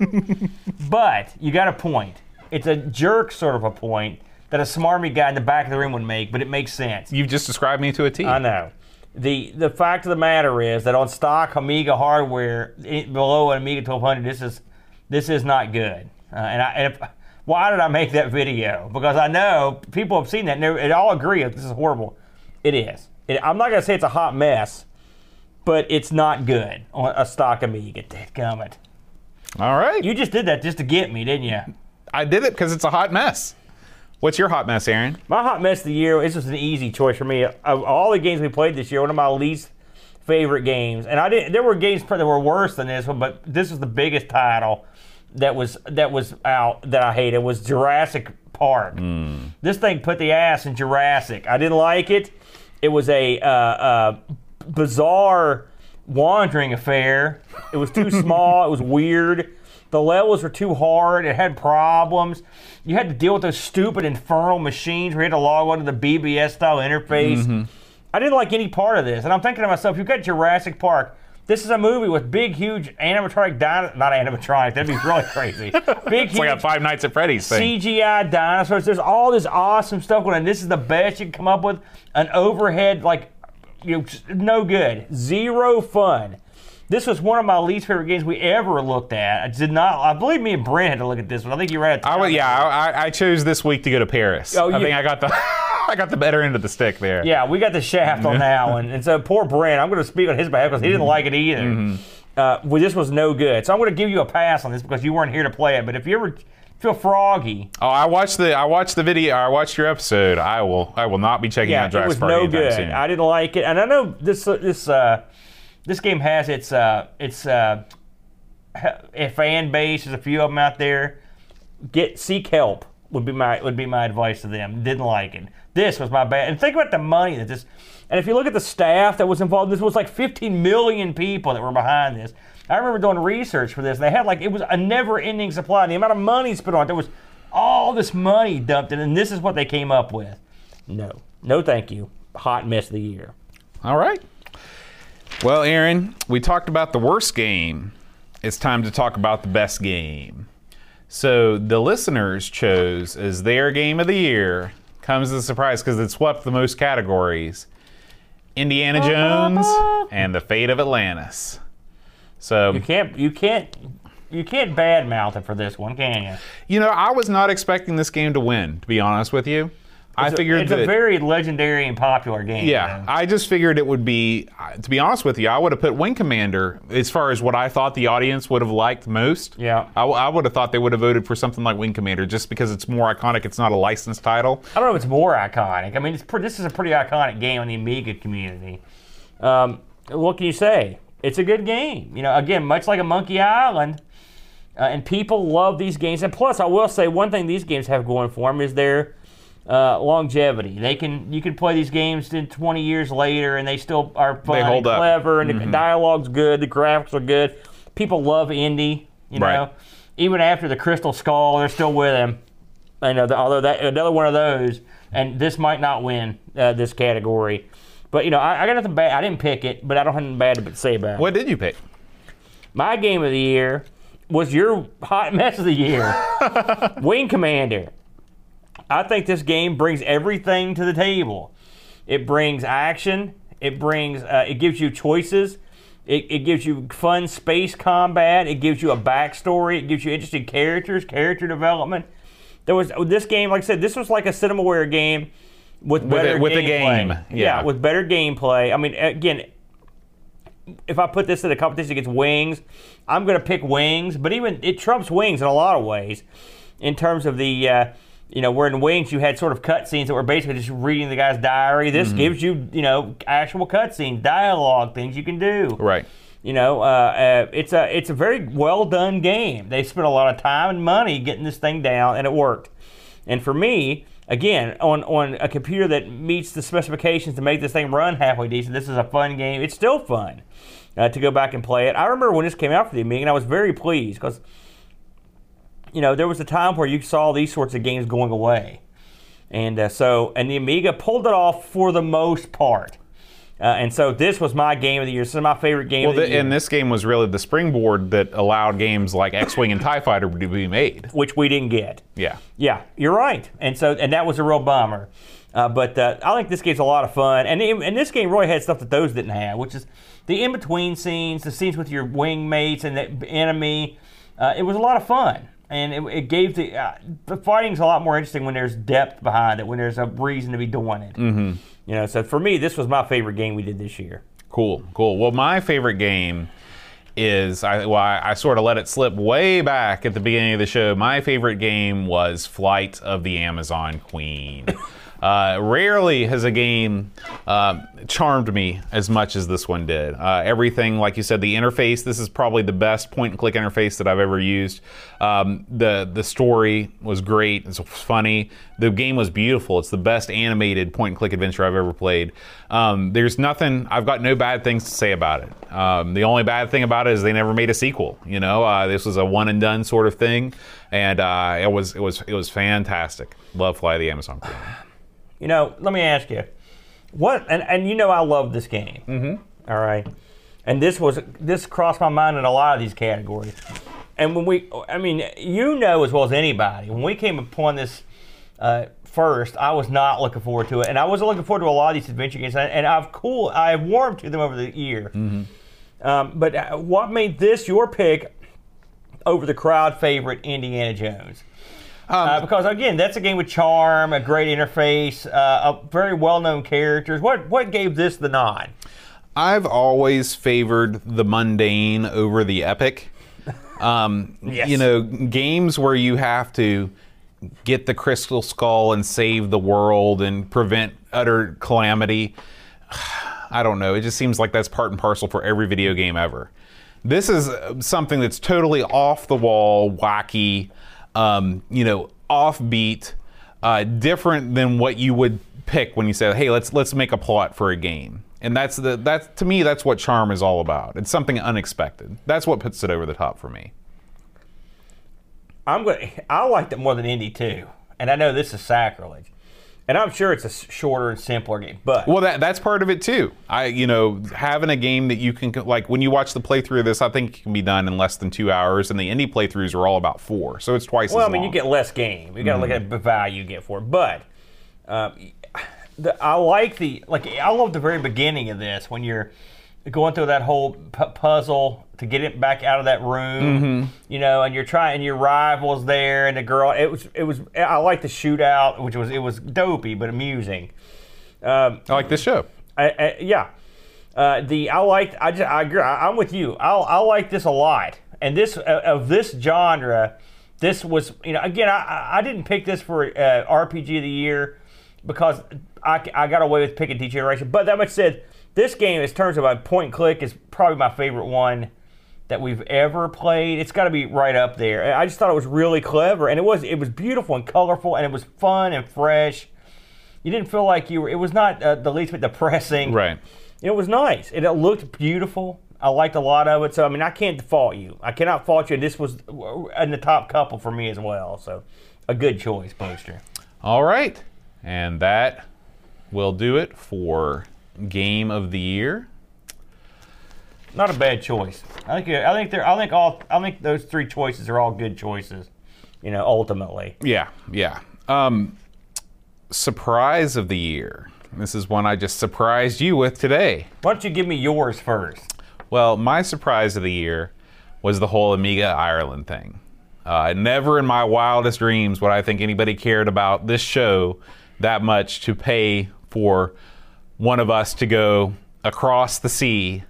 but you got a point. It's a jerk sort of a point that a smarmy guy in the back of the room would make, but it makes sense. You've just described me to a T. I know. The the fact of the matter is that on stock Amiga hardware i- below an Amiga 1200, this is this is not good. Uh, and I, and if, why did I make that video? Because I know people have seen that and they and all agree that this is horrible. It is. It, I'm not going to say it's a hot mess, but it's not good on a stock Amiga. Dadgummit. All right. You just did that just to get me, didn't you? I did it because it's a hot mess. What's your hot mess, Aaron? My hot mess of the year. This was an easy choice for me. Of all the games we played this year, one of my least favorite games, and I didn't. There were games that were worse than this one, but this was the biggest title that was that was out that I hated was Jurassic Park. This thing put the ass in Jurassic. I didn't like it. It was a uh, uh, bizarre wandering affair. It was too small. It was weird. The levels were too hard. It had problems. You had to deal with those stupid infernal machines where you had to log onto the BBS style interface. I didn't like any part of this. And I'm thinking to myself, you've got Jurassic Park. This is a movie with big, huge animatronic, dino- not animatronic. That'd be really crazy. Big, It's huge like a Five Nights at Freddy's thing. CGI dinosaurs. There's all this awesome stuff going on. This is the best you can come up with. An overhead, like, you know, just no good. Zero fun. This was one of my least favorite games we ever looked at. I did not. I believe me and Brent had to look at this one. I think you read it. I would, yeah, I, I- I chose this week to go to Paris. Oh, I you- think I got the I got the better end of the stick there. Yeah, we got the shaft on that one. And so poor Brent, I'm going to speak on his behalf because he didn't like it either. Uh, well, this was no good. So I'm going to give you a pass on this because you weren't here to play it. But if you ever feel froggy, Oh, I watched the I watched the video. I watched your episode. I will I will not be checking out it Drax was Party no anytime good. soon. I didn't like it, and I know this this uh, this game has its uh, its uh, a fan base. There's a few of them out there. Get seek help would be my would be my advice to them. Didn't like it. This was my bad. And think about the money that this. And if you look at the staff that was involved, this was like 15 million people that were behind this. I remember doing research for this. and They had like it was a never-ending supply. The amount of money spent on it, there was all this money dumped in, and this is what they came up with. No, no, thank you. Hot mess of the year. All right. Well, Aaron, we talked about the worst game. It's time to talk about the best game. So the listeners chose as their game of the year. Comes as a surprise because it swept the most categories. Indiana Jones and the Fate of Atlantis. So You can't, you can't, you can't badmouth it for this one, can you? You know, I was not expecting this game to win, to be honest with you. I figured it's that, a very legendary and popular game. yeah, I just figured it would be, I- to be honest with you, I would have put Wing Commander as far as what I thought the audience would have liked most. Yeah. I, w- I would have thought they would have voted for something like Wing Commander just because it's more iconic. It's not a licensed title. I don't know if it's more iconic. I mean, it's pre- this is a pretty iconic game in the Amiga community. Um, what can you say? It's a good game. You know, again, much like a Monkey Island, uh, and people love these games. And plus, I will say one thing: these games have going for them is their uh, longevity. They can you can play these games in 20 years later, and they still are fun, They hold and up. Mm-hmm. clever, and the dialogue's good, the graphics are good. People love indie. You know, Right. even after the Crystal Skull, they're still with him. I know, that, uh, although that another one of those, and this might not win uh, this category. But you know, I, I got nothing bad. I didn't pick it, but I don't have nothing bad to say about it. What did you pick? My game of the year was your hot mess of the year, Wing Commander. I think this game brings everything to the table. It brings action. It brings. Uh, it gives you choices. It, it gives you fun space combat. It gives you a backstory. It gives you interesting characters, character development. There was oh, this game, like I said, this was like a cinemaware game with better with a gameplay. game, yeah. with better gameplay. I mean, again, if I put this in a competition against Wings, I'm going to pick Wings, but even it trumps Wings in a lot of ways in terms of the, uh, you know, where in Wings you had sort of cutscenes that were basically just reading the guy's diary. This gives you, you know, actual cutscenes, dialogue, things you can do. Right. You know, uh, uh, it's a it's a very well done game. They spent a lot of time and money getting this thing down, and it worked. And for me, again, on on a computer that meets the specifications to make this thing run halfway decent, this is a fun game. It's still fun uh, to go back and play it. I remember when this came out for the Amiga, and I was very pleased because you know there was a time where you saw these sorts of games going away, and uh, so and the Amiga pulled it off for the most part. Uh, and so this was my game of the year. This is my favorite game Well, of the the, year. and this game was really the springboard that allowed games like X-wing and Tie Fighter to be made. which we didn't get. Yeah. Yeah, you're right. And so, and that was a real bummer. Uh, but uh, I think this game's a lot of fun, and it- and this game really had stuff that those didn't have, which is the in between scenes, the scenes with your wing mates and the enemy. Uh, it was a lot of fun, and it, it gave the uh, the fighting's a lot more interesting when there's depth behind it, when there's a reason to be doing it. Mm-hmm. You know, so for me, this was my favorite game we did this year. Cool, cool. Well, my favorite game is I well, I, I sort of let it slip way back at the beginning of the show. My favorite game was Flight of the Amazon Queen. Uh, rarely has a game uh, charmed me as much as this one did. Uh, everything, like you said, the interface. This is probably the best point-and-click interface that I've ever used. Um, the the story was great. It's funny. The game was beautiful. It's the best animated point-and-click adventure I've ever played. Um, there's nothing. I've got no bad things to say about it. Um, the only bad thing about it is they never made a sequel. You know, uh, this was a one and done sort of thing, and uh, it was it was it was fantastic. Love Fly the Amazon. Queen. You know, let me ask you, what and, and you know I love this game. Mm-hmm. right, and this was this crossed my mind in a lot of these categories. And when we, I mean, you know as well as anybody, when we came upon this uh, first, I was not looking forward to it, and I wasn't looking forward to a lot of these adventure games. And, and I've cool, I've warmed to them over the year. Um, but uh, what made this your pick over the crowd favorite Indiana Jones? Uh, because again, that's a game with charm, a great interface, uh, a very well-known characters. What what gave this the nod? I've always favored the mundane over the epic. Um, Yes. You know, games where you have to get the crystal skull and save the world and prevent utter calamity. I don't know. It just seems like that's part and parcel for every video game ever. This is uh, something that's totally off the wall, wacky, um, you know, offbeat, uh, different than what you would pick when you say, "Hey, let's let's make a plot for a game." And that's the that's to me that's what charm is all about. It's something unexpected. That's what puts it over the top for me. I'm going. I liked it more than Indy too, and I know this is sacrilege, and I'm sure it's a s- shorter and simpler game. But Well, that that's part of it too. I you know having a game that you can like when you watch the playthrough of this, I think it can be done in less than two hours, and the indie playthroughs are all about four, so it's twice. well, as I mean, you long. get less game. You got to look at the value you get for it. But um, the, I like the like. I love the very beginning of this when you're going through that whole p- puzzle to get it back out of that room. You know, and you're trying. And your rival's there, and the girl. It was. It was. I like the shootout, which was. It was dopey but amusing. Um, I like this show. I, I, yeah. Uh, the I liked I just I agree I, I'm with you I I like this a lot and this uh, of this genre this was you know again I- I I didn't pick this for uh, RPG of the year because I, I got away with picking Degeneration but that much said this game in terms of a point and click is probably my favorite one that we've ever played it's got to be right up there And I just thought it was really clever and it was it was beautiful and colorful and it was fun and fresh you didn't feel like you were. It was not uh, the least bit depressing. Right. It was nice. It, it looked beautiful. I liked a lot of it. So I mean, I can't fault you. I cannot fault you. And this was uh, in the top couple for me as well. So a good choice, Poster. All right, and that will do it for game of the year. Not a bad choice. I think. I think they're. I think all. I think those three choices are all good choices. You know, ultimately. Yeah, yeah. Um, surprise of the year. This is one I just surprised you with today. Why don't you give me yours first? Well, my surprise of the year was the whole Amiga Ireland thing. Uh, never in my wildest dreams would I think anybody cared about this show that much to pay for one of us to go across the sea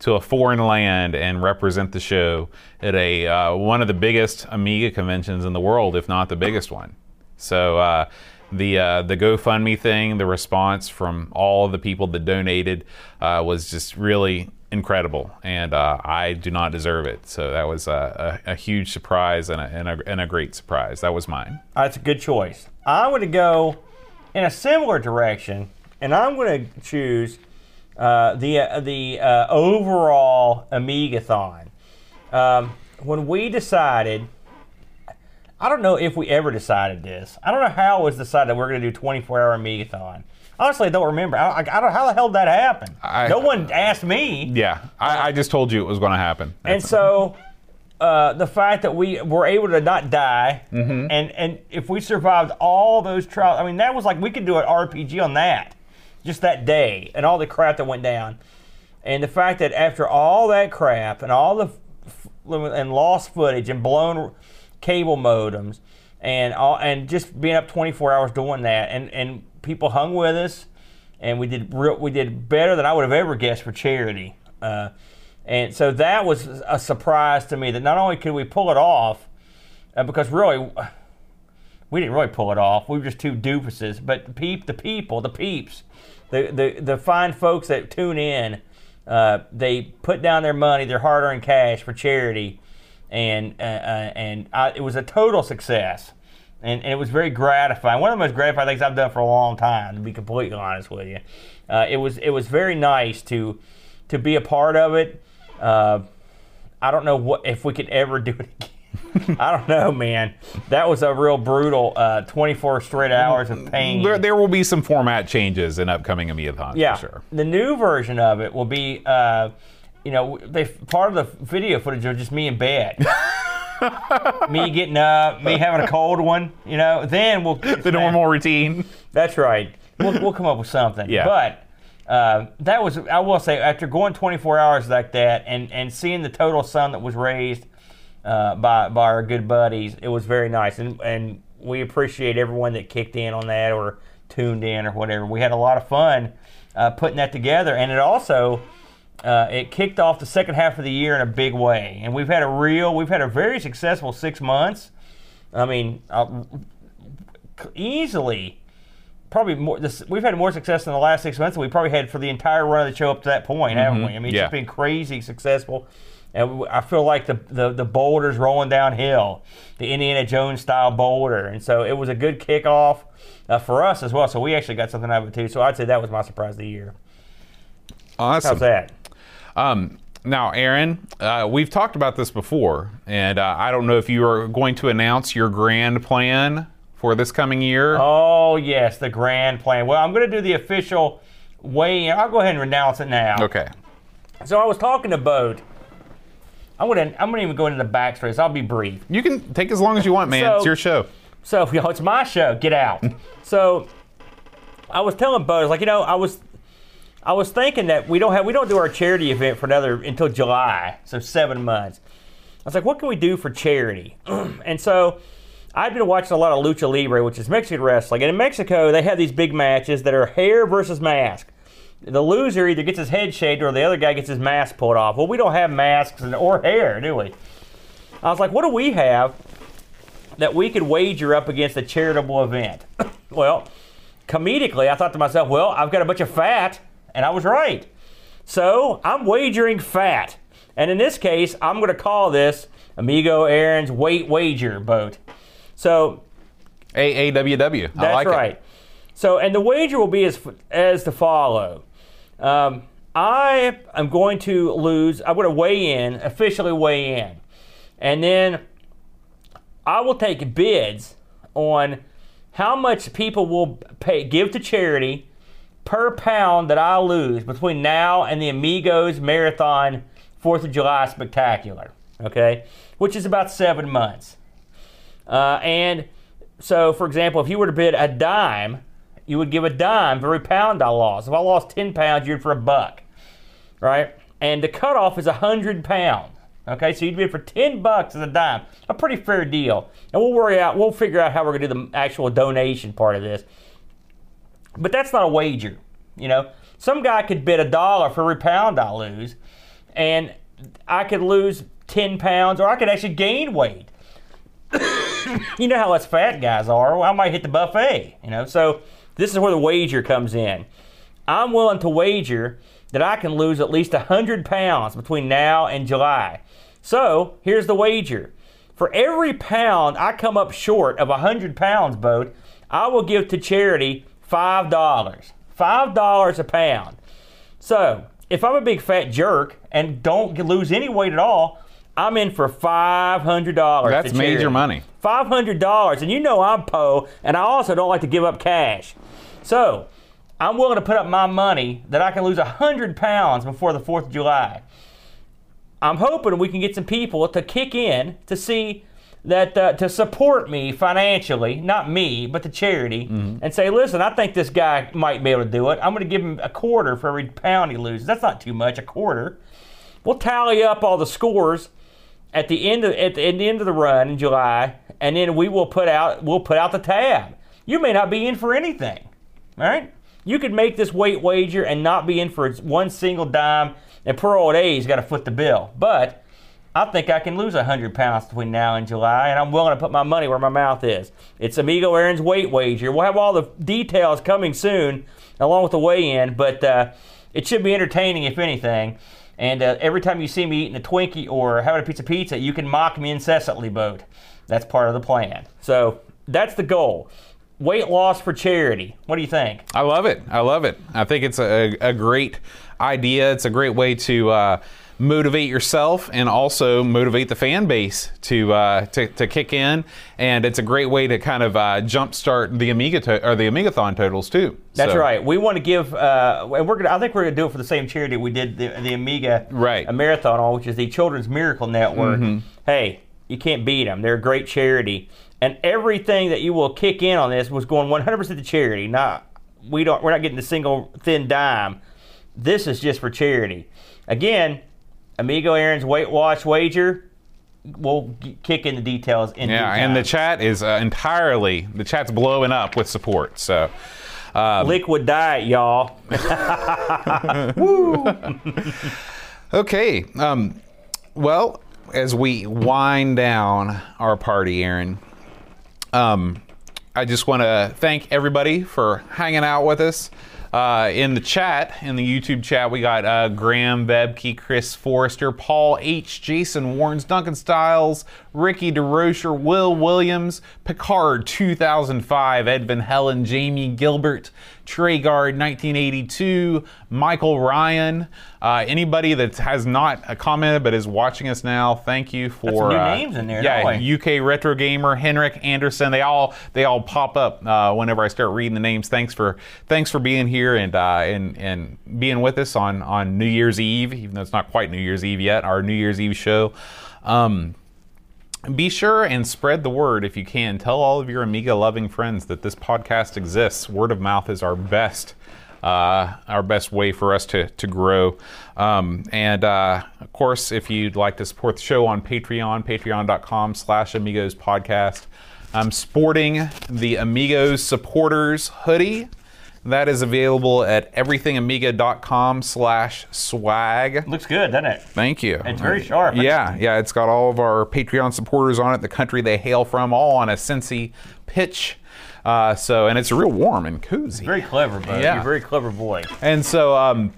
to a foreign land and represent the show at a uh, one of the biggest Amiga conventions in the world, if not the biggest one. So uh, the uh, the GoFundMe thing, the response from all of the people that donated uh, was just really incredible, and uh, I do not deserve it. So that was uh, a, a huge surprise and a, and, a, and a great surprise. That was mine. That's a good choice. I'm going to go in a similar direction, and I'm going to choose uh, the uh, the uh, overall Amigathon. Um, when we decided, I don't know if we ever decided this. I don't know how it was decided we're going to do 24-hour Amigathon. Honestly, I don't remember. I, I, I don't know how the hell that happened. I- no one asked me. Yeah, I, I just told you it was going to happen. And so, uh, the fact that we were able to not die, and and if we survived all those trials, I mean, that was like we could do an RPG on that, just that day, and all the crap that went down, and the fact that after all that crap and all the f- and lost footage and blown cable modems, and all and just being up 24 hours doing that, and and people hung with us and we did real, we did better than I would have ever guessed for charity. Uh, and so that was a surprise to me that not only could we pull it off, uh, because really we didn't really pull it off. We were just two doofuses. But the peep, the people, the peeps, the the, the fine folks that tune in, uh, they put down their money, their hard-earned cash for charity, and uh, uh, and I, it was a total success. And, and it was very gratifying. One of the most gratifying things I've done for a long time, to be completely honest with you. Uh, it was it was very nice to to be a part of it. Uh, I don't know what if we could ever do it again. I don't know, man. That was a real brutal uh, 24 straight hours of pain. There, there will be some format changes in upcoming Amigathons yeah, for sure. the new version of it will be, uh, you know, they part of the video footage of just me in bed. me getting up, me having a cold one, you know. Then we'll The normal routine. That's right. We'll, we'll come up with something. Yeah. But uh, that was, I will say, after going 24 hours like that and, and seeing the total sum that was raised uh, by by our good buddies, it was very nice. And, and we appreciate everyone that kicked in on that or tuned in or whatever. We had a lot of fun uh, putting that together. And it also, uh, it kicked off the second half of the year in a big way. And we've had a real, we've had a very successful six months. I mean, uh, easily probably more. This, we've had more success in the last six months than we probably had for the entire run of the show up to that point, haven't we? I mean, it's Mm-hmm. Yeah. just been crazy successful, and we, I feel like the, the the boulders rolling downhill, the Indiana Jones style boulder, and so it was a good kickoff uh, for us as well. So we actually got something out of it too. So I'd say that was my surprise of the year. Awesome. How's that? Um, now, Aaron, uh, we've talked about this before, and uh, I don't know if you are going to announce your grand plan for this coming year. Oh yes, the grand plan. Well, I'm going to do the official weigh in. I'll go ahead and renounce it now. Okay. So I was talking to Bode. I'm gonna I'm gonna even go into the backstory. So I'll be brief. You can take as long as you want, man. So- it's your show. So you know, it's my show. Get out. so I was telling Bo, I was like, you know, I was I was thinking that we don't have we don't do our charity event for another until July, so seven months. I was like, what can we do for charity? and so I've been watching a lot of lucha libre, which is Mexican wrestling, and in Mexico they have these big matches that are hair versus mask. The loser either gets his head shaved or the other guy gets his mask pulled off. Well, we don't have masks and, or hair, do we? I was like, what do we have that we could wager up against a charitable event. well, comedically, I thought to myself, well, I've got a bunch of fat, and I was right. So I'm wagering fat. And in this case, I'm going to call this Amigo Aaron's Weight Wager boat. So AAWW. I that's like right. it. So, and the wager will be as as to follow. Um, I am going to lose. I'm going to weigh in officially weigh in, and then I will take bids on how much people will pay give to charity per pound that I lose between now and the Amigos Marathon Fourth of July Spectacular. Okay, which is about seven months. Uh, and so, for example, if you were to bid a dime, you would give a dime for every pound I lost. If I lost 10 pounds, you'd for a buck, right? and the cutoff is hundred pounds. Okay, so you can bid for ten bucks as a dime, a pretty fair deal. And we'll worry out, we'll figure out how we're gonna do the actual donation part of this. But that's not a wager, you know. Some guy could bid a dollar for every pound I lose, and I could lose ten pounds, or I could actually gain weight. you know how us fat guys are. Well, I might hit the buffet, you know. So this is where the wager comes in. I'm willing to wager that I can lose at least 100 pounds between now and July. So here's the wager. For every pound I come up short of 100 pounds, boat, I will give to charity $5. $5 a pound. So if I'm a big fat jerk and don't lose any weight at all, I'm in for $500. That's to charity. major money. Five hundred dollars, and you know I'm po, and I also don't like to give up cash. So I'm willing to put up my money that I can lose hundred pounds before the Fourth of July. I'm hoping we can get some people to kick in to see that uh, to support me financially, not me, but the charity, and say, listen, I think this guy might be able to do it. I'm going to give him a quarter for every pound he loses. That's not too much, a quarter. We'll tally up all the scores at the end of at the, at the end of the run in July, and then we will put out we'll put out the tab. You may not be in for anything, all right? You could make this weight wager and not be in for one single dime, and poor old A's got to foot the bill. But I think I can lose 100 pounds between now and July, and I'm willing to put my money where my mouth is. It's Amigo Aaron's weight wager. We'll have all the details coming soon, along with the weigh-in, but uh, it should be entertaining, if anything. And uh, every time you see me eating a Twinkie or having a piece of pizza, you can mock me incessantly, Boat. That's part of the plan. So that's the goal. Weight loss for charity. What do you think? I love it. I love it. I think it's a, a great idea. It's a great way to uh, motivate yourself and also motivate the fan base to, uh, to to kick in. And it's a great way to kind of uh, jumpstart the Amiga to- or the Amigathon totals too. That's So- right. We want to give, uh, and we're gonna. I think we're gonna do it for the same charity we did the, the Amiga Right. Mm-hmm. a marathon on, which is the Children's Miracle Network. Hey, you can't beat them. They're a great charity, and everything that you will kick in on this was going 100% to charity. Not we don't. We're not getting a single thin dime. This is just for charity. Again, Amigo Aaron's Weight Watch Wager. We'll g- kick in the details in Yeah, due and the time. chat is uh, entirely the chat's blowing up with support. So. Um, liquid diet, y'all. Okay. Um, well, as we wind down our party, Aaron, um, I just want to thank everybody for hanging out with us. Uh, in the chat, in the YouTube chat, we got uh, Graham Bebke, Chris Forrester, Paul H., Jason Warns, Duncan Stiles, Ricky DeRocher, Will Williams, Picard 2005, Edvin Helen, Jamie Gilbert, Trey Guard 1982, Michael Ryan. Uh, anybody that has not uh, commented but is watching us now, thank you for some new uh, names in there, Yeah, don't we? UK retro gamer Henrik Anderson. They all they all pop up uh, whenever I start reading the names. Thanks for thanks for being here and uh, and and being with us on on New Year's Eve, even though it's not quite New Year's Eve yet. Our New Year's Eve show. Um, be sure and spread the word if you can. Tell all of your Amiga loving friends that this podcast exists. Word of mouth is our best. Uh, our best way for us to, to grow. Um, and uh, of course, if you'd like to support the show on Patreon, patreon.com slash amigos podcast. I'm sporting the Amigos supporters hoodie. That is available at everythingamiga.com slash swag. Looks good, doesn't it? Thank you. It's very sharp. Yeah, yeah. It's got all of our Patreon supporters on it, the country they hail from, all on a Cincy pitch. Uh, so, and it's real warm and cozy. Very clever, bud. Yeah. You're a very clever boy. And so, um,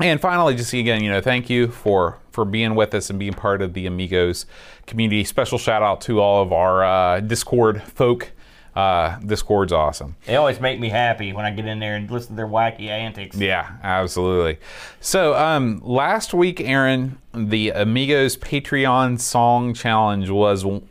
and finally, just again, you know, thank you for for being with us and being part of the Amigos community. Special shout out to all of our uh, Discord folk. Uh, Discord's awesome. They always make me happy when I get in there and listen to their wacky antics. Yeah, absolutely. So um, last week, Aaron, the Amigos Patreon song challenge was w-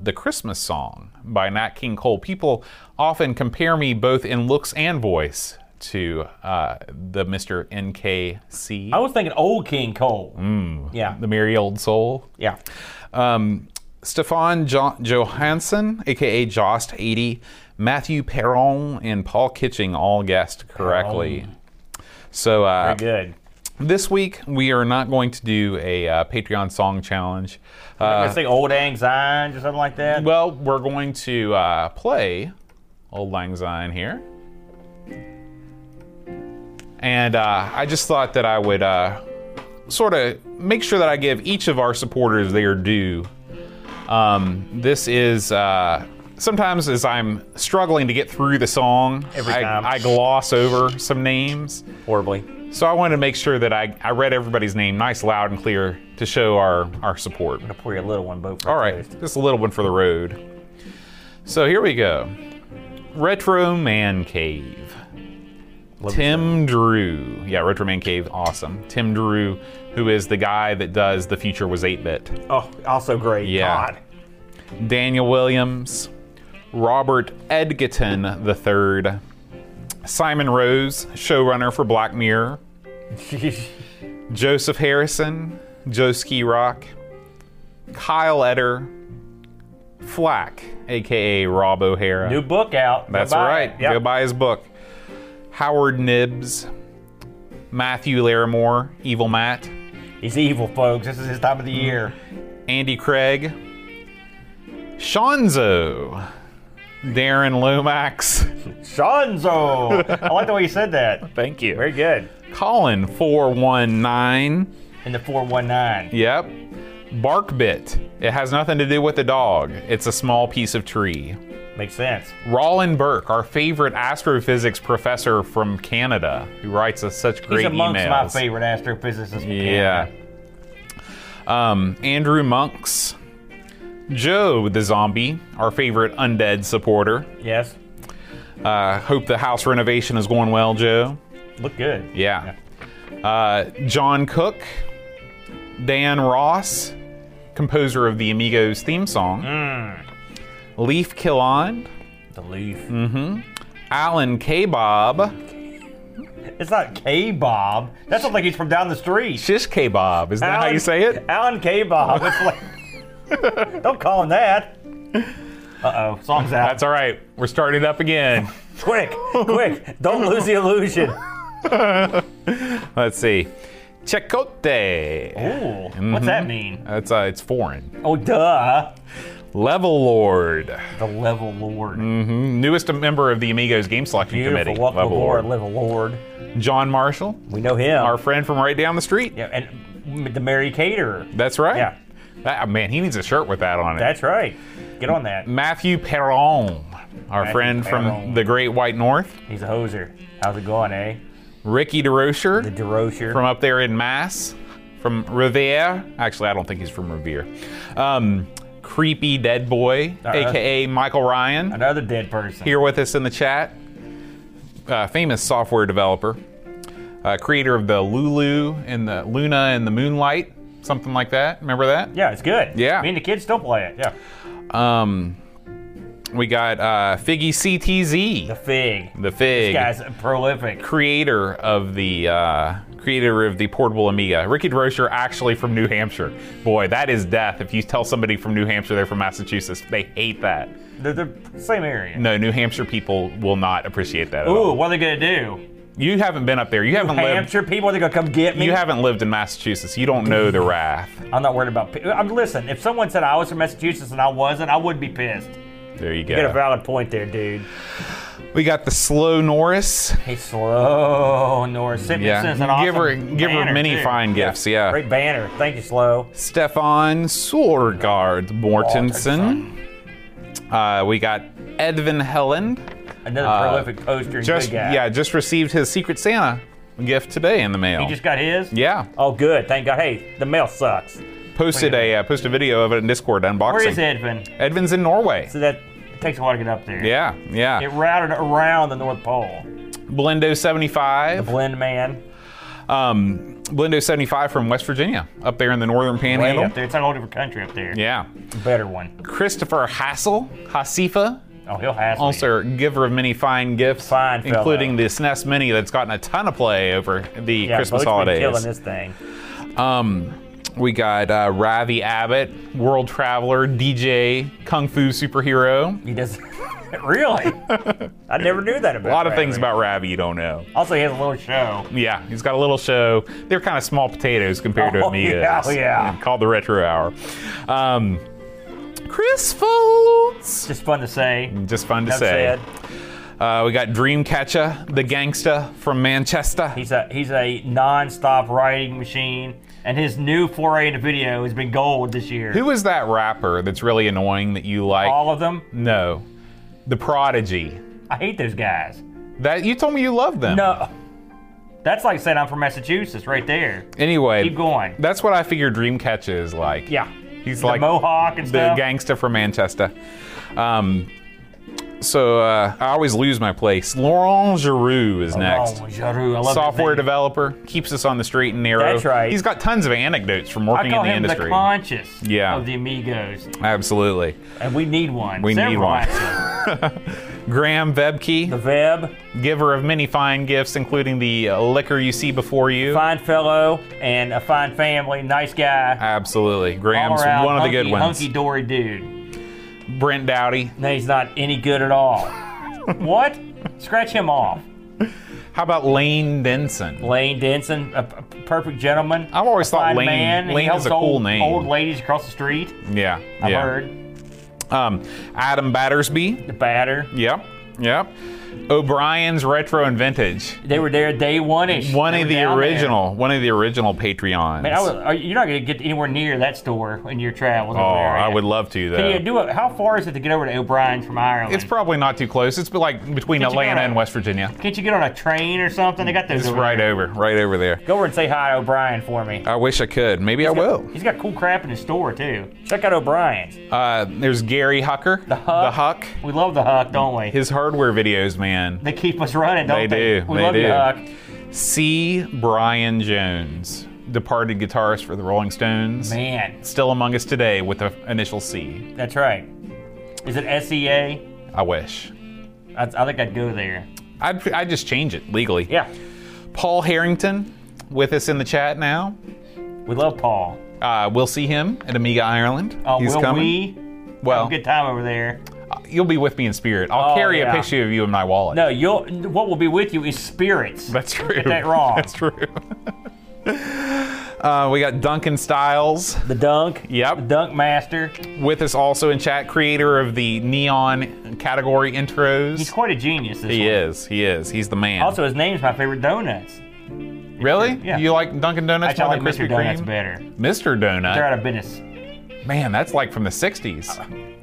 the Christmas song by Nat King Cole. People often compare me both in looks and voice to uh, the Mr. NKC, I was thinking old King Cole. Yeah. Mm. the merry old soul. Yeah. Um, Stefan jo- Johansson, aka Jost80, Matthew Perron, and Paul Kitching all guessed correctly. So uh, Very good. This week we are not going to do a uh, Patreon song challenge. I Uh, guess like old anxieties or something like that. well, we're going to uh, play Old Lang Syne here, and uh, I just thought that I would uh, sort of make sure that I give each of our supporters their due. Um, this is. Uh, Sometimes, as I'm struggling to get through the song, Every I- time. I gloss over some names. Horribly. So I wanted to make sure that I, I read everybody's name nice, loud, and clear to show our, our support. Pour your little one, boat. All right, just a little one for the road. So here we go Retro Man Cave. Tim Drew. Yeah, Retro Man Cave, awesome. Tim Drew, who is the guy that does The Future Was 8 Bit. Oh, also great. Yeah. God. Daniel Williams, Robert Edgerton III, Simon Rose, showrunner for Black Mirror, Joseph Harrison, Joe Ski Rock, Kyle Etter, Flack, aka Rob O'Hara. New book out. That's Goodbye. right. Yep. Go buy his book. Howard Nibbs, Matthew Larimore, Evil Matt, He's evil, folks. This is his time of the year. Andy Craig, Shonzo, Darren Lomax, Shonzo. I like the way you said that. thank you, Very good. Colin four one nine, In the 419. yep, Barkbit. It has nothing to do with the dog. It's a small piece of tree. Makes sense. Rollin Burke, our favorite astrophysics professor from Canada, who writes us such great He's amongst emails. my favorite astrophysicists. in Yeah. Canada. Um, Andrew Monks, Joe the Zombie, our favorite undead supporter. Yes. Uh, hope the house renovation is going well, Joe. Look good. Yeah. Uh, John Cook, Dan Ross, composer of the Amigos theme song, Leaf Killon, The leaf. Alan K. Bob. It's not K Bob. That sounds like he's from down the street. Shish K. Bob, is that how Alan- you say it? Alan K. Bob. It's like, don't call him that. Uh oh, song's out. That's all right. We're starting up again. quick, quick. Don't lose the illusion. Let's see. Chicote. Ooh, what's that mean? That's uh, it's foreign. Oh, duh. Level Lord, The level lord. newest member of the Amigos Game Selection Beautiful. Mm, Committee. Welcome Level aboard, Lord. level lord. John Marshall, We know him. our friend from right down the street. yeah, and m- the Mary Caterer. That's right. Yeah. That- oh, man, he needs a shirt with that on it. That's right. Get on Mm. that. Matthew Perron, our Matthew friend Perron. from the Great White North. He's a hoser. How's it going, eh? Ricky DeRocher The DeRocher. from up there in Mass, from Revere. Actually, I don't think he's from Revere. Um, creepy Dead Boy, aka Michael Ryan. Another dead person. here with us in the chat. Uh, famous software developer, uh, creator of the Lulu and the Luna and the Moonlight, something like that. Remember that? Yeah, it's good. Yeah. Me and the kids still play it. Yeah. Um, we got uh, Figgy The CTZ, fig. the Fig, This guy's prolific. creator of the uh, creator of the portable Amiga. Ricky DeRocher, actually from New Hampshire. Boy, that is death. If you tell somebody from New Hampshire they're from Massachusetts, they hate that. They're the same area. No, New Hampshire people will not appreciate that at all. Ooh, what are they gonna do? You haven't been up there. You haven't lived. Hampshire people, they're gonna come get me. You haven't lived in Massachusetts. You don't know the wrath. I'm not worried about. Pe- I'm listen. If someone said I was from Massachusetts and I wasn't, I would be pissed. There you You got a go. valid point there, dude. We got the slow Norris. He's slow, Norris. Sent me- Yeah. sent us an Give her- awesome give her banner, many too. fine gifts, yeah. Great banner. Thank you, slow. Stefan Sorgard Mortensen. Uh, we got Edvin Helland. Another prolific poster. and Uh, Just good guy. yeah, just received his Secret Santa gift today in the mail. He just got his. yeah, Oh, good. Thank God. Hey, the mail sucks. posted a uh, posted a video of it in Discord unboxing. Where is Edvin? Edvin's in Norway. So that it takes a while to get up there. Yeah, yeah. It routed around the North Pole. Blendo seventy five. Blend man. Um, Blendo seventy five from West Virginia, up there in the northern Way panhandle. up there. It's a whole different country up there. Yeah. Better one. Christopher Hassel, Hasifa, Oh, he'll hassle you. also a giver of many fine gifts, Fine fella. including the SNES Mini that's gotten a ton of play over the Yeah, Christmas Boat's been killing holidays. this thing. Um, we got uh, Ravi Abbott, world traveler, DJ, kung fu superhero, He does. really? I never knew that about A lot of Ravi. things about Ravi you don't know. Also, he has a little show. Yeah, he's got a little show. They're kind of small potatoes compared to Oh, Amigos. yeah, oh, yeah. Called the Retro Hour. Um, Chris Folds. Just fun to say. Just fun to No say. said. Uh, we got Dreamcatcher, the gangsta from Manchester. He's a he's a non-stop writing machine, and his new foray into video has been gold this year. Who is that rapper that's really annoying that you like? All of them. no, the Prodigy. I hate those guys. That you told me you love them. No, that's like saying I'm from Massachusetts, right there. Anyway, Keep going. That's what I figure Dreamcatcher is like. Yeah. He's The like Mohawk and the stuff. gangster from Manchester. Um, so uh, I always lose my place. Laurent Giroux is next. Oh, Giroux, I love his Software name. developer keeps us on the straight and narrow. That's right. He's got tons of anecdotes from I working call in the him industry. the conscious Yeah. of the Amigos, Absolutely. and we need one. We need Several, one. actually. Graham Vebke, the Veb, giver of many fine gifts, including the uh, liquor you see before you. fine fellow, and a fine family, nice guy. Absolutely. Graham's all around one of the hunky, good ones. Hunky dory dude. Brent Dowdy. No, he's not any good at all. what? Scratch him off. How about Lane Denson? Lane Denson, a p- perfect gentleman. I've always a thought fine Lane- Man. He Lane is helps a cool old, name. Old ladies across the street. Yeah. I've yeah. heard Um, Adam Battersby. the batter. Yep. Yep. O'Brien's Retro and Vintage. They were there day one-ish. One They of were the down there. original, one of the original Patreons. Man, I was, are, you're not going to get anywhere near that store in your travels. oh, I would love to though. Can you do it? How far is it to get over to O'Brien's from Ireland? it's probably not too close. It's like between Get you Atlanta kinda- and West Virginia. Can't you get on a train or something? They got those. It's over right there. over, right over there. Go over and say hi to O'Brien for me. I wish I could. Maybe I will. He's got cool crap in his store too. Check out O'Brien's. Uh, there's Gary Hucker, the Huck. the Huck. We love the Huck, don't we? His hardware videos, man. they keep us running, don't They they? do, We they love do. you, Huck. C. Brian Jones, departed guitarist for the Rolling Stones, Man, still among us today with the initial C. that's right. Is it SEA? I wish. I, I think I'd go there. I'd, I'd just change it legally. Yeah, Paul Harrington with us in the chat now. we love Paul. Uh, we'll see him at Amiga Ireland. Uh, He's will coming. Oh. we have well, a good time over there? you'll be with me in spirit. I'll Oh, carry a yeah. picture of you in my wallet. No, you'll. What will be with you is spirits. That's true. Get that wrong. That's true. uh, we got Duncan Styles the dunk. Yep. The dunk master. with us also in chat, creator of the neon category intros. He's quite a genius. This he one. is. He is. He's the man. Also, his name's my favorite donuts. really? yeah. You like Dunkin' Donuts Actually, I more like than Mr. Krispy Donuts Kreme? better. Mr. Donut. They're out of business. Man, that's like from the 60s.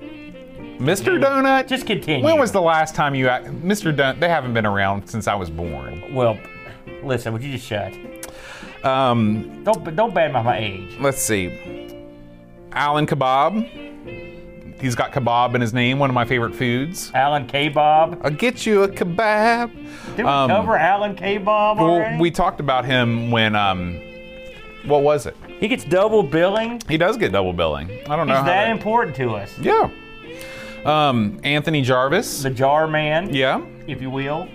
Mr. Donut? Uh, Just continue. When was the last time you. act- Mr. Donut, they haven't been around since I was born. Well, listen. Would you just shut? Um, Don't don't badmouth my age. let's see. Alan Kebab. He's got kebab in his name, one of my favorite foods. Alan K. Bob. I'll get you a kebab. Did we Um, cover Alan K. Bob already? Well, we talked about him when. um, What was it? he gets double billing. He does get double billing. I don't know. He's how that important to us. Yeah. Um, Anthony Jarvis. The Jar Man, yeah. if you will.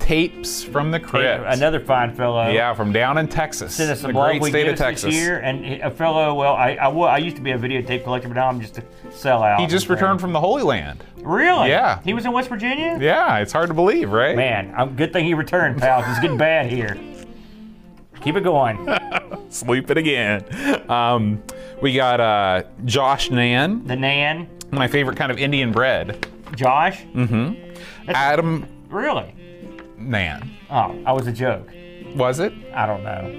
Tapes from the Crypt. Another fine fellow. Yeah, from down in Texas. Sent us some the love. great we state did of us this Texas. year, and a fellow. Well, I I, wa- I used to be a videotape collector, but now I'm just a sellout. He just returned from the Holy Land. Really? Yeah. He was in West Virginia. Yeah, it's hard to believe, right? Man, I'm, good thing he returned, pal. 'cause It's getting bad here. Keep it going. Sleep it again. Um, we got uh, Josh Nan, The Nan, my favorite kind of Indian bread. Josh. Mm. Adam Really? Nan, Oh, I was a joke. was it? I don't know.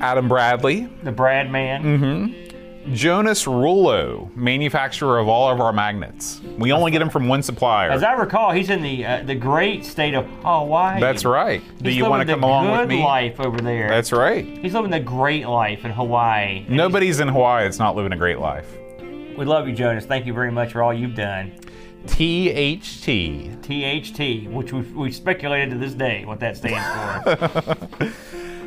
Adam Bradley, The Brad Man. Mm-hmm. Jonas Rullo, manufacturer of all of our magnets. We only get them from one supplier. As I recall, he's in the uh, the great state of Hawaii. That's right. Do He's you want living to the come along with good me? Life over there. That's right. He's living the great life in Hawaii. Nobody's in Hawaii that's not living a great life. Mm. We love you, Jonas. Thank you very much for all you've done. THT. THT, which we've, we've speculated to this day what that stands for.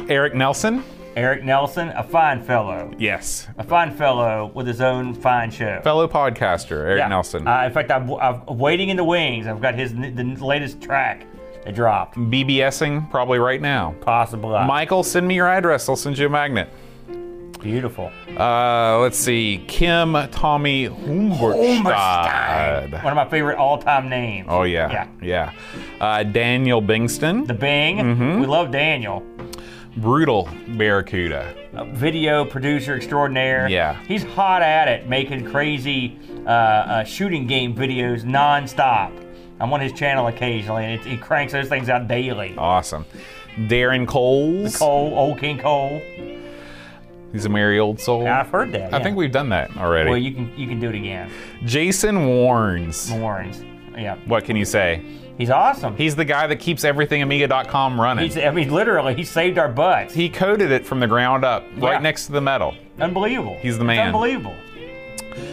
Eric Nelson? Eric Nelson, a fine fellow. Yes. A fine fellow with his own fine show. Fellow podcaster, Eric Yeah. Nelson. Uh, in fact, I'm, I'm waiting in the wings. I've got his n- the latest track that dropped. BBSing probably right now. Possibly. Michael, send me your address. I'll send you a magnet. Beautiful. Uh, let's see, Kim Tommy Humberstad. One of my favorite all-time names. Oh yeah, yeah. Uh, Daniel Bingston, The Bing. Mm-hmm. We love Daniel. brutal barracuda. a video producer extraordinaire. Yeah. He's hot at it, making crazy uh, uh, shooting game videos nonstop. I'm on his channel occasionally, and it, he cranks those things out daily. Awesome. Darren Coles. Cole, old King Cole. He's a merry old soul. I've heard that. I think we've done that already. Well, you can you can do it again. Jason Warnes. Warrens. Yeah. What can you say? He's awesome. He's the guy that keeps everything Amiga.com running. He's, I mean, literally, he saved our butts. he coded it from the ground up, Yeah. right next to the metal. unbelievable. He's the It's man. unbelievable.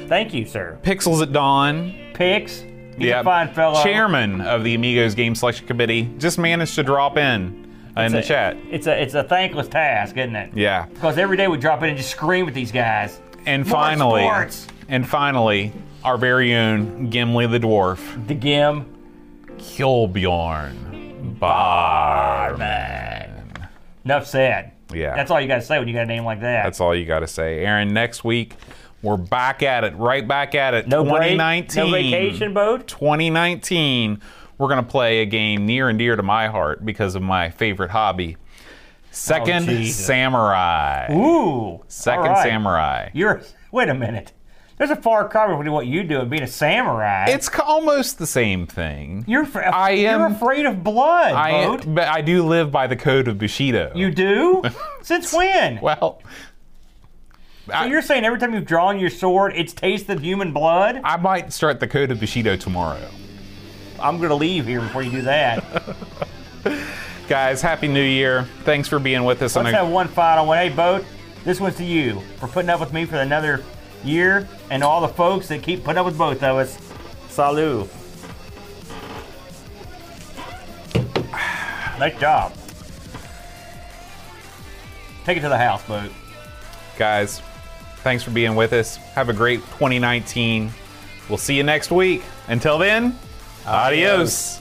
Thank you, sir. Pixels at Dawn. Picks. He's a fine fellow. Chairman of the Amigos Game Selection Committee just managed to drop in uh, in the It's a- chat. It's a it's a thankless task, isn't it? Yeah. Because every day we drop in and just scream at these guys. And More finally, sports. and finally, our very own Gimli the Dwarf, The Gim. Kilbjorn Barman. Enough said. Yeah. That's all you gotta say when you got a name like that. That's all you got to say. Aaron, next week, we're back at it, right back at it. no break, 2019. No vacation boat. 2019, we're going to play a game near and dear to my heart because of my favorite hobby Second Jesus. Samurai. Ooh. Second all right. Samurai. You're wait a minute. There's a far cry between what you do and being a samurai. It's ca- almost the same thing. you're fr- I you're am- afraid of blood, I, Boat. but I do live by the code of Bushido. You do? Since when? well, So you're saying every time you've drawn your sword, it's tasted human blood? I might start the code of Bushido tomorrow. I'm gonna leave here before you do that. Guys, happy new year. Thanks for being with us on Let's a have one final one. Hey, Boat, this one's to you for putting up with me for another year and all the folks that keep putting up with both of us. Salut. Nice job. Take it to the house, Boat. guys. Thanks for being with us. Have a great 2019. We'll see you next week. Until then, adios.